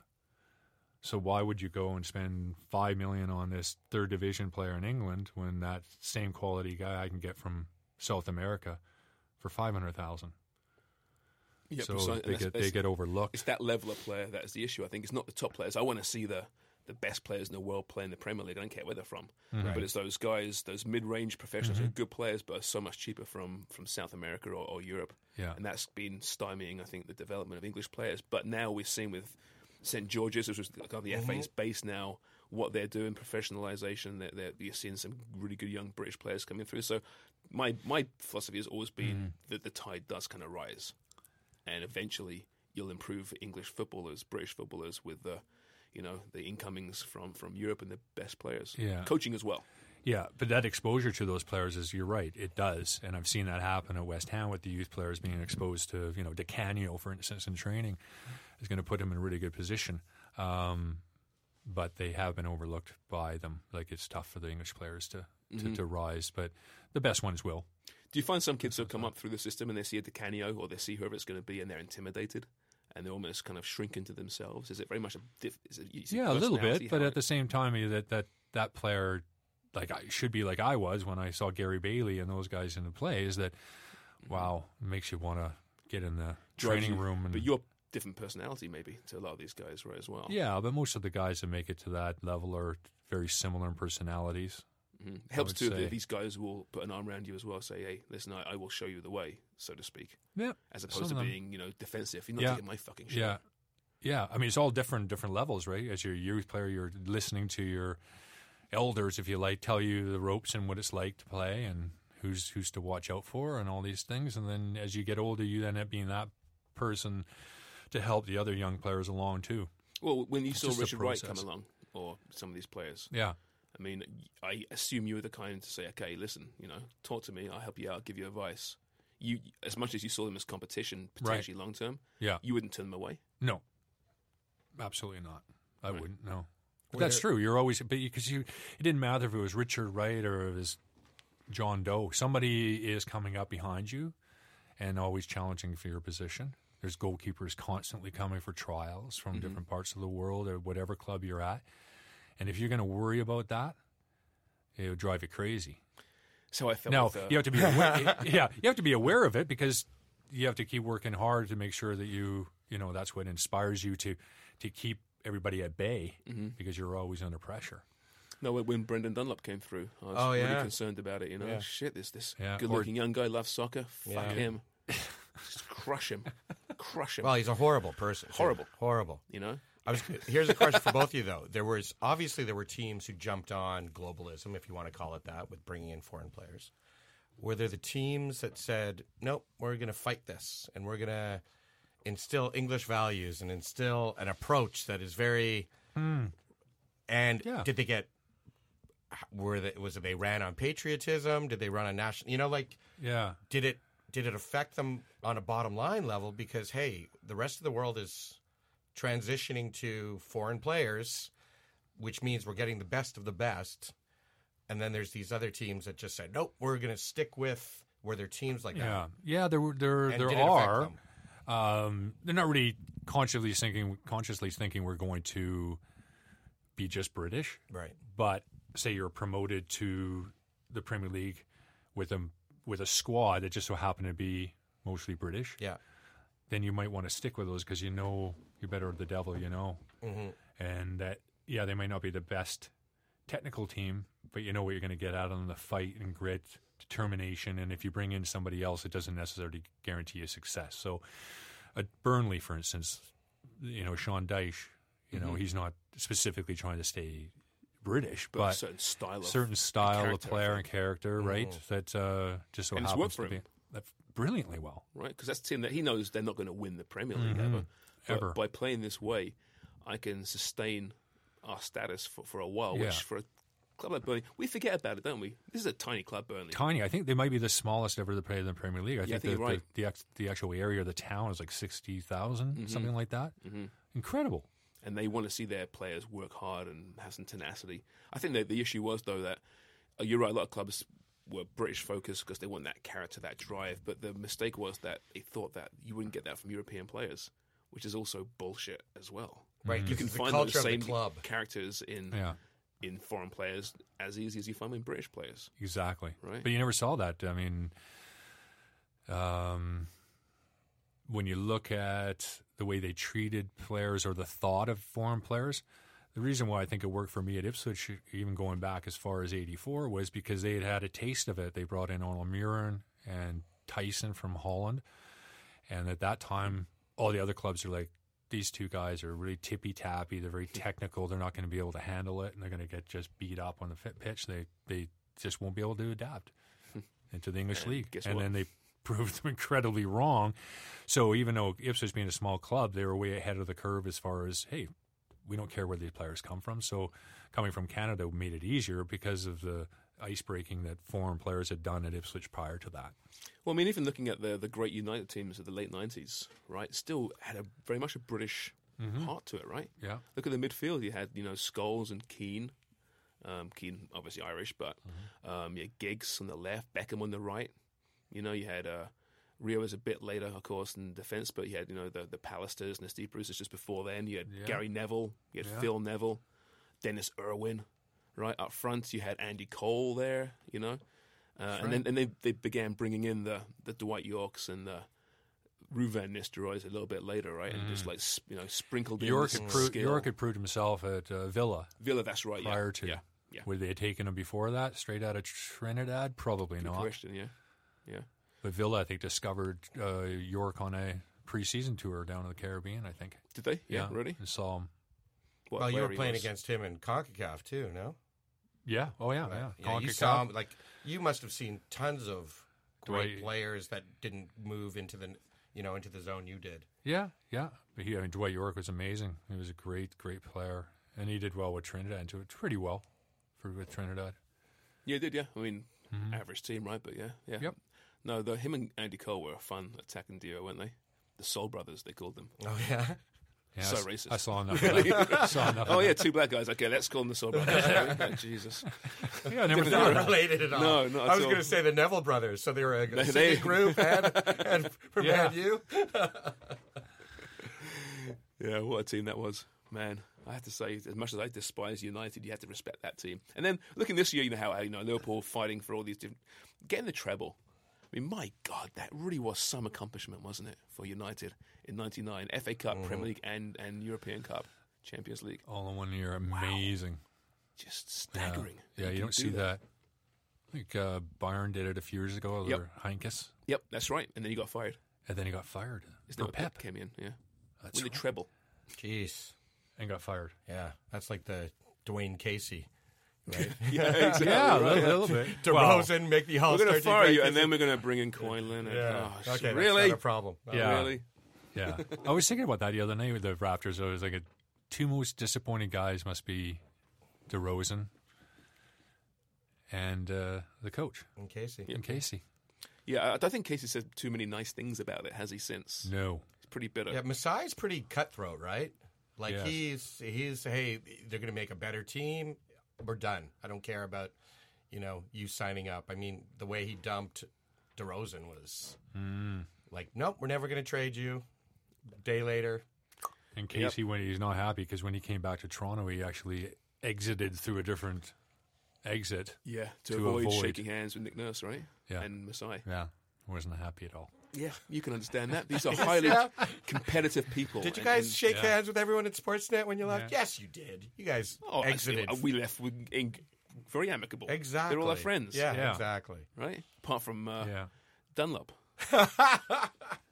[SPEAKER 5] So why would you go and spend five million on this third division player in England when that same quality guy I can get from South America for five hundred thousand?
[SPEAKER 3] Yeah,
[SPEAKER 5] so
[SPEAKER 3] precisely.
[SPEAKER 5] they
[SPEAKER 3] That's-
[SPEAKER 5] get they
[SPEAKER 3] that's-
[SPEAKER 5] get overlooked.
[SPEAKER 3] It's that level of player that is the issue. I think it's not the top players. I want to see the the best players in the world play in the Premier League. I don't care where they're from, but it's those guys, those mid range professionals who are good players, but are so much cheaper from from South America or, or Europe.
[SPEAKER 5] Yeah.
[SPEAKER 3] and that's been stymieing, I think, the development of English players. But now we've seen with St George's, which was like on the FA's base now, what they're doing, professionalization. They're, they're, you're seeing some really good young British players coming through. So my my philosophy has always been that the tide does kind of rise and eventually you'll improve English footballers, British footballers with the, you know, the incomings from from Europe and the best players.
[SPEAKER 5] Yeah.
[SPEAKER 3] coaching as well.
[SPEAKER 5] Yeah, but that exposure to those players is you're right, it does. And I've seen that happen at West Ham with the youth players being exposed to, you know, DeCanio, for instance, in training is going to put him in a really good position. Um, but they have been overlooked by them. Like it's tough for the English players to,
[SPEAKER 3] Mm-hmm.
[SPEAKER 5] to, to rise, but the best ones will.
[SPEAKER 3] Do you find some kids who come up through the system and they see a Decanio or they see whoever it's going to be and they're intimidated and they almost kind of shrink into themselves? Is it very much a diff- is it, is it
[SPEAKER 5] yeah, a little
[SPEAKER 3] personality?
[SPEAKER 5] bit, but
[SPEAKER 3] How-
[SPEAKER 5] at the same time, you- that that that player, like I should be like I was when I saw Gary Bailey and those guys in the plays. That wow makes you want to get in the
[SPEAKER 3] Mm-hmm. drives
[SPEAKER 5] training
[SPEAKER 3] you-
[SPEAKER 5] room. And,
[SPEAKER 3] but you're different personality maybe to a lot of these guys, right? As well.
[SPEAKER 5] yeah, but most of the guys that make it to that level are very similar in personalities.
[SPEAKER 3] Mhm. helps
[SPEAKER 5] would
[SPEAKER 3] too. that
[SPEAKER 5] say-
[SPEAKER 3] These guys will put an arm around you as well. Say, hey, listen, I, I will show you the way, so to speak,
[SPEAKER 5] Yeah,
[SPEAKER 3] as opposed to being you know defensive. You're not
[SPEAKER 5] Yeah.
[SPEAKER 3] taking my fucking shit.
[SPEAKER 5] Yeah. Yeah. I mean, it's all different, different levels, right? As your youth player, you're listening to your elders, if you like, tell you the ropes and what it's like to play and who's, who's to watch out for and all these things. And then as you get older, you end up being that person to help the other young players along too.
[SPEAKER 3] Well, when you
[SPEAKER 5] It's
[SPEAKER 3] saw
[SPEAKER 5] just a
[SPEAKER 3] Richard Wright come
[SPEAKER 5] process.
[SPEAKER 3] along, or some of these players,
[SPEAKER 5] Yeah.
[SPEAKER 3] I mean, I assume you were the kind to say, "Okay, listen, you know, talk to me. I'll help you out. I'll give you advice." You, as much as you saw them as competition, potentially long term,
[SPEAKER 5] Yeah.
[SPEAKER 3] you wouldn't turn them away.
[SPEAKER 5] No, absolutely not. I
[SPEAKER 3] Right.
[SPEAKER 5] wouldn't. No, but
[SPEAKER 4] Were
[SPEAKER 5] that's
[SPEAKER 4] there-
[SPEAKER 5] true. You're always, but because you, it didn't matter if it was Richard Wright or it was John Doe. Somebody is coming up behind you and always challenging for your position. There's goalkeepers constantly coming for trials from different parts of the world or whatever club you're at. And if you're going to worry about that, it would drive you crazy.
[SPEAKER 3] So I felt
[SPEAKER 5] Now
[SPEAKER 3] with, uh,
[SPEAKER 5] you have to be aware, yeah you have to be aware of it because you have to keep working hard to make sure that you you know that's what inspires you to to keep everybody at bay
[SPEAKER 4] Mm-hmm.
[SPEAKER 5] because you're always under pressure.
[SPEAKER 3] No, when- when Brendan Dunlop came through, I was
[SPEAKER 4] Oh,
[SPEAKER 3] really
[SPEAKER 4] yeah.
[SPEAKER 3] concerned about it. You know, shit, this this
[SPEAKER 5] Yeah.
[SPEAKER 3] good-looking young guy loves soccer. Fuck
[SPEAKER 4] Yeah.
[SPEAKER 3] him, just crush him, crush him.
[SPEAKER 4] Well, he's a horrible person. too.
[SPEAKER 3] Horrible.
[SPEAKER 4] Horrible.
[SPEAKER 3] you know,
[SPEAKER 4] I was, here's a question for both of you, though. There was obviously there were teams who jumped on globalism, if you want to call it that, with bringing in foreign players. Were there the teams that said, "Nope, we're going to fight this, and we're going to instill English values and instill an approach that is very"? And
[SPEAKER 5] Yeah.
[SPEAKER 4] did they get? Were they, was it they ran on patriotism? Did they run on national? You know, like
[SPEAKER 5] Yeah,
[SPEAKER 4] did it did it affect them on a bottom line level because hey the rest of the world is transitioning to foreign players which means we're getting the best of the best and then there's these other teams that just said nope we're going to stick with were there teams like
[SPEAKER 5] yeah, yeah. There were there
[SPEAKER 4] that And
[SPEAKER 5] there
[SPEAKER 4] did it affect
[SPEAKER 5] are.
[SPEAKER 4] them?
[SPEAKER 5] Um, they're not really consciously thinking consciously thinking we're going to be just British.
[SPEAKER 4] right
[SPEAKER 5] but say you're promoted to the Premier League with a with a squad that just so happened to be mostly British,
[SPEAKER 4] yeah
[SPEAKER 5] then you might want to stick with those because you know you're better at the devil, you know,
[SPEAKER 3] Mm-hmm.
[SPEAKER 5] and that yeah they might not be the best technical team, but you know what you're going to get out of them: the fight and grit, determination, and if you bring in somebody else, it doesn't necessarily guarantee you success. So, at Burnley, for instance, you know Sean Dyche, you
[SPEAKER 3] Mm-hmm.
[SPEAKER 5] know he's not specifically trying to stay. British,
[SPEAKER 3] but,
[SPEAKER 5] but
[SPEAKER 3] a certain style, of
[SPEAKER 5] certain style of
[SPEAKER 3] character, I
[SPEAKER 5] player
[SPEAKER 3] think. Mm-hmm.
[SPEAKER 5] and character, right? That uh, just so
[SPEAKER 3] And it's
[SPEAKER 5] happens
[SPEAKER 3] worked for
[SPEAKER 5] to be
[SPEAKER 3] him.
[SPEAKER 5] that brilliantly well.
[SPEAKER 3] right? Because that's a team that he knows they're not going to win the Premier League
[SPEAKER 4] Mm-hmm.
[SPEAKER 3] ever. But
[SPEAKER 5] Ever.
[SPEAKER 3] by playing this way, I can sustain our status for, for a while.
[SPEAKER 5] Yeah.
[SPEAKER 3] Which for a club like Burnley, we forget about it, don't we? This is a tiny club, Burnley.
[SPEAKER 5] Tiny. I think they might be the smallest ever to play in the Premier League. I
[SPEAKER 3] Yeah, I
[SPEAKER 5] think,
[SPEAKER 3] think
[SPEAKER 5] the,
[SPEAKER 3] you're right.
[SPEAKER 5] the, the, act- the actual area of the town is like 60,000,
[SPEAKER 3] Mm-hmm.
[SPEAKER 5] something like that. Incredible.
[SPEAKER 3] and they want to see their players work hard and have some tenacity. I think that the issue was though that uh, you're right. A lot of clubs were British focused because they want that character, that drive. But the mistake was that they thought that you wouldn't get that from European players, which is also bullshit as well.
[SPEAKER 4] right
[SPEAKER 3] You
[SPEAKER 4] because
[SPEAKER 3] can
[SPEAKER 4] it's
[SPEAKER 3] find
[SPEAKER 4] the
[SPEAKER 3] those
[SPEAKER 4] culture
[SPEAKER 3] same
[SPEAKER 4] of the club
[SPEAKER 3] characters in
[SPEAKER 5] Yeah,
[SPEAKER 3] in foreign players as easy as you find them in British players.
[SPEAKER 5] exactly.
[SPEAKER 3] Right.
[SPEAKER 5] But you never saw that. I mean, um, when you look at the way they treated players or the thought of foreign players, the reason why I think it worked for me at Ipswich, even going back as far as '84, was because they had had a taste of it. They brought in Arnold Muren and Tyson from Holland, and at that time, all the other clubs are like, these two guys are really tippy tappy. They're very technical. They're not going to be able to handle it, and they're going to get just beat up on the fit pitch. They they just won't be able to adapt into the English
[SPEAKER 3] And
[SPEAKER 5] league,
[SPEAKER 3] guess
[SPEAKER 5] and
[SPEAKER 3] what?
[SPEAKER 5] then they proved them incredibly wrong. So even though Ipswich being a small club, they were way ahead of the curve as far as hey, we don't care where these players come from. So coming from Canada made it easier because of the ice breaking that foreign players had done at Ipswich prior to that.
[SPEAKER 3] Well, I mean, even looking at the the great United teams of the late '90s, right, still had a very much a British heart to it, right?
[SPEAKER 5] Yeah,
[SPEAKER 3] Look at the midfield. You had you know Scholes and Keane. Um, Keane obviously Irish, but
[SPEAKER 5] Mm-hmm.
[SPEAKER 3] um, you had Giggs on the left, Beckham on the right. You know you had uh, Rio was a bit later, of course, in defence, but you had you know the the Pallisters and the Steve Bruce's just before then. You had
[SPEAKER 5] Yeah.
[SPEAKER 3] Gary Neville, you had Phil Neville, Dennis Irwin, right up front. You had Andy Cole there, you know, uh, and then and they they began bringing in the the Dwight Yorks and the. Ruven Nistelrooy's a little bit later, right, and just like s- you know sprinkled in
[SPEAKER 5] Mm. York
[SPEAKER 3] this
[SPEAKER 5] had, pro-
[SPEAKER 3] skill.
[SPEAKER 5] York had proved himself at uh, Villa
[SPEAKER 3] Villa, that's right. yeah.
[SPEAKER 5] prior to.
[SPEAKER 3] yeah, yeah.
[SPEAKER 5] Would they had taken him before that, straight out of Trinidad? Probably
[SPEAKER 3] Good
[SPEAKER 5] not.
[SPEAKER 3] question. Yeah, yeah.
[SPEAKER 5] But Villa, I think, discovered uh, York on a preseason tour down in the Caribbean. I think.
[SPEAKER 3] Did they? Yeah, really.
[SPEAKER 5] And saw him.
[SPEAKER 3] What,
[SPEAKER 4] well you
[SPEAKER 3] where
[SPEAKER 4] were
[SPEAKER 3] he
[SPEAKER 4] playing
[SPEAKER 3] was.
[SPEAKER 4] against him in CONCACAF too no
[SPEAKER 5] Yeah. Oh yeah.
[SPEAKER 4] Right.
[SPEAKER 5] Yeah.
[SPEAKER 4] you
[SPEAKER 5] CONCACAF.
[SPEAKER 4] saw him, like you must have seen tons of great
[SPEAKER 5] Dwight-
[SPEAKER 4] players that didn't move into the you know into the zone you did
[SPEAKER 5] Yeah, yeah. But he, I mean, Dwight York was amazing. He was a great, great player, and he did well with Trinidad and did pretty well for with Trinidad.
[SPEAKER 3] Yeah, he did yeah. I mean, average team, right? But yeah, yeah.
[SPEAKER 5] Yep.
[SPEAKER 3] No, though him and Andy Cole were a fun attacking duo, weren't they? The Soul Brothers, they called them.
[SPEAKER 4] oh yeah
[SPEAKER 5] Yeah,
[SPEAKER 3] so
[SPEAKER 5] I s-
[SPEAKER 3] racist.
[SPEAKER 5] I saw enough. Of that. saw enough.
[SPEAKER 3] Oh
[SPEAKER 5] of
[SPEAKER 3] yeah,
[SPEAKER 5] that.
[SPEAKER 3] two black guys. Okay, let's call them the Soul Brothers. Oh, Jesus,
[SPEAKER 5] yeah. I never
[SPEAKER 3] Different
[SPEAKER 5] thought
[SPEAKER 3] era.
[SPEAKER 5] of that.
[SPEAKER 4] related at all.
[SPEAKER 3] No, not
[SPEAKER 4] I
[SPEAKER 3] at
[SPEAKER 4] was
[SPEAKER 3] all.
[SPEAKER 4] going to say the Neville brothers. So they were a
[SPEAKER 3] They- they-
[SPEAKER 4] singing group and, and from
[SPEAKER 5] Yeah.
[SPEAKER 4] Mad U.
[SPEAKER 3] yeah, what a team that was, man. I have to say, as much as I despise United, you have to respect that team. And then looking this year, you know how you know Liverpool fighting for all these different, getting the treble. I mean, my God, that really was some accomplishment, wasn't it, for United in '99 FA Cup,
[SPEAKER 5] Mm-hmm.
[SPEAKER 3] Premier League, and and European Cup, Champions League.
[SPEAKER 5] All in one year, amazing.
[SPEAKER 3] Just staggering.
[SPEAKER 5] Yeah, you
[SPEAKER 3] can
[SPEAKER 5] don't see
[SPEAKER 3] do
[SPEAKER 5] that. I think uh, Byron did it a few years ago.
[SPEAKER 3] Yep.
[SPEAKER 5] Or Heinkes,
[SPEAKER 3] Yep, that's right. And then he got fired.
[SPEAKER 5] and then he got fired.
[SPEAKER 3] Isn't
[SPEAKER 5] No,
[SPEAKER 3] that when
[SPEAKER 5] Pep,
[SPEAKER 3] Pep came in? Yeah,
[SPEAKER 5] That's
[SPEAKER 3] with the
[SPEAKER 5] right.
[SPEAKER 3] treble.
[SPEAKER 4] Jeez.
[SPEAKER 5] and got fired.
[SPEAKER 4] Yeah, that's like the Dwayne Casey.
[SPEAKER 3] Yeah, exactly.
[SPEAKER 5] Yeah,
[SPEAKER 3] right.
[SPEAKER 5] a little bit.
[SPEAKER 4] DeRozan, make the All
[SPEAKER 3] We're going to
[SPEAKER 4] Star
[SPEAKER 3] fire you, and then we're going to bring in Coinlin. And,
[SPEAKER 4] yeah.
[SPEAKER 3] oh,
[SPEAKER 4] okay, that's
[SPEAKER 3] really?
[SPEAKER 4] not a problem. Not a
[SPEAKER 5] Yeah.
[SPEAKER 3] Really?
[SPEAKER 5] Yeah, I was thinking about that the other night with the Raptors. I was like, uh, two most disappointing guys must be DeRozan and uh, the coach
[SPEAKER 4] problem. Casey.
[SPEAKER 5] and Casey.
[SPEAKER 3] Yeah, I don't think Casey said too many nice things about it, has he? Since
[SPEAKER 5] No,
[SPEAKER 3] it's pretty bitter.
[SPEAKER 4] Yeah, Masai's pretty cutthroat, right? Like
[SPEAKER 5] Yes.
[SPEAKER 4] he's he's hey, they're going to make a better team. We're done. I don't care about you know you signing up. I mean, the way he dumped DeRozan was
[SPEAKER 5] Hmm.
[SPEAKER 4] like, nope, we're never going to trade you. Day later,
[SPEAKER 5] and Casey when he's not happy because when he came back to Toronto, he actually exited through a different exit.
[SPEAKER 3] Yeah, to,
[SPEAKER 5] To
[SPEAKER 3] avoid,
[SPEAKER 5] avoid.
[SPEAKER 3] shaking hands with Nick Nurse, right?
[SPEAKER 5] Yeah.
[SPEAKER 3] and Masai.
[SPEAKER 5] Yeah, wasn't happy at all.
[SPEAKER 3] Yeah, you can understand that. These are highly competitive people.
[SPEAKER 4] did you
[SPEAKER 3] and-
[SPEAKER 4] guys
[SPEAKER 3] and-
[SPEAKER 4] shake
[SPEAKER 5] yeah.
[SPEAKER 4] hands with everyone at Sportsnet when you left? Yes, you did. You guys
[SPEAKER 3] Oh, I see.
[SPEAKER 4] exited.
[SPEAKER 3] We left with in, very amicable.
[SPEAKER 4] exactly.
[SPEAKER 3] They're all our friends.
[SPEAKER 4] Yeah,
[SPEAKER 5] Yeah.
[SPEAKER 4] exactly.
[SPEAKER 3] right. Apart from uh,
[SPEAKER 5] Yeah.
[SPEAKER 3] Dunlop.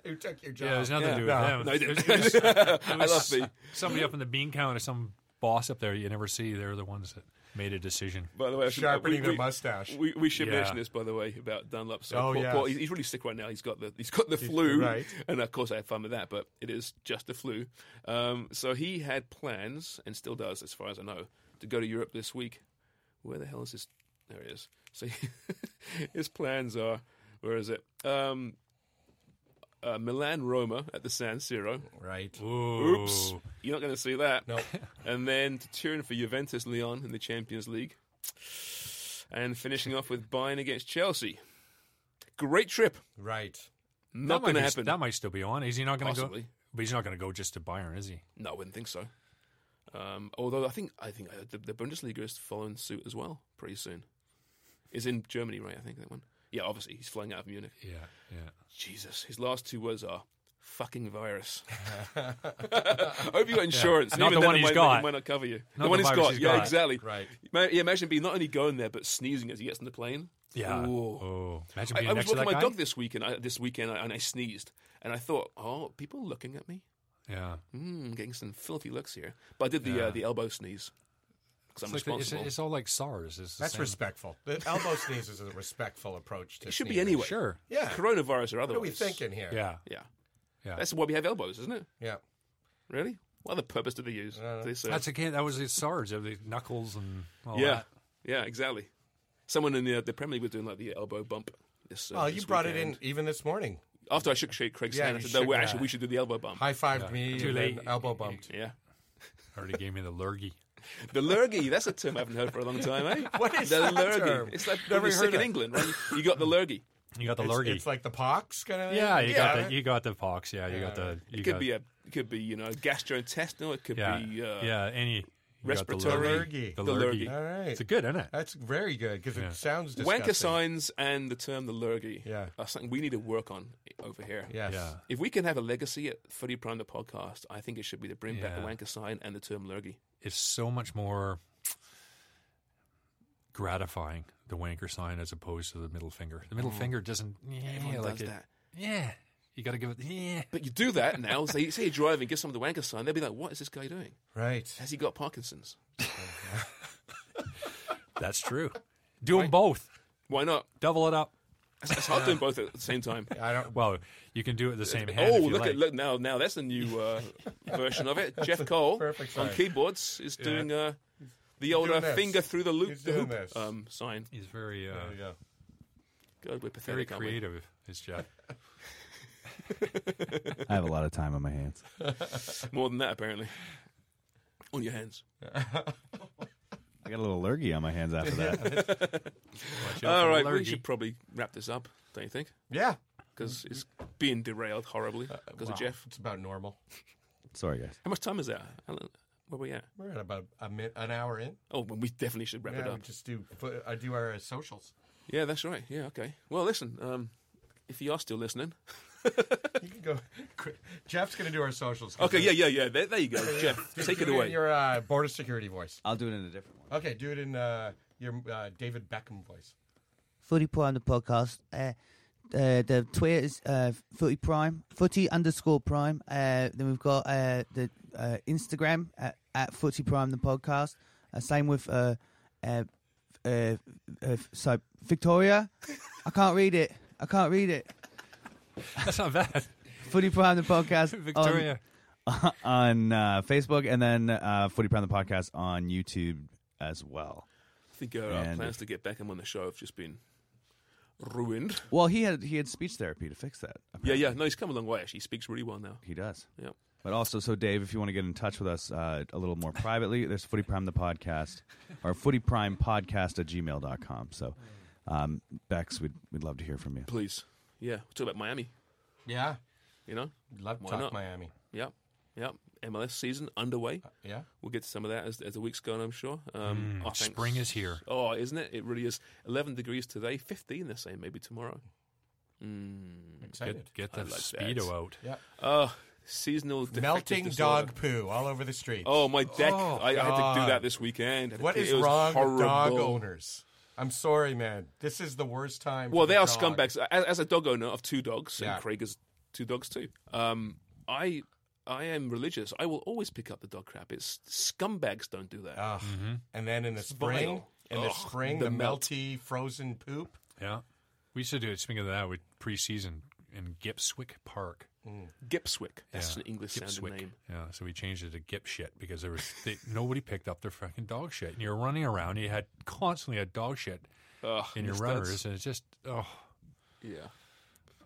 [SPEAKER 4] Who took your job?
[SPEAKER 5] Yeah, there's nothing to do with
[SPEAKER 4] No.
[SPEAKER 5] them.
[SPEAKER 3] No, I didn't.
[SPEAKER 5] It was- it
[SPEAKER 3] I
[SPEAKER 5] was
[SPEAKER 3] love the.
[SPEAKER 5] Somebody up in the bean counter, some boss up there you never see. They're the ones that made a decision.
[SPEAKER 3] By the way, I should-
[SPEAKER 4] Sharpening
[SPEAKER 3] we-
[SPEAKER 4] their
[SPEAKER 3] we-
[SPEAKER 4] mustache.
[SPEAKER 3] We, we should
[SPEAKER 5] Yeah.
[SPEAKER 3] mention this, by the way, about Dunlop. So
[SPEAKER 4] Oh,
[SPEAKER 3] Paul,
[SPEAKER 4] yes.
[SPEAKER 3] Paul, he's he's really sick right now. He's got the he's got the flu,
[SPEAKER 4] right.
[SPEAKER 3] and of course I had fun with that, but it is just the flu. Um, so he had plans, and still does, as far as I know, to go to Europe this week. Where the hell is his? There he is. So his plans are where is it? Um, uh, Milan, Roma at the San Siro.
[SPEAKER 4] Right.
[SPEAKER 5] Oh.
[SPEAKER 3] Oops, you're not going to see that.
[SPEAKER 4] No.
[SPEAKER 3] and then to Turin for Juventus Leon in the Champions League, and finishing off with Bayern against Chelsea. Great trip.
[SPEAKER 4] Right.
[SPEAKER 3] Not
[SPEAKER 5] that,
[SPEAKER 3] going to
[SPEAKER 5] might be-
[SPEAKER 3] happen.
[SPEAKER 5] that might still be on. Is he not going to go?
[SPEAKER 3] Possibly.
[SPEAKER 5] But he's not going to go just to Bayern, is he?
[SPEAKER 3] No, I wouldn't think so. Um, although I think I think uh, the, the Bundesliga is following suit as well pretty soon. Is in Germany, right? I think that one. Yeah, obviously he's flying out of Munich.
[SPEAKER 5] Yeah, yeah.
[SPEAKER 3] Jesus, his last two words are "fucking virus." I hope you got insurance.
[SPEAKER 5] Not
[SPEAKER 3] Even
[SPEAKER 5] the
[SPEAKER 3] then
[SPEAKER 5] one
[SPEAKER 3] it
[SPEAKER 5] he's
[SPEAKER 3] might,
[SPEAKER 5] got.
[SPEAKER 3] It might not cover you.
[SPEAKER 5] Not
[SPEAKER 3] the one
[SPEAKER 5] the
[SPEAKER 3] he's
[SPEAKER 5] virus
[SPEAKER 3] got.
[SPEAKER 5] he's
[SPEAKER 3] yeah,
[SPEAKER 5] got.
[SPEAKER 3] exactly.
[SPEAKER 4] Right.
[SPEAKER 3] Ma- Yeah, imagine being not only going there but sneezing as he gets on the plane.
[SPEAKER 5] Yeah.
[SPEAKER 3] Ooh.
[SPEAKER 5] Oh, imagine
[SPEAKER 3] I,
[SPEAKER 5] being
[SPEAKER 3] I was
[SPEAKER 5] next to
[SPEAKER 3] walking
[SPEAKER 5] that
[SPEAKER 3] my
[SPEAKER 5] guy.
[SPEAKER 3] dog this week and I, this weekend I, and I sneezed and I thought, oh, people are looking at me.
[SPEAKER 5] yeah.
[SPEAKER 3] Mm, getting some filthy looks here. But I did the uh,
[SPEAKER 5] Yeah.
[SPEAKER 3] the elbow sneeze because I'm
[SPEAKER 5] It's, like the- it's,
[SPEAKER 3] responsible.
[SPEAKER 5] it's all like SARS. It's the
[SPEAKER 4] That's
[SPEAKER 5] same.
[SPEAKER 4] respectful. The elbow sneeze is a respectful approach to
[SPEAKER 3] it should be
[SPEAKER 4] sneezing.
[SPEAKER 3] anyway.
[SPEAKER 5] Sure.
[SPEAKER 4] Yeah.
[SPEAKER 3] Coronavirus or otherwise.
[SPEAKER 4] What are we thinking here?
[SPEAKER 5] Yeah.
[SPEAKER 3] Yeah.
[SPEAKER 5] Yeah.
[SPEAKER 3] That's why we have elbows, isn't it?
[SPEAKER 4] Yeah.
[SPEAKER 3] Really? What other purpose do they use?
[SPEAKER 4] Uh,
[SPEAKER 3] Do they serve?
[SPEAKER 5] That's a kid. That was his SARS. The knuckles and all
[SPEAKER 3] yeah,
[SPEAKER 5] that.
[SPEAKER 3] yeah, exactly. Someone in the uh, the Premier League was doing like the elbow bump. This, uh,
[SPEAKER 4] Well, Oh, you
[SPEAKER 3] this
[SPEAKER 4] brought
[SPEAKER 3] weekend.
[SPEAKER 4] it in even this morning.
[SPEAKER 3] after I shook Craig- Craig's
[SPEAKER 4] Yeah,
[SPEAKER 3] hand. I
[SPEAKER 4] you
[SPEAKER 3] said, "No,
[SPEAKER 4] shook
[SPEAKER 3] we
[SPEAKER 4] that.
[SPEAKER 3] actually we should do the elbow bump."
[SPEAKER 4] High fived me.
[SPEAKER 5] Too
[SPEAKER 4] and then
[SPEAKER 5] late.
[SPEAKER 4] Elbow bumped.
[SPEAKER 3] Yeah,
[SPEAKER 5] Already gave me the lurgy.
[SPEAKER 3] the lurgy. That's a term I haven't heard for a long time, eh?
[SPEAKER 4] What is
[SPEAKER 3] the
[SPEAKER 4] that
[SPEAKER 3] lurgy?
[SPEAKER 4] term?
[SPEAKER 3] It's like
[SPEAKER 4] Never
[SPEAKER 3] when you're sick
[SPEAKER 4] heard
[SPEAKER 3] in
[SPEAKER 4] of.
[SPEAKER 3] England, right? You- You got the lurgy.
[SPEAKER 5] You got the
[SPEAKER 4] It's,
[SPEAKER 5] lurgy.
[SPEAKER 4] it's like the pox kind of.
[SPEAKER 5] yeah, you
[SPEAKER 3] Yeah.
[SPEAKER 5] got the you got the pox. Yeah, you got the. You
[SPEAKER 3] It
[SPEAKER 5] got,
[SPEAKER 3] could be a, it could be you know gastrointestinal. It could
[SPEAKER 5] yeah,
[SPEAKER 3] be uh,
[SPEAKER 5] yeah, any you got the
[SPEAKER 3] respiratory-
[SPEAKER 5] lurgy,
[SPEAKER 3] the lurgy.
[SPEAKER 5] lurgy.
[SPEAKER 4] All right.
[SPEAKER 5] It's good, isn't it?
[SPEAKER 4] That's very good because
[SPEAKER 5] Yeah.
[SPEAKER 4] it sounds disgusting.
[SPEAKER 3] wanker signs and the term the lurgy.
[SPEAKER 4] Yeah.
[SPEAKER 3] are something we need to work on over here.
[SPEAKER 4] Yes.
[SPEAKER 5] Yeah.
[SPEAKER 3] If we can have a legacy at Footy Prime the podcast, I think it should be to bring back the
[SPEAKER 5] Yeah.
[SPEAKER 3] wanker sign and the term lurgy.
[SPEAKER 5] It's so much more gratifying the wanker sign as opposed to the middle finger. The middle finger doesn't. Yeah,
[SPEAKER 3] Mm. Everyone
[SPEAKER 5] like
[SPEAKER 3] does
[SPEAKER 5] it-
[SPEAKER 3] that.
[SPEAKER 5] Yeah, you got to give it. Yeah,
[SPEAKER 3] But you do that now. Say, say you're driving, give someone the wanker sign. They'll be like, "What is this guy doing?
[SPEAKER 4] Right.
[SPEAKER 3] Has he got Parkinson's?
[SPEAKER 5] that's true. Do them both.
[SPEAKER 3] Why not?"
[SPEAKER 5] Double it up.
[SPEAKER 3] It's, it's hard doing both at the same time.
[SPEAKER 4] I don't.
[SPEAKER 5] Well, you can do it the same hand.
[SPEAKER 3] Oh,
[SPEAKER 5] if you
[SPEAKER 3] look
[SPEAKER 5] like.
[SPEAKER 3] at look now! Now that's a new uh, version of it. Jeff Cole
[SPEAKER 4] perfect
[SPEAKER 3] on
[SPEAKER 4] sign.
[SPEAKER 3] keyboards is doing uh, the old
[SPEAKER 4] doing
[SPEAKER 3] uh,
[SPEAKER 4] this.
[SPEAKER 3] finger through the loop,
[SPEAKER 4] He's
[SPEAKER 3] the
[SPEAKER 4] doing
[SPEAKER 3] hoop
[SPEAKER 4] this.
[SPEAKER 3] um, sign.
[SPEAKER 5] He's very, uh,
[SPEAKER 4] There you go.
[SPEAKER 3] God, we're
[SPEAKER 5] very
[SPEAKER 3] pathetic, aren't we?
[SPEAKER 5] creative. Is Jeff?
[SPEAKER 6] I have a lot of time on my hands.
[SPEAKER 3] More than that, apparently. On your hands.
[SPEAKER 6] I got a little lurgy on my hands after that.
[SPEAKER 3] All right, we should probably wrap this up, don't you think?
[SPEAKER 4] Yeah.
[SPEAKER 5] Mm-hmm.
[SPEAKER 3] Because it's being derailed horribly
[SPEAKER 5] Uh,
[SPEAKER 3] because
[SPEAKER 4] Wow,
[SPEAKER 3] of Jeff.
[SPEAKER 4] It's about normal.
[SPEAKER 6] Sorry, guys.
[SPEAKER 3] How much time is that? How long- Where we at?
[SPEAKER 4] We're at about a min- an hour in.
[SPEAKER 3] Oh, well, we definitely should wrap it
[SPEAKER 4] Yeah, we
[SPEAKER 3] up.
[SPEAKER 4] just do put- I do our uh, socials.
[SPEAKER 3] Yeah, that's right. Yeah, okay. Well, listen, um, if you are still listening.
[SPEAKER 4] You can go. Jeff's going to do our socials.
[SPEAKER 3] Okay, yeah, yeah, yeah. There, there you go, Jeff.
[SPEAKER 4] Do-
[SPEAKER 3] Take
[SPEAKER 4] do
[SPEAKER 3] it away.
[SPEAKER 4] in your uh, border security voice.
[SPEAKER 6] I'll do it in a different one.
[SPEAKER 4] Okay, do it in uh, your uh, David Beckham voice.
[SPEAKER 7] Footy Prime, the podcast. Uh, uh, the Twitter is uh, Footy Prime, Footy underscore Prime. Uh, then we've got uh, the uh, Instagram at, at Footy Prime, the podcast. Uh, same with uh, uh, uh, uh, so Victoria. I can't read it. I can't read it.
[SPEAKER 5] That's not bad.
[SPEAKER 7] Footy Prime, the podcast. on-
[SPEAKER 4] Um,
[SPEAKER 5] Victoria.
[SPEAKER 6] on uh, Facebook and then uh, Footy Pound the podcast on YouTube as well.
[SPEAKER 3] I think uh, our
[SPEAKER 6] And
[SPEAKER 3] plans
[SPEAKER 6] if-
[SPEAKER 3] to get Beckham on the show have just been ruined.
[SPEAKER 6] Well, he had he had speech therapy to fix that.
[SPEAKER 3] Yeah,
[SPEAKER 6] apparently.
[SPEAKER 3] yeah. No, he's come a long way, actually. He speaks really well now.
[SPEAKER 6] he does.
[SPEAKER 3] Yeah.
[SPEAKER 6] But also, so Dave, if you want to get in touch with us uh, a little more privately, there's Footy Prime the podcast or Footy Prime podcast at gmail.com. So, um, Bex, we'd, we'd love to hear from you.
[SPEAKER 3] Please. Yeah. We'll talk about Miami,
[SPEAKER 4] Yeah,
[SPEAKER 3] you know?
[SPEAKER 4] love to
[SPEAKER 3] Why
[SPEAKER 4] talk
[SPEAKER 3] not?
[SPEAKER 4] Miami.
[SPEAKER 3] Yeah. Yeah. MLS season underway.
[SPEAKER 4] Yeah,
[SPEAKER 3] We'll get to some of that as, as the weeks go on, I'm sure.
[SPEAKER 4] Hmm,
[SPEAKER 3] Um, oh, thanks.
[SPEAKER 5] Spring is here.
[SPEAKER 3] Oh, isn't it? It really is. 11 degrees today, 15 they're saying maybe tomorrow.
[SPEAKER 4] excited.
[SPEAKER 5] Get
[SPEAKER 3] I
[SPEAKER 5] the
[SPEAKER 3] like that.
[SPEAKER 5] speedo out.
[SPEAKER 4] Yeah,
[SPEAKER 3] Oh, seasonal defective
[SPEAKER 4] melting
[SPEAKER 3] disorder.
[SPEAKER 4] dog poo all over the street.
[SPEAKER 3] Oh, my deck.
[SPEAKER 4] Oh,
[SPEAKER 3] I, I had to do
[SPEAKER 4] God.
[SPEAKER 3] that this weekend.
[SPEAKER 4] what is
[SPEAKER 3] It was
[SPEAKER 4] wrong with dog
[SPEAKER 3] horrible.
[SPEAKER 4] owners? I'm sorry, man. This is the worst time. for
[SPEAKER 3] Well, they
[SPEAKER 4] the
[SPEAKER 3] are
[SPEAKER 4] dog.
[SPEAKER 3] scumbags. As, as a dog owner of two dogs,
[SPEAKER 4] Yeah.
[SPEAKER 3] and Craig has two dogs too. Um, I I am religious. I will always pick up the dog crap. It's scumbags don't do that.
[SPEAKER 5] Uh,
[SPEAKER 4] Ugh. And then in the
[SPEAKER 3] vile.
[SPEAKER 4] spring, in the
[SPEAKER 3] Ugh,
[SPEAKER 4] spring,
[SPEAKER 3] the
[SPEAKER 4] the,
[SPEAKER 3] melt.
[SPEAKER 4] melty frozen poop.
[SPEAKER 5] Yeah. We used to do it. Speaking of that, with preseason in Gipswick Park.
[SPEAKER 3] Gipswick. That's
[SPEAKER 5] Yeah,
[SPEAKER 3] an English sounding
[SPEAKER 5] Gipswick.
[SPEAKER 3] name.
[SPEAKER 5] Yeah, so we changed it to Gip shit because there was they, nobody picked up their fucking dog shit, and you're running around. You had constantly had dog shit
[SPEAKER 3] Ugh,
[SPEAKER 5] in your
[SPEAKER 3] yes,
[SPEAKER 5] runners,
[SPEAKER 3] that's-
[SPEAKER 5] and it's just oh,
[SPEAKER 3] Yeah.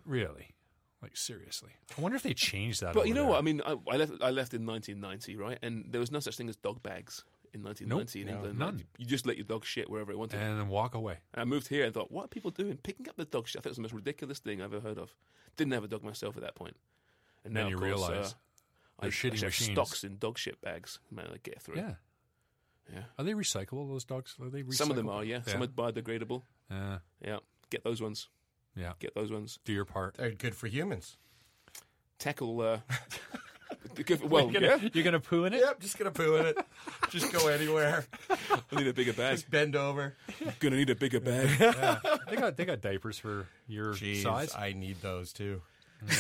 [SPEAKER 5] really, like seriously. I wonder if they changed that.
[SPEAKER 3] But
[SPEAKER 5] over
[SPEAKER 3] you know
[SPEAKER 5] there.
[SPEAKER 3] what? I mean, I, I left I left in 1990, right? And there was no such thing as dog bags in 1990 in
[SPEAKER 5] no,
[SPEAKER 3] England.
[SPEAKER 5] none.
[SPEAKER 3] Like, You just let your dog shit wherever it wanted.
[SPEAKER 5] and then walk away.
[SPEAKER 3] And I moved here and thought, what are people doing? Picking up the dog shit. I thought it was the most ridiculous thing I've ever heard of. Didn't have a dog myself at that point. And
[SPEAKER 5] Then
[SPEAKER 3] now, of
[SPEAKER 5] you
[SPEAKER 3] course,
[SPEAKER 5] realize
[SPEAKER 3] uh, I,
[SPEAKER 5] they're shitty
[SPEAKER 3] I should have
[SPEAKER 5] machines.
[SPEAKER 3] stocks in dog shit bags. Man, I get through.
[SPEAKER 5] Yeah.
[SPEAKER 3] Yeah.
[SPEAKER 5] Are they recyclable? Those dogs? Are they recyclable?
[SPEAKER 3] Some of them are, yeah.
[SPEAKER 5] Yeah.
[SPEAKER 3] Some are biodegradable.
[SPEAKER 5] Yeah.
[SPEAKER 3] Yeah, get those ones.
[SPEAKER 5] yeah.
[SPEAKER 3] Get those ones.
[SPEAKER 5] Do your part.
[SPEAKER 4] They're good for humans.
[SPEAKER 3] Tackle. Uh, give- well, Oh, yeah.
[SPEAKER 5] You're gonna poo in it.
[SPEAKER 4] Yep, just gonna poo in it. just go anywhere.
[SPEAKER 3] I need a bigger bag.
[SPEAKER 4] Just bend over.
[SPEAKER 3] Gonna need a bigger bag.
[SPEAKER 5] They got they got diapers for your
[SPEAKER 4] Jeez,
[SPEAKER 5] size.
[SPEAKER 4] I need those too.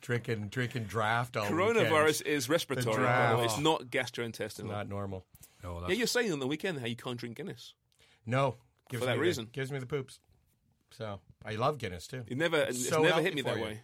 [SPEAKER 4] drinking, drinking draft all
[SPEAKER 3] Coronavirus
[SPEAKER 4] Oh, weekends.
[SPEAKER 3] is respiratory.
[SPEAKER 4] The draft.
[SPEAKER 3] It's not
[SPEAKER 4] It's
[SPEAKER 3] gastrointestinal.
[SPEAKER 4] not normal.
[SPEAKER 5] oh,
[SPEAKER 3] yeah,
[SPEAKER 5] that's,
[SPEAKER 3] you're saying on the weekend how you can't drink Guinness.
[SPEAKER 4] No, gives
[SPEAKER 3] For that
[SPEAKER 4] me the-
[SPEAKER 3] reason.
[SPEAKER 4] gives me the poops. So I love Guinness too.
[SPEAKER 3] It never,
[SPEAKER 4] It's
[SPEAKER 3] it's
[SPEAKER 4] so
[SPEAKER 3] never
[SPEAKER 4] healthy
[SPEAKER 3] hit me
[SPEAKER 4] for
[SPEAKER 3] that
[SPEAKER 4] you.
[SPEAKER 3] way.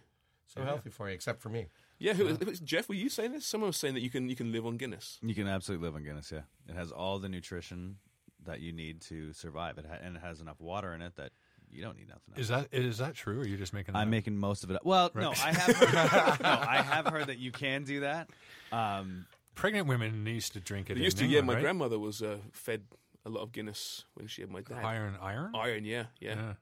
[SPEAKER 4] So healthy for you, except for me.
[SPEAKER 3] Yeah, who, who- Jeff, were you saying this? Someone was saying that you can you can live on Guinness.
[SPEAKER 6] You can absolutely live on Guinness, yeah. It has all the nutrition that you need to survive, it ha- and it has enough water in it that you don't need nothing else.
[SPEAKER 5] is that is that true? Or are you just making? That
[SPEAKER 6] I'm
[SPEAKER 5] up?
[SPEAKER 6] making most of it up. Well, no, I have heard, no, I have heard that you can do that. Um,
[SPEAKER 5] pregnant women used to drink it.
[SPEAKER 3] They
[SPEAKER 5] in
[SPEAKER 3] used to.
[SPEAKER 5] England,
[SPEAKER 3] yeah, my
[SPEAKER 5] right?
[SPEAKER 3] grandmother was uh, fed a lot of Guinness when she had my dad.
[SPEAKER 5] Iron, iron.
[SPEAKER 3] Iron, yeah, yeah.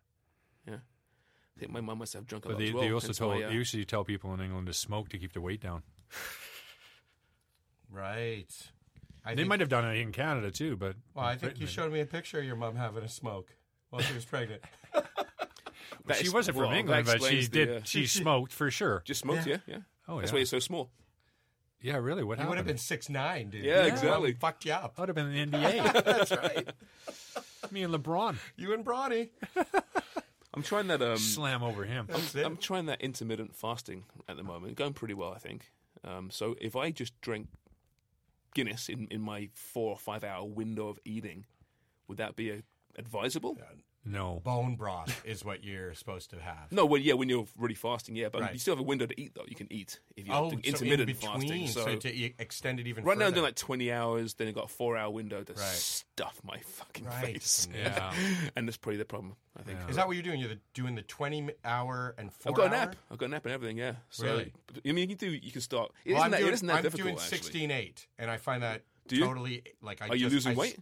[SPEAKER 5] Yeah.
[SPEAKER 3] I think my mum must have drunk a
[SPEAKER 5] But
[SPEAKER 3] lot
[SPEAKER 5] they,
[SPEAKER 3] as well.
[SPEAKER 5] they also
[SPEAKER 3] hence
[SPEAKER 5] told
[SPEAKER 3] my, uh,
[SPEAKER 5] they used to tell people in England to smoke to keep their weight down.
[SPEAKER 4] Right. I
[SPEAKER 5] they
[SPEAKER 4] think,
[SPEAKER 5] might have done it in Canada too, but
[SPEAKER 4] Well, I think you
[SPEAKER 5] Britain-
[SPEAKER 4] showed me a picture of your mom having a smoke while she was pregnant.
[SPEAKER 3] that
[SPEAKER 5] she
[SPEAKER 3] ex-
[SPEAKER 5] wasn't from
[SPEAKER 3] well, that
[SPEAKER 5] England, but she
[SPEAKER 3] explains the,
[SPEAKER 5] did.
[SPEAKER 3] uh,
[SPEAKER 5] she smoked for sure.
[SPEAKER 3] Just smoked, yeah,
[SPEAKER 4] Yeah.
[SPEAKER 3] yeah.
[SPEAKER 5] Oh,
[SPEAKER 3] That's
[SPEAKER 5] yeah.
[SPEAKER 3] why you're so small.
[SPEAKER 5] yeah, really. What
[SPEAKER 4] you would have
[SPEAKER 5] happened?
[SPEAKER 4] been six nine, dude.
[SPEAKER 3] Yeah,
[SPEAKER 4] Your mom
[SPEAKER 3] exactly. Oh,
[SPEAKER 4] Fucked you up.
[SPEAKER 5] I would have been in the NBA.
[SPEAKER 4] That's right.
[SPEAKER 5] Me and LeBron
[SPEAKER 4] You and Bronny.
[SPEAKER 3] I'm trying that. Um,
[SPEAKER 5] slam over him.
[SPEAKER 4] That's it.
[SPEAKER 3] I'm trying that intermittent fasting at the moment. Going pretty well, I think. Um, so if I just drink Guinness in, in my four or five hour window of eating, would that be uh advisable?
[SPEAKER 5] No.
[SPEAKER 4] Bone broth is what you're supposed to have.
[SPEAKER 3] No, well, yeah, when you're really fasting, yeah, but
[SPEAKER 4] Right.
[SPEAKER 3] you still have a window to eat though. You can eat if you're
[SPEAKER 4] oh,
[SPEAKER 3] doing
[SPEAKER 4] so in
[SPEAKER 3] intermittent
[SPEAKER 4] between,
[SPEAKER 3] fasting. So,
[SPEAKER 4] so to e- extend it even
[SPEAKER 3] right now I'm
[SPEAKER 4] further.
[SPEAKER 3] doing like 20 hours, then I've got a four-hour window to
[SPEAKER 4] Right.
[SPEAKER 3] stuff my fucking
[SPEAKER 4] Right.
[SPEAKER 3] face,
[SPEAKER 5] Yeah.
[SPEAKER 3] and that's pretty the problem. I think.
[SPEAKER 4] Is that what you're doing? You're the, doing the 20 hour and 4
[SPEAKER 3] I've got
[SPEAKER 4] hour?
[SPEAKER 3] an app. I've got an app and everything. Yeah. So,
[SPEAKER 4] Really?
[SPEAKER 3] I mean, you can do. You can start. It
[SPEAKER 4] Well,
[SPEAKER 3] not
[SPEAKER 4] I'm
[SPEAKER 3] that,
[SPEAKER 4] doing,
[SPEAKER 3] it isn't that
[SPEAKER 4] I'm
[SPEAKER 3] difficult.
[SPEAKER 4] doing
[SPEAKER 3] actually.
[SPEAKER 4] 16 8, and I find that
[SPEAKER 3] Do you?
[SPEAKER 4] totally like I
[SPEAKER 3] Are you
[SPEAKER 4] just-
[SPEAKER 3] losing
[SPEAKER 4] I s-
[SPEAKER 3] weight?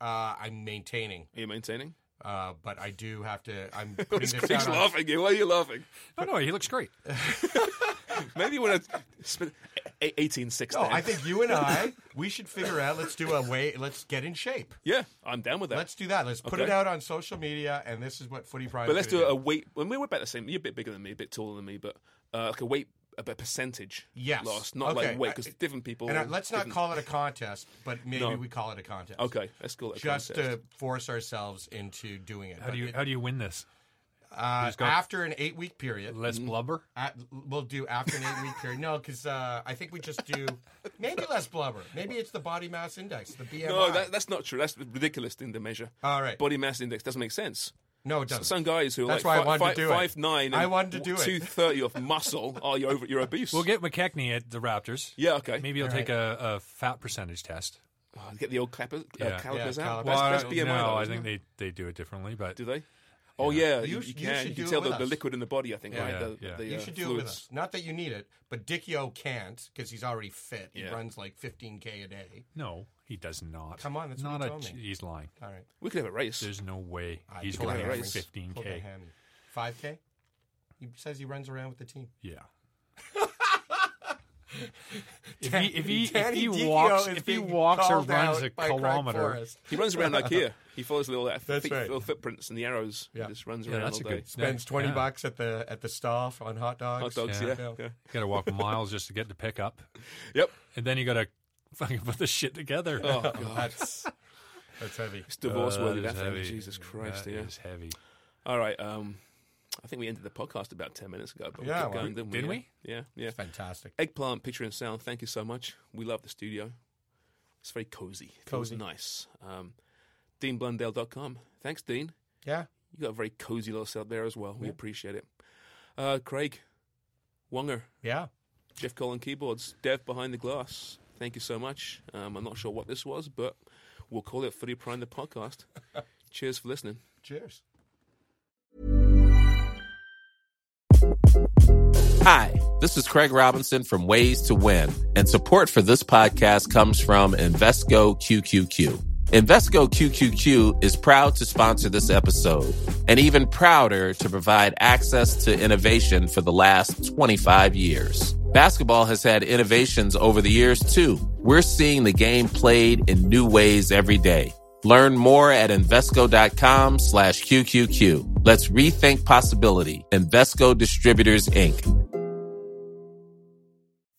[SPEAKER 4] Uh, I'm maintaining,
[SPEAKER 3] Are you maintaining?
[SPEAKER 4] uh, but I do have to. I'm putting
[SPEAKER 3] Chris
[SPEAKER 4] this out. on-
[SPEAKER 3] laughing. Why are you laughing?
[SPEAKER 5] Oh, no, he looks great.
[SPEAKER 3] Maybe you want to spend a- 18 6
[SPEAKER 4] No,
[SPEAKER 3] then.
[SPEAKER 4] I think you and I we should figure out. Let's do a way. Let's get in shape.
[SPEAKER 3] Yeah, I'm down with that.
[SPEAKER 4] Let's do that. Let's put it
[SPEAKER 3] Okay.
[SPEAKER 4] out on social media, and this is what Footy Prime.
[SPEAKER 3] but let's do a weight. When we we're about the same. You're a bit bigger than me, a bit taller than me, but uh, like a weight, a bit percentage
[SPEAKER 4] Yes.
[SPEAKER 3] loss, not
[SPEAKER 4] Okay.
[SPEAKER 3] like weight,
[SPEAKER 4] I-
[SPEAKER 3] because different people.
[SPEAKER 4] And uh, let's not
[SPEAKER 3] different-
[SPEAKER 4] call it a contest, but maybe
[SPEAKER 3] No.
[SPEAKER 4] we call it a contest.
[SPEAKER 3] Okay, let's call it a
[SPEAKER 4] Just
[SPEAKER 3] contest.
[SPEAKER 4] to force ourselves into doing it.
[SPEAKER 5] How do
[SPEAKER 4] But
[SPEAKER 5] you
[SPEAKER 4] it-
[SPEAKER 5] how do you win this?
[SPEAKER 4] uh,
[SPEAKER 5] who's got-
[SPEAKER 4] after an eight week period,
[SPEAKER 5] Less
[SPEAKER 3] Mm-hmm.
[SPEAKER 5] blubber.
[SPEAKER 4] at, we'll do after an eight week period. No, because uh, I think we just do maybe less blubber. Maybe it's the body mass index, the BMI.
[SPEAKER 3] No, that, that's not true. That's ridiculous thing to measure.
[SPEAKER 4] All right.
[SPEAKER 3] Body mass index doesn't make sense.
[SPEAKER 4] no, it doesn't.
[SPEAKER 3] Some guys who are
[SPEAKER 4] That's
[SPEAKER 3] like
[SPEAKER 4] why
[SPEAKER 3] fi-
[SPEAKER 4] I wanted
[SPEAKER 3] fi-
[SPEAKER 4] to do
[SPEAKER 3] five
[SPEAKER 4] it.
[SPEAKER 3] nine.
[SPEAKER 4] I
[SPEAKER 3] and
[SPEAKER 4] wanted to do it.
[SPEAKER 3] Two thirty of muscle. Oh, you're over. You're obese.
[SPEAKER 5] We'll get McKechnie at the Raptors.
[SPEAKER 3] Yeah, okay.
[SPEAKER 5] Maybe he'll
[SPEAKER 4] All
[SPEAKER 5] take
[SPEAKER 4] right.
[SPEAKER 5] a, a fat percentage test.
[SPEAKER 3] Oh, get the old clappers, uh,
[SPEAKER 5] Yeah.
[SPEAKER 3] calipers
[SPEAKER 4] Yeah,
[SPEAKER 3] out. That's-
[SPEAKER 4] calipers. Well,
[SPEAKER 3] that's,
[SPEAKER 5] I-
[SPEAKER 3] BMI.
[SPEAKER 5] no,
[SPEAKER 3] though,
[SPEAKER 5] I
[SPEAKER 3] isn't
[SPEAKER 5] think
[SPEAKER 3] it?
[SPEAKER 5] they, they do it differently, but
[SPEAKER 3] do they. Oh yeah, you,
[SPEAKER 4] You
[SPEAKER 3] you
[SPEAKER 4] sh- you
[SPEAKER 3] can.
[SPEAKER 4] should
[SPEAKER 3] You
[SPEAKER 4] do
[SPEAKER 3] can
[SPEAKER 4] it
[SPEAKER 3] tell
[SPEAKER 4] with
[SPEAKER 3] the, the
[SPEAKER 4] us.
[SPEAKER 3] liquid in the body. I think.
[SPEAKER 5] Yeah,
[SPEAKER 3] right? The,
[SPEAKER 5] yeah.
[SPEAKER 3] the,
[SPEAKER 4] You
[SPEAKER 3] uh,
[SPEAKER 4] should do it with
[SPEAKER 3] fluids.
[SPEAKER 4] us. Not that you need it, but Dickio can't because he's already fit. He
[SPEAKER 3] Yeah.
[SPEAKER 4] runs like 15k a day.
[SPEAKER 5] no, he does not.
[SPEAKER 4] Come on, that's what
[SPEAKER 5] not
[SPEAKER 4] you
[SPEAKER 5] a.
[SPEAKER 4] told me.
[SPEAKER 5] He's lying.
[SPEAKER 4] All right.
[SPEAKER 3] We could have a race.
[SPEAKER 5] There's no way
[SPEAKER 4] I
[SPEAKER 5] he's
[SPEAKER 4] pulled
[SPEAKER 3] gonna
[SPEAKER 5] running
[SPEAKER 4] my
[SPEAKER 3] have
[SPEAKER 4] hammy.
[SPEAKER 3] race.
[SPEAKER 4] Pulled my
[SPEAKER 5] 15k.
[SPEAKER 4] hammy. 5k. He says he runs around with the team.
[SPEAKER 5] Yeah. if he if he, if
[SPEAKER 4] Danny
[SPEAKER 5] he
[SPEAKER 4] Dicchio
[SPEAKER 5] walks
[SPEAKER 4] is
[SPEAKER 5] if he
[SPEAKER 4] being
[SPEAKER 5] walks or
[SPEAKER 4] called
[SPEAKER 5] runs
[SPEAKER 4] out
[SPEAKER 5] a
[SPEAKER 4] by Craig
[SPEAKER 5] kilometer,
[SPEAKER 4] Forrest.
[SPEAKER 3] He runs around like here. He follows little, uh,
[SPEAKER 4] That's
[SPEAKER 3] feet,
[SPEAKER 4] right.
[SPEAKER 3] little footprints and the arrows.
[SPEAKER 4] Yeah.
[SPEAKER 3] He just runs
[SPEAKER 5] Yeah,
[SPEAKER 3] around
[SPEAKER 5] that's
[SPEAKER 3] all
[SPEAKER 5] a
[SPEAKER 3] day.
[SPEAKER 5] good snack.
[SPEAKER 4] Spends 20
[SPEAKER 5] Yeah.
[SPEAKER 4] bucks at the at the stall on
[SPEAKER 3] Hot
[SPEAKER 4] hot dogs.
[SPEAKER 3] dogs.
[SPEAKER 5] Yeah.
[SPEAKER 3] Yeah.
[SPEAKER 4] Yeah.
[SPEAKER 3] Okay.
[SPEAKER 5] you got to walk miles just to get the pickup,
[SPEAKER 3] Yep.
[SPEAKER 5] and then you got to fucking put the shit together.
[SPEAKER 3] Oh god.
[SPEAKER 4] That's that's heavy.
[SPEAKER 3] It's divorce worthy.
[SPEAKER 5] Oh, Uh, That
[SPEAKER 3] That
[SPEAKER 5] is
[SPEAKER 3] thing.
[SPEAKER 5] heavy.
[SPEAKER 3] Jesus Christ.
[SPEAKER 5] That
[SPEAKER 3] yeah.
[SPEAKER 5] is heavy.
[SPEAKER 3] All right. Um, I think we ended the podcast about ten minutes ago. But
[SPEAKER 4] Yeah,
[SPEAKER 3] we kept
[SPEAKER 4] well,
[SPEAKER 3] going, didn't we?
[SPEAKER 5] didn't
[SPEAKER 3] Yeah. Yeah. yeah.
[SPEAKER 4] Fantastic.
[SPEAKER 3] Eggplant picture and sound. Thank you so much. We love the studio. It's very cozy. It
[SPEAKER 4] Cozy.
[SPEAKER 3] Feels nice. Um, DeanBlundell.com. Thanks, Dean.
[SPEAKER 4] Yeah.
[SPEAKER 3] You got a very cozy little set there as well. We appreciate it. Uh, Craig, Wonger,
[SPEAKER 4] Yeah.
[SPEAKER 3] Jeff Colin Keyboards, Dev Behind the Glass. Thank you so much. Um, I'm not sure what this was, but we'll call it Footy Prime the podcast. Cheers for listening.
[SPEAKER 4] Cheers.
[SPEAKER 8] Hi, this is Craig Robinson from Ways to Win, and support for this podcast comes from Invesco QQQ. Invesco QQQ is proud to sponsor this episode and even prouder to provide access to innovation for the last 25 years. Basketball has had innovations over the years, too. We're seeing the game played in new ways every day. Learn more at Invesco.com slash QQQ. Let's rethink possibility. Invesco Distributors, Inc.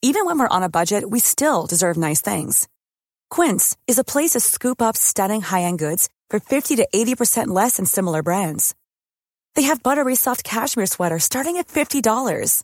[SPEAKER 9] Even when we're on a budget, we still deserve nice things. Quince is a place to scoop up stunning high-end goods for 50 to 80% less than similar brands. They have buttery soft cashmere sweaters starting at $50,